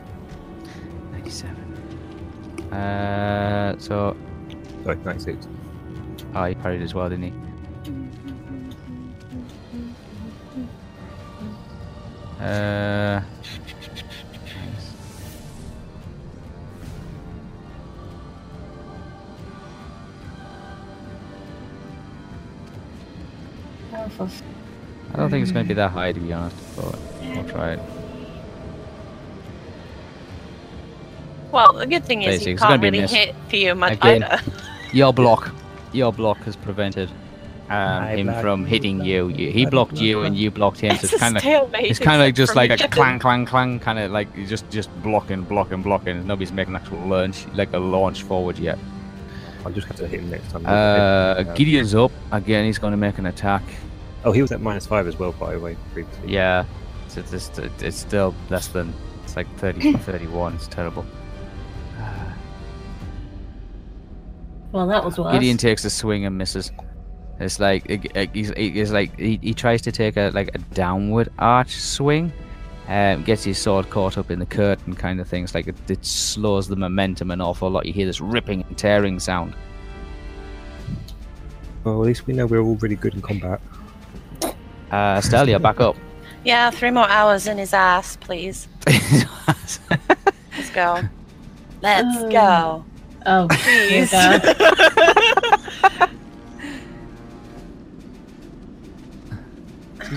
S1: 97. Uh, so
S2: Sorry, 96.
S1: oh, he parried as well, didn't he? Uh,
S5: Oh, for f-
S1: I don't think it's going to be that high, to be honest. But we'll try it.
S3: Well, the good thing is
S1: Basically,
S3: you
S1: it's gonna
S3: can't
S1: be a
S3: really
S1: miss.
S3: hit Theo much
S1: Again.
S3: either.
S1: Your block, your block has prevented um,
S2: I
S1: him
S2: blocked
S1: from
S2: you,
S1: hitting
S2: blocked
S1: you.
S2: you,
S1: you. He
S2: I
S1: blocked you,
S2: blocked
S1: and
S2: you.
S1: you blocked him. So
S3: It's
S1: it's
S3: a
S1: kind of
S3: stalemate,
S1: It's kind of
S3: except
S1: just
S3: for
S1: like a
S3: Kevin.
S1: clang, clang, clang, kind of like you just just blocking, blocking, blocking. Nobody's making an actual launch, like a launch forward yet.
S2: I'll just have to hit him next time.
S1: Uh,
S2: Um,
S1: Gideon's up again. He's going to make an attack.
S2: Oh, he was at minus 5 as well, by the way, previously.
S1: Yeah, it's, it's, it's, it's still less than. It's like 30, 31. It's terrible.
S5: well, that was worse.
S1: Gideon takes a swing and misses. It's like it, it- he's, he's like he, he tries to take a like a downward arch swing, um, gets his sword caught up in the curtain kind of things. Like it, it slows the momentum an awful lot. You hear this ripping and tearing sound.
S2: Well, at least we know we're all really good in combat.
S1: Uh, Stelia, back up.
S3: Yeah, three more hours in his ass, please. Let's go. Let's
S5: Oh.
S3: go.
S5: Oh,
S3: Please.
S5: dear God.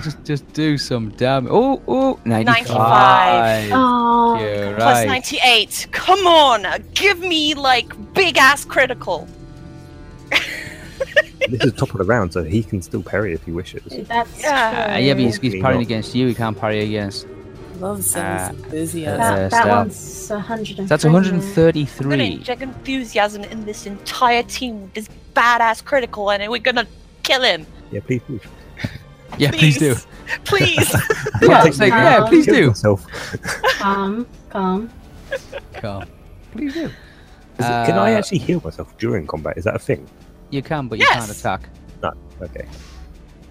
S1: just, just do some damage. Oh, oh,
S3: 95.
S1: 95.
S6: Oh.
S1: You're
S3: Plus
S1: right.
S3: 98. Come on. Give me, like, big ass critical.
S2: this is top of the round, so he can still parry if he wishes.
S5: That's
S3: Yeah.
S1: Uh,
S5: true.
S1: yeah, but he's, he's
S2: Hopefully
S1: parrying
S2: not.
S1: against you. He can't parry against.
S4: Love sounds enthusiasm.
S1: uh,
S5: that, that
S1: Estelle.
S5: one's 100.
S1: That's
S3: We're gonna
S1: 133.
S3: inject enthusiasm in this entire team with this badass critical, and we're gonna kill him.
S2: Yeah, please, please.
S1: Yeah, please do.
S3: Please.
S1: For God's sake, yeah,
S6: Um,
S1: please
S2: Kill
S1: do.
S2: myself.
S6: Calm, calm.
S1: Come. Please do.
S2: Is it- can I
S1: Uh,
S2: actually heal myself during combat? Is that a thing?
S1: You can, but you can't
S3: Yes.
S1: attack.
S2: Okay.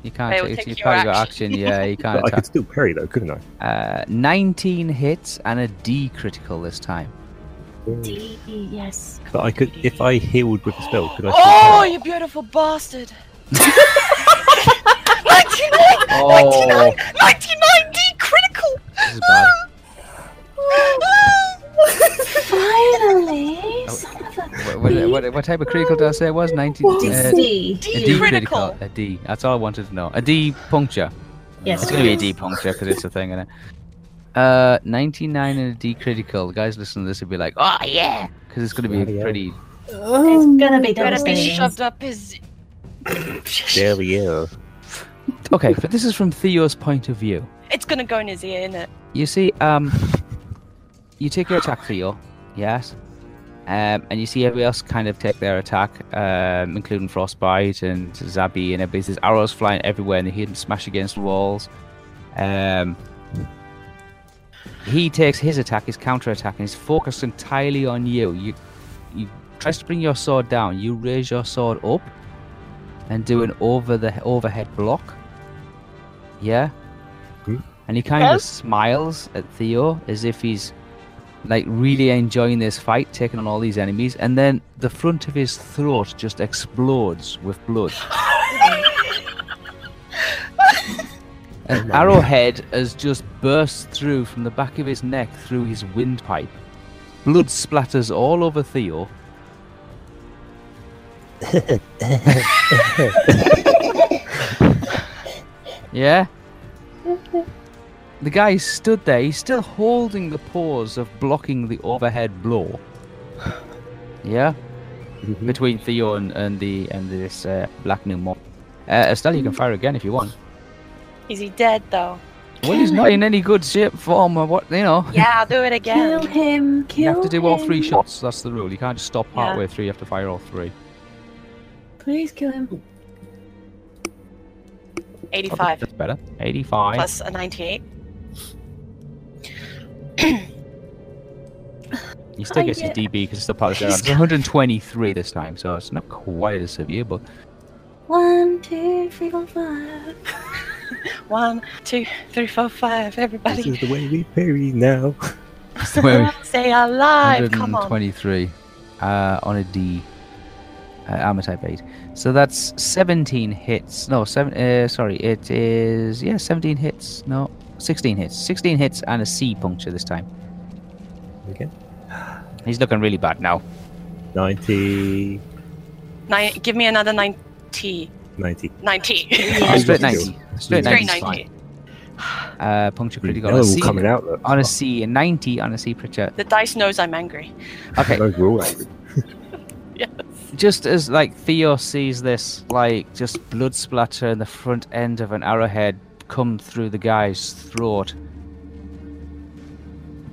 S1: You can't.
S3: They will
S1: it's-
S3: take
S1: you've
S3: your
S1: probably got
S3: action.
S1: action. Yeah, you can't
S2: But I
S1: attack.
S2: could still parry, though, couldn't I?
S1: Uh, 19 hits and a D critical this time.
S6: D, E, yes.
S2: But I could, if I healed with a spell, could I still
S3: Oh,
S2: parry?
S3: you beautiful bastard. 99!
S1: Oh,
S3: 99 D critical!
S1: this is bad.
S6: Finally! Son of a
S1: Oh, What, what, what, what type of critical did I say it was? 19. uh,
S6: D.
S3: D,
S1: A D
S3: critical.
S1: critical. A D. That's all I wanted to know. A D puncture.
S5: Yes.
S1: It's going to be a D puncture because it's a thing, isn't it? Uh, 99 and a D critical. The guys listening to this would be like, oh yeah, because it's going to
S2: Oh,
S1: be
S2: yeah.
S1: pretty.
S5: It's
S4: oh
S5: gonna be
S3: Gonna be
S5: devastating.
S3: shoved up his.
S2: There we are.
S1: Okay, but this is from Theo's point of view.
S3: It's gonna go in his ear, innit?
S1: You see, um, you take your attack, Theo. Yes. Um, and you see everybody else kind of take their attack, um, including Frostbite and Zabi and everybody. There's arrows flying everywhere and they hit and smash against walls. Um, he takes his attack, his counter attack, and is focused entirely on you. You, you tries to bring your sword down. You raise your sword up and do an over the overhead block. Yeah,
S2: Hmm.
S1: and he kind of smiles at Theo as if he's like really enjoying this fight, taking on all these enemies, and then the front of his throat just explodes with blood. An arrowhead has just burst through from the back of his neck through his windpipe. Blood splatters all over Theo. yeah? The guy stood there, he's still holding the pause of blocking the overhead blow. Yeah? Between Theo and, and the and this uh, black new mob. Uh, Estelle, you can fire again if you want.
S3: Is he dead though?
S1: Well, he's not in any good shape, form, or what, you know.
S3: Yeah, I'll do it again.
S6: Kill him. Kill
S1: You have to do all three
S6: him.
S1: shots, that's the rule. You can't just stop
S3: Yeah.
S1: halfway through, you have to fire all three.
S6: Please kill him.
S3: 85
S1: That's better. 85.
S3: plus a 98.
S1: you still
S6: I
S1: gets your
S6: get-
S1: DB because it's the part of the round. It's 123 this time, so it's not quite as severe, but
S6: One, two, three, four, five.
S3: One, two, three, four, five.
S2: This
S3: Everybody,
S2: is the way we parry now.
S1: it's the way we-
S3: stay alive. Come on.
S1: 123 uh, on a D. Uh, armor type 8. So that's 17 hits. No, 7. Uh, sorry, it is. Yeah, 17 hits. No, 16 hits. 16 hits and a C puncture this time.
S2: Okay.
S1: He's looking really bad now.
S2: 90.
S3: Nine, give me another 90.
S2: 90.
S3: 90.
S2: Oh,
S1: Straight
S2: you got
S1: 90. Straight
S2: Straight
S1: 90.
S3: Very
S1: is
S3: 90.
S1: fine. Uh, puncture critical.
S2: Now
S1: on a
S2: they're all
S1: C-
S2: coming out, look.
S1: On a C, a 90 on a C puncture.
S3: The dice knows I'm angry.
S1: Okay,
S2: Those were all angry.
S3: Yes.
S1: just as like Theo sees this, like just blood splatter and the front end of an arrowhead come through the guy's throat,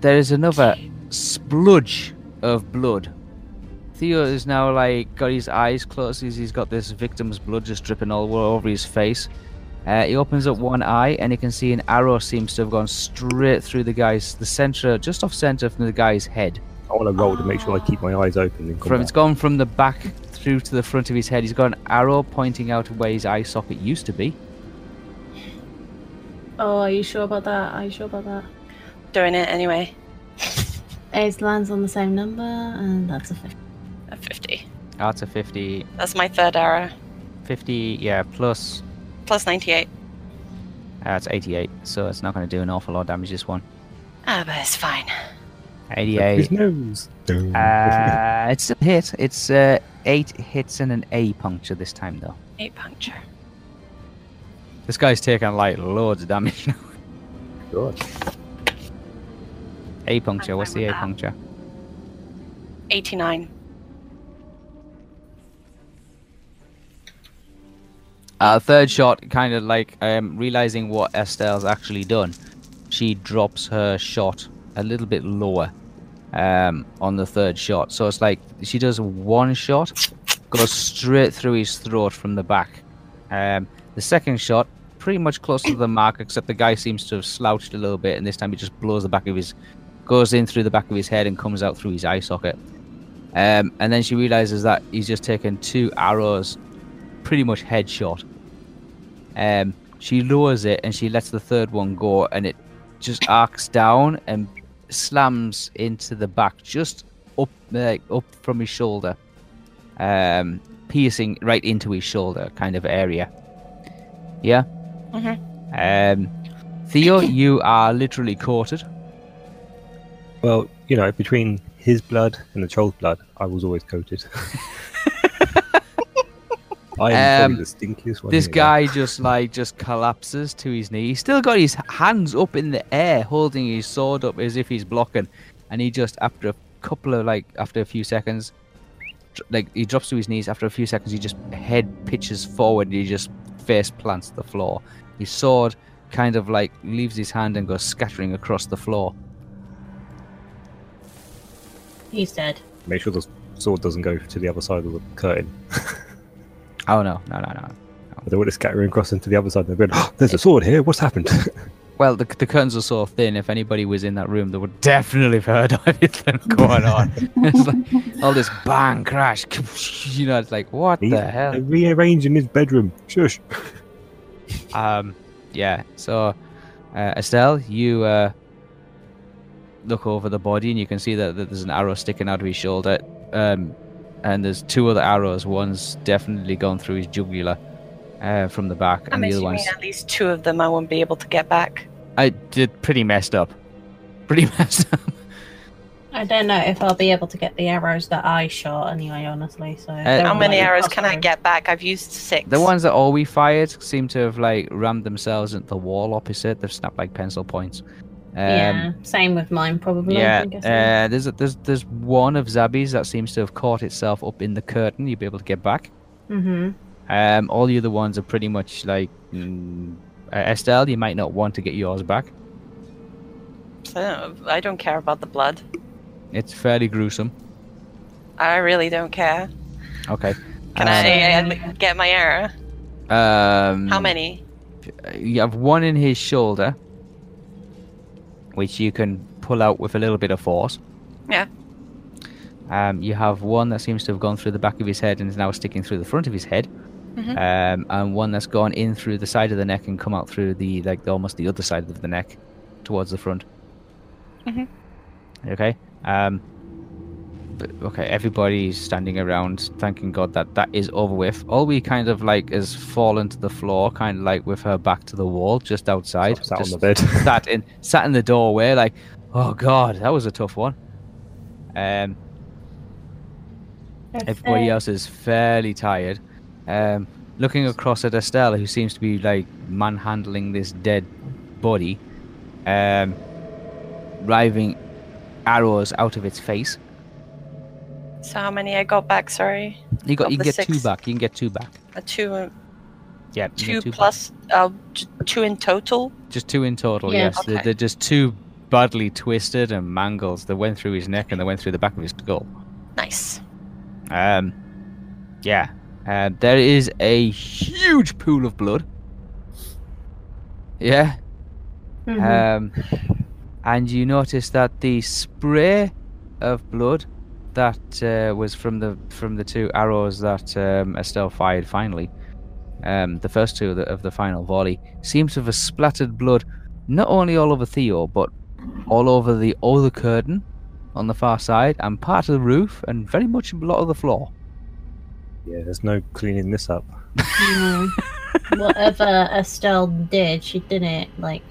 S1: there is another spludge of blood. Theo is now like got his eyes closed. He's, he's got this victim's blood just dripping all over his face. Uh, he opens up one eye and he can see an arrow seems to have gone straight through the guy's the center, just off center from the guy's head
S2: I want to roll to make sure I keep my eyes open. In
S1: from
S2: combat.
S1: it's gone from the back through to the front of his head. He's got an arrow pointing out where his eye socket used to be.
S6: Oh, are you sure about that? Are you sure about that?
S3: Doing it anyway.
S6: It lands on the same number, and that's a fifty.
S3: A 50.
S1: That's a 50,
S3: That's my third arrow.
S1: 50, yeah, plus.
S3: Plus 98.
S1: That's 88, so it's not going to do an awful lot of damage this one.
S3: Ah, but it's fine.
S2: His
S1: 88.
S2: nose.
S1: Uh, it's a hit. It's uh, eight hits and an A puncture this time, though.
S3: Eight puncture.
S1: This guy's taking like loads of damage now.
S2: God.
S1: A puncture, what's
S3: fine
S1: the A
S3: with that.
S1: puncture?
S3: 89.
S1: Uh, third shot, kind of like um, realizing what Estelle's actually done, she drops her shot a little bit lower um, on the third shot. So it's like she does one shot, goes straight through his throat from the back. Um, the second shot, pretty much close to the mark, except the guy seems to have slouched a little bit, and this time he just blows the back of his, goes in through the back of his head and comes out through his eye socket. Um, and then she realizes that he's just taken two arrows, pretty much headshot. Um, she lowers it and she lets the third one go, and it just arcs down and slams into the back, just up, like up from his shoulder, um, piercing right into his shoulder kind of area. Yeah.
S3: Mhm.
S1: Um, Theo, you are literally quartered.
S2: Well, you know, between his blood and the troll's blood, I was always coated. I I am
S1: Um,
S2: probably the stinkiest one.
S1: this
S2: here.
S1: guy just like just collapses to his knee. He's still got his hands up in the air, holding his sword up as if he's blocking, and he just after a couple of like after a few seconds, dr- like he drops to his knees. After a few seconds, he just head pitches forward. And he just face plants the floor. His sword kind of like leaves his hand and goes scattering across the floor.
S5: He's dead.
S2: Make sure the sword doesn't go to the other side of the curtain.
S1: Oh no, no, no, no.
S2: I don't want it scattering across into the other side. And they're going, oh, there's a sword here. What's happened?
S1: Well, the, the curtains are so thin. If anybody was in that room, they would definitely have heard everything going on. it's like all this bang, crash. You know, it's like what
S2: He's
S1: the hell?
S2: rearranging his bedroom. Shush.
S1: Um, yeah. So, uh, Estelle, you uh, look over the body and you can see that, that there's an arrow sticking out of his shoulder. Um, and there's two other arrows. One's definitely gone through his jugular uh, from the back,
S3: I'm
S1: and the other
S3: assuming
S1: one's
S3: at least two of them I won't be able to get back.
S1: I did pretty messed up. Pretty messed up.
S6: I don't know if I'll be able to get the arrows that I shot anyway, honestly. So
S1: Uh,
S6: they're
S3: How
S6: all,
S3: many
S6: like,
S3: arrows can I
S6: crossbows.
S3: get back? I've used six.
S1: The ones that all we fired seem to have like rammed themselves into the wall opposite. They've snapped like pencil points. Um,
S6: yeah, same with mine probably. I
S1: yeah.
S6: think I said.
S1: Uh, there's a, there's there's one of Zabby's that seems to have caught itself up in the curtain. You'll be able to get back.
S6: Mhm.
S1: Um, all the other ones are pretty much like mm, uh, Estelle. You might not want to get yours back.
S3: Uh, I don't care about the blood.
S1: It's fairly gruesome.
S3: I really don't care.
S1: Okay.
S3: Can I uh, get my arrow?
S1: I? Um,
S3: How many?
S1: you have one in his shoulder, which you can pull out with a little bit of force.
S3: Yeah.
S1: Um, you have one that seems to have gone through the back of his head and is now sticking through the front of his head,
S3: Mhm.
S1: um, and one that's gone in through the side of the neck and come out through the like almost the other side of the neck, towards the front.
S3: Mhm.
S1: Okay. Um, but, okay, everybody's standing around, thanking God that that is over with. All we kind of like is fallen to the floor, kind of like with her back to the wall, just outside.
S2: Sat on
S1: just
S2: the bed.
S1: sat in sat in the doorway like oh god that was a tough one um
S5: If
S1: everybody
S5: they-
S6: Uh,
S1: else is fairly tired um looking across at estelle who seems to be like manhandling this dead body um driving arrows out of its face
S3: So how many I got back? Sorry,
S1: you got
S3: Of
S1: you can
S3: the
S1: get two
S3: six.
S1: back you can get two back
S3: a two, uh,
S1: yeah you
S3: two
S1: get back.
S3: plus, uh, t- two in total.
S1: just two in total
S6: Yeah.
S1: yes they're,
S3: Okay.
S1: they're just two badly twisted and mangled they went through his neck and they went through the back of his skull
S3: Nice.
S1: Um, yeah, uh, there is a huge pool of blood. Yeah.
S5: Mm-hmm.
S6: Mhm.
S1: Um, and you notice that the spray of blood that uh, was from the from the two arrows that um, Estelle fired finally, um, the first two of the, of the final volley, seems to have splattered blood not only all over Theo but all over the other curtain on the far side and part of the roof and very much a lot of the floor.
S2: yeah, there's no cleaning this up.
S1: uh,
S6: No. Whatever Estelle did, she did it like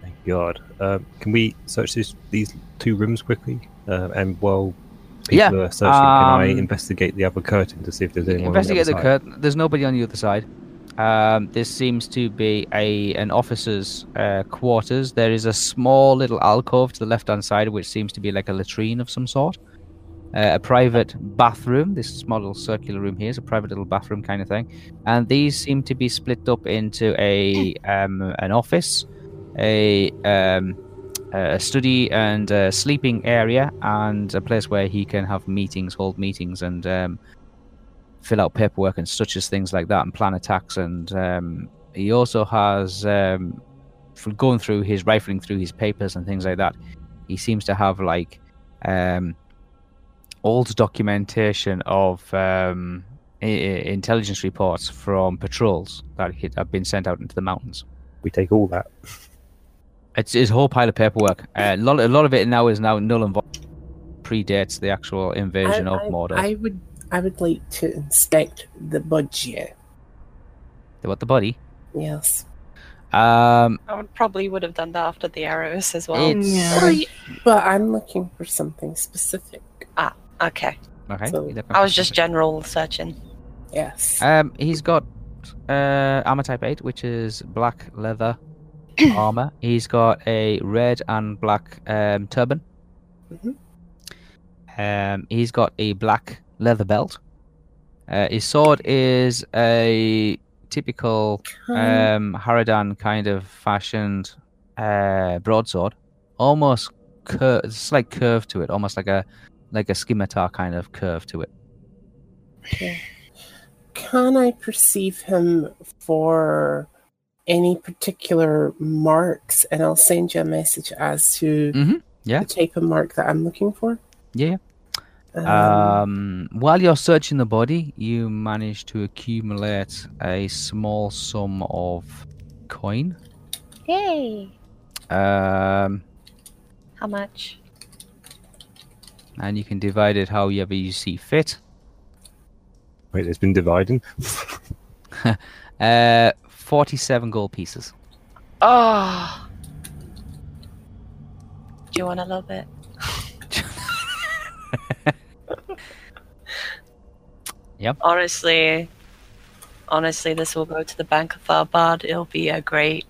S2: Thank God. Um, can we search this, these two rooms quickly? Um, and while people
S1: Yeah,
S2: are searching, can I
S1: um,
S2: investigate the other curtain to see if there's anyone? on the
S1: Investigate
S2: other
S1: the
S2: side?
S1: curtain. There's nobody on the other side. Um, this seems to be a an officer's uh, quarters. There is a small little alcove to the left hand side, which seems to be like a latrine of some sort. Uh, a private bathroom. This small little circular room here is a private little bathroom kind of thing, and these seem to be split up into a um, an office, a um, a study and a sleeping area, and a place where he can have meetings, hold meetings, and um, fill out paperwork and such as things like that and plan attacks and um, he also has um, from going through his rifling through his papers and things like that he seems to have like um, old documentation of um, I- I- intelligence reports from patrols that he- have been sent out into the mountains
S2: We take all that.
S1: it's his whole pile of paperwork uh, a, lot, a lot of it now is now null and void predates the actual invasion of Mordor
S4: I would, I would like to inspect the budget.
S1: what the body
S4: Yes,
S1: um,
S3: I would probably would have done that after the arrows as well.
S1: it's
S6: Yeah.
S3: Oh, you-
S4: but I'm looking for something specific.
S3: okay,
S1: okay
S4: So-
S1: you look
S3: I was
S1: after-
S3: just general searching.
S4: Yes.
S1: Um, he's got uh, armor type 8, which is black leather armor. He's got a red and black um, turban.
S3: Mm-hmm.
S4: Mhm.
S1: Um, he's got a black leather belt. Uh, his sword is a typical um, Haradan kind of fashioned uh, broadsword, almost cur- slight curve to it, almost like a like a scimitar kind of curve to it.
S4: Can I perceive him for any particular marks? And I'll send you a message as to
S1: Mhm, yeah.
S4: the type of mark that I'm looking for.
S1: Yeah,
S4: Um,
S1: Um, while you're searching the body, you manage to accumulate a small sum of coin.
S5: Yay!
S1: Um,
S3: How much?
S1: and you can divide it however you see fit.
S2: Wait, it's been dividing.
S1: Uh, 47 gold pieces.
S3: Oh. Do you want a little bit?
S1: Yep.
S3: Honestly, honestly, this will go to the bank of Tharbad. It'll be a great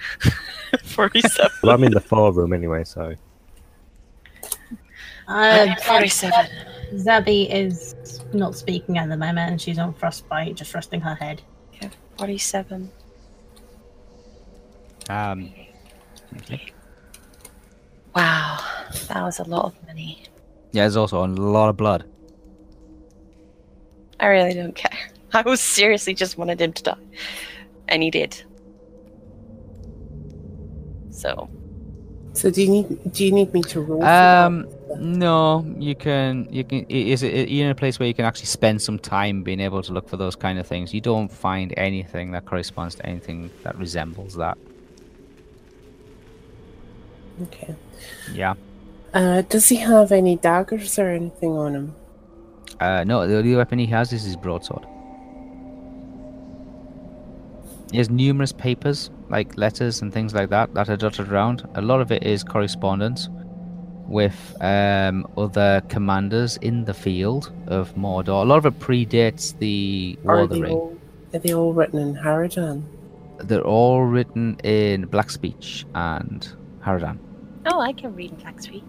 S3: forty-seven.
S2: Well, I'm in the far room anyway, so
S3: I
S6: Uh,
S3: mean, forty-seven.
S6: Zabby is not speaking at the moment, and she's on frostbite, just resting her head.
S3: Forty-seven.
S1: Um,
S3: Wow, that was a lot of money.
S1: yeah, there's also a lot of blood.
S3: I really don't care. I was seriously just wanted him to die. And he did. So,
S4: so do you need do you need me to roll? for that?
S1: Um, no, you can, you can. i- Is it you're in a place where you can actually spend some time being able to look for those kind of things? You don't find anything that corresponds to anything that resembles that.
S4: Okay.
S1: Yeah.
S4: Uh, does he have any daggers or anything on him?
S1: Uh, no, the only weapon he has is his broadsword. He has numerous papers, like letters and things like that, that are dotted around. A lot of it is correspondence with um, other commanders in the field of Mordor. A lot of it predates the War
S4: Are
S1: of the
S4: they
S1: Ring.
S4: all are they all written in Haradan?
S1: They're all written in Black Speech and Haradan.
S3: oh, I can read Black Speech.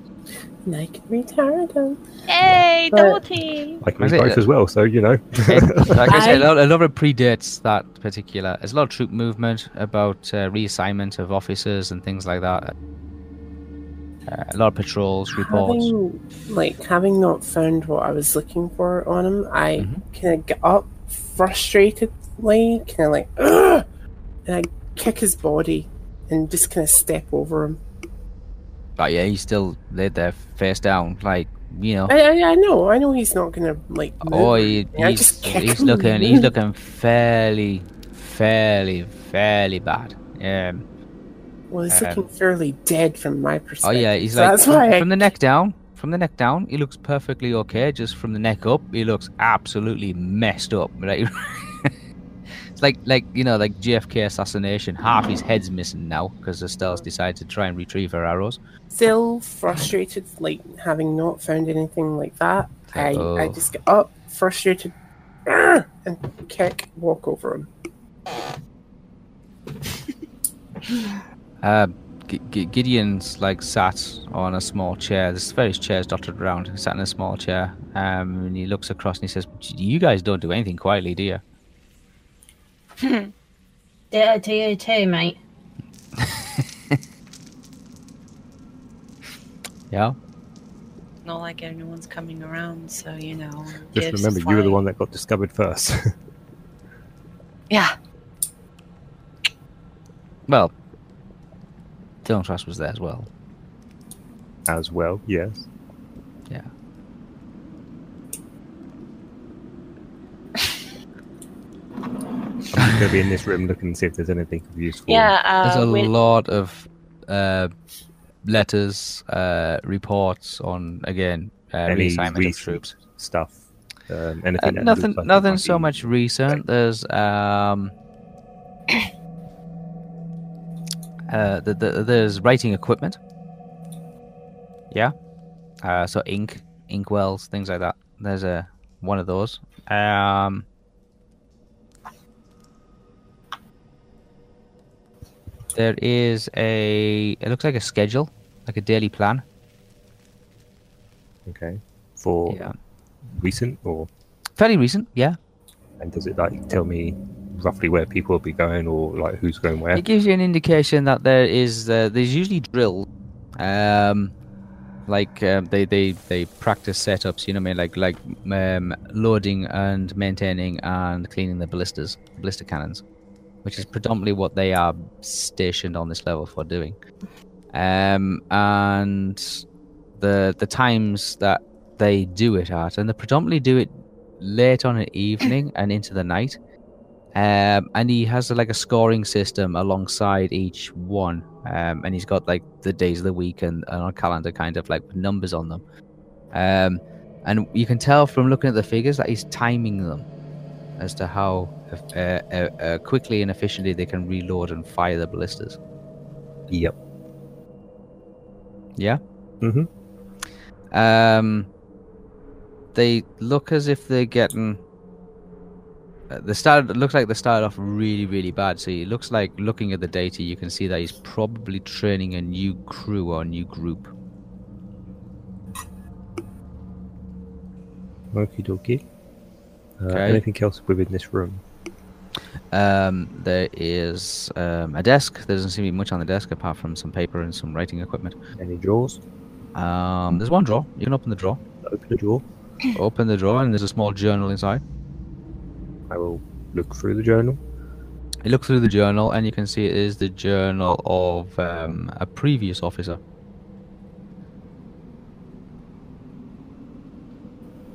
S4: And I can read Haradan.
S5: Hey,
S4: But-
S5: naughty!
S2: I can read
S1: Is it-
S2: both as well. So you know,
S1: It- like I said,
S4: I-
S1: a lot, a lot of it predates that particular. There's a lot of troop movement about uh, reassignment of officers and things like that. Uh, a lot of patrols, reports.
S4: Having like having not found what I was looking for on him, I
S1: Mhm.
S4: kind of get up frustratedly, kind of like, Ugh! and I kick his body and just kind of step over him.
S1: But yeah, he's still laid there face down, like you know.
S4: I, I, I know, I know he's not gonna like. Move
S1: Oh,
S4: or
S1: he,
S4: anything. I
S1: he's,
S4: just kick
S1: he's
S4: him.
S1: looking he's looking fairly, fairly, fairly bad. Um,
S4: Well, he's
S1: um,
S4: looking fairly dead from my
S1: Oh
S4: perspective.
S1: yeah, he's
S4: So
S1: like
S4: that's
S1: from,
S4: why I-
S1: from the neck down. From the neck down, he looks perfectly okay. Just from the neck up, he looks absolutely messed up. Like it's like like you know like JFK assassination. Half his head's missing now because Estelle's decided to try and retrieve her arrows.
S4: Still frustrated, like having not found anything like that. I, I
S1: Oh.
S4: just get up, frustrated, "Ugh!" and kick, walk over him.
S1: Uh, G- G- Gideon's like sat on a small chair. There's various chairs dotted around. He sat in a small chair, um, and he looks across and he says, "You guys don't do anything quietly, do you?"
S6: Yeah, I do you too, mate.
S1: Yeah.
S3: Not like anyone's coming around, so, you know.
S2: just
S3: gives
S2: remember you were the
S3: flying.
S2: one that got discovered first.
S3: Yeah.
S1: Well, Dylan Trask was there as well.
S2: as well, yes. I'm just going to be in this room looking to see if there's anything of useful.
S3: Yeah,
S1: There's
S3: uh,
S1: a
S3: we-
S1: lot of uh, letters, uh, reports on again uh,
S2: Any
S1: reassignment of
S2: recent
S1: troops.
S2: stuff. Um,
S1: Uh,
S2: anything
S1: nothing,
S2: that looks like it
S1: nothing
S2: might
S1: so
S2: be-
S1: much recent. There's um, uh, the, the, there's writing equipment. Yeah, uh, so ink, ink wells, things like that. There's a one of those. Um, There is a. It looks like a schedule, like a daily plan.
S2: Okay. For recent or
S1: Fairly recent, yeah.
S2: and does it like tell me roughly where people will be going or like who's going where?
S1: It gives you an indication that there is uh, there's usually drill, um, like um, they they they practice setups. You know what I mean? Like like um, loading and maintaining and cleaning the ballistas, blister cannons, which is predominantly what they are stationed on this level for doing. Um, and the the times that they do it at, and they predominantly do it late on in the evening and into the night um, and he has like a scoring system alongside each one, um, and he's got like the days of the week and, and on calendar kind of like with numbers on them, um, and you can tell from looking at the figures that he's timing them as to how uh, uh, uh, quickly and efficiently they can reload and fire the ballistas.
S2: Yep.
S1: Yeah.
S2: Mm-hmm.
S1: Um, they look as if they're getting. uh, They started. It looks like they started off really, really bad. So it looks like looking at the data, you can see that he's probably training a new crew or a new group.
S2: Okie dokie. Uh,
S1: Okay.
S2: Anything else within this room?
S1: Um, there is um, a desk. There doesn't seem to be much on the desk apart from some paper and some writing equipment.
S2: Any drawers?
S1: Um, there's one drawer. You can open the drawer.
S2: Open the drawer.
S1: Open the drawer, and there's a small journal inside.
S2: I will look through the journal.
S1: You look through the journal, and you can see it is the journal of um, a previous officer.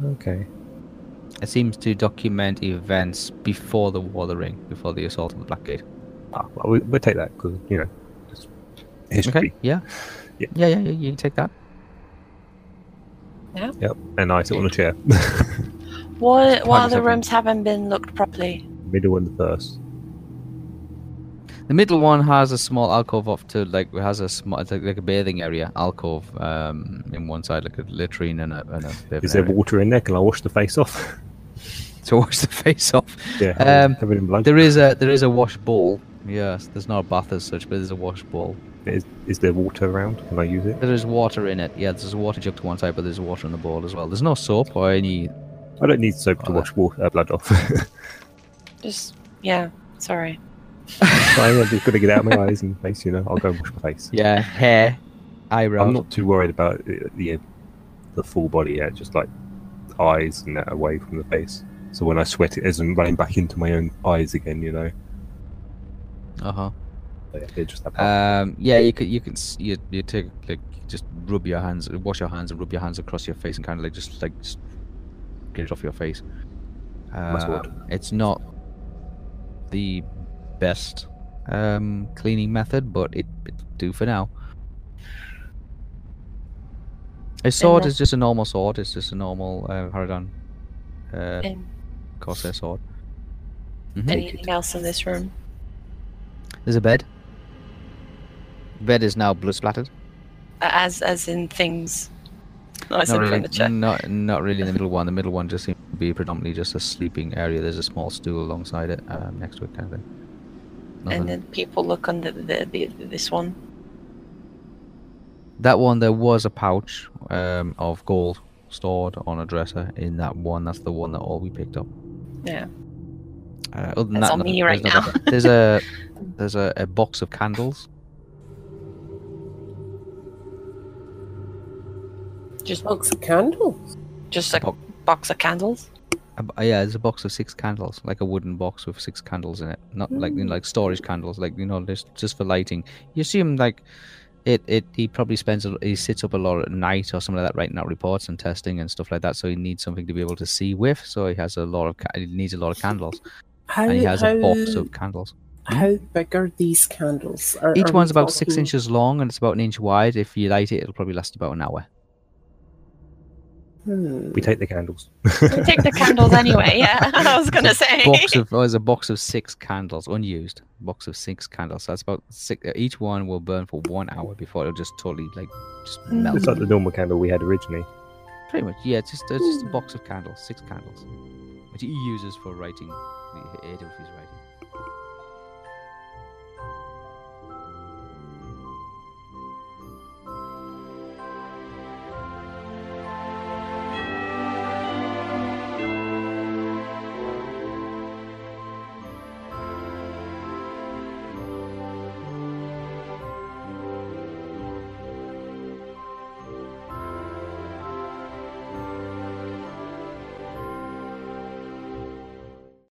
S2: Okay.
S1: It seems to document events before the War of the Ring, before the assault on the Black Gate.
S2: Ah, well, we, we'll take that because you know, just history.
S1: Okay, yeah.
S2: Yeah.
S1: yeah, yeah, yeah, you can take that.
S2: Yep. And I sit on a chair,
S1: Time
S3: What what
S1: is
S3: other
S1: up then.
S3: rooms haven't been looked properly?
S2: middle and the first.
S1: The middle one has a small alcove off to like it has a small it's like, like a bathing area alcove um in one side like a latrine and a, and a bathing
S2: Is there
S1: area.
S2: water in there? Can I wash the face off?
S1: to wash the face off.
S2: yeah.
S1: Um,
S2: have it in blank.
S1: There is a there is a wash bowl. Yes, there's not a bath as such, but there's a wash bowl.
S2: Is, is there water around? Can I use it?
S1: There is water in it. Yeah, there's a water jug to one side, but there's water in the bowl as well. There's no soap or any.
S2: I don't need soap to
S1: Oh,
S2: wash water, uh, blood off.
S3: Just yeah, sorry.
S2: I'm uh, just gonna get out of my eyes and face. You know, I'll go and wash my face.
S1: Yeah, hair, eyebrows.
S2: I'm not too worried about uh, the the full body yet, just like eyes and that away from the face. So when I sweat, it isn't running back into my own eyes again, you know.
S1: Uh huh.
S2: So, yeah, they're just that part.
S1: Um, yeah, you could you can s- you you take like just rub your hands, wash your hands, and rub your hands across your face, and kind of like just like just get it off your face.
S2: sword.
S1: Um, it's not the best um, cleaning method, but it it do for now. A sword
S3: the-
S1: is just a normal sword. It's just a normal uh, Haradan uh,
S3: And
S1: Corsair sword. Mm-hmm.
S3: anything else in this room?
S1: There's a bed. Bed is now blood splattered.
S3: A- As as in things. Not Mm, as
S1: not
S3: in
S1: really,
S3: furniture.
S1: Not, not really the middle one. The middle one just seems to be predominantly just a sleeping area. There's a small stool alongside it, um, next to it, kind of thing. Nothing.
S3: And then people look under the, the, the this one.
S1: that one, there was a pouch um, of gold stored on a dresser in that one. That's the one that all we picked up.
S3: Yeah.
S1: Uh, other than
S3: That's
S1: that,
S3: on
S1: nothing-
S3: me right
S1: there's nothing. There's a there's a, a box of candles.
S3: Just oh,
S4: Box of candles.
S3: just a
S1: bo-
S3: box of candles.
S1: A b- yeah, there's a box of six candles, like a wooden box with six candles in it. Not like you know, like storage candles, like you know, just just for lighting. You assume like it it he probably spends a, he sits up a lot at night or something like that, writing out reports and testing and stuff like that. So he needs something to be able to see with. So he has a lot of ca- he needs a lot of candles,
S4: How,
S1: and he has
S4: how,
S1: a box of candles.
S4: how big are these candles? Are,
S1: Each
S4: are we
S1: one's about six
S4: talking-
S1: inches long and it's about an inch wide. If you light it, it'll probably last about an hour.
S4: Hmm.
S2: we take the candles.
S3: We take the candles anyway. Yeah, I was gonna say.
S1: box of oh, there's a box of six candles, unused. Box of six candles. So that's about six. uh, Each one will burn for one hour before it'll just totally like just melt.
S2: It's like the normal candle we had originally.
S1: Pretty much, yeah. It's just it's just a box of candles, six candles, which he uses for writing. Aid of his writing.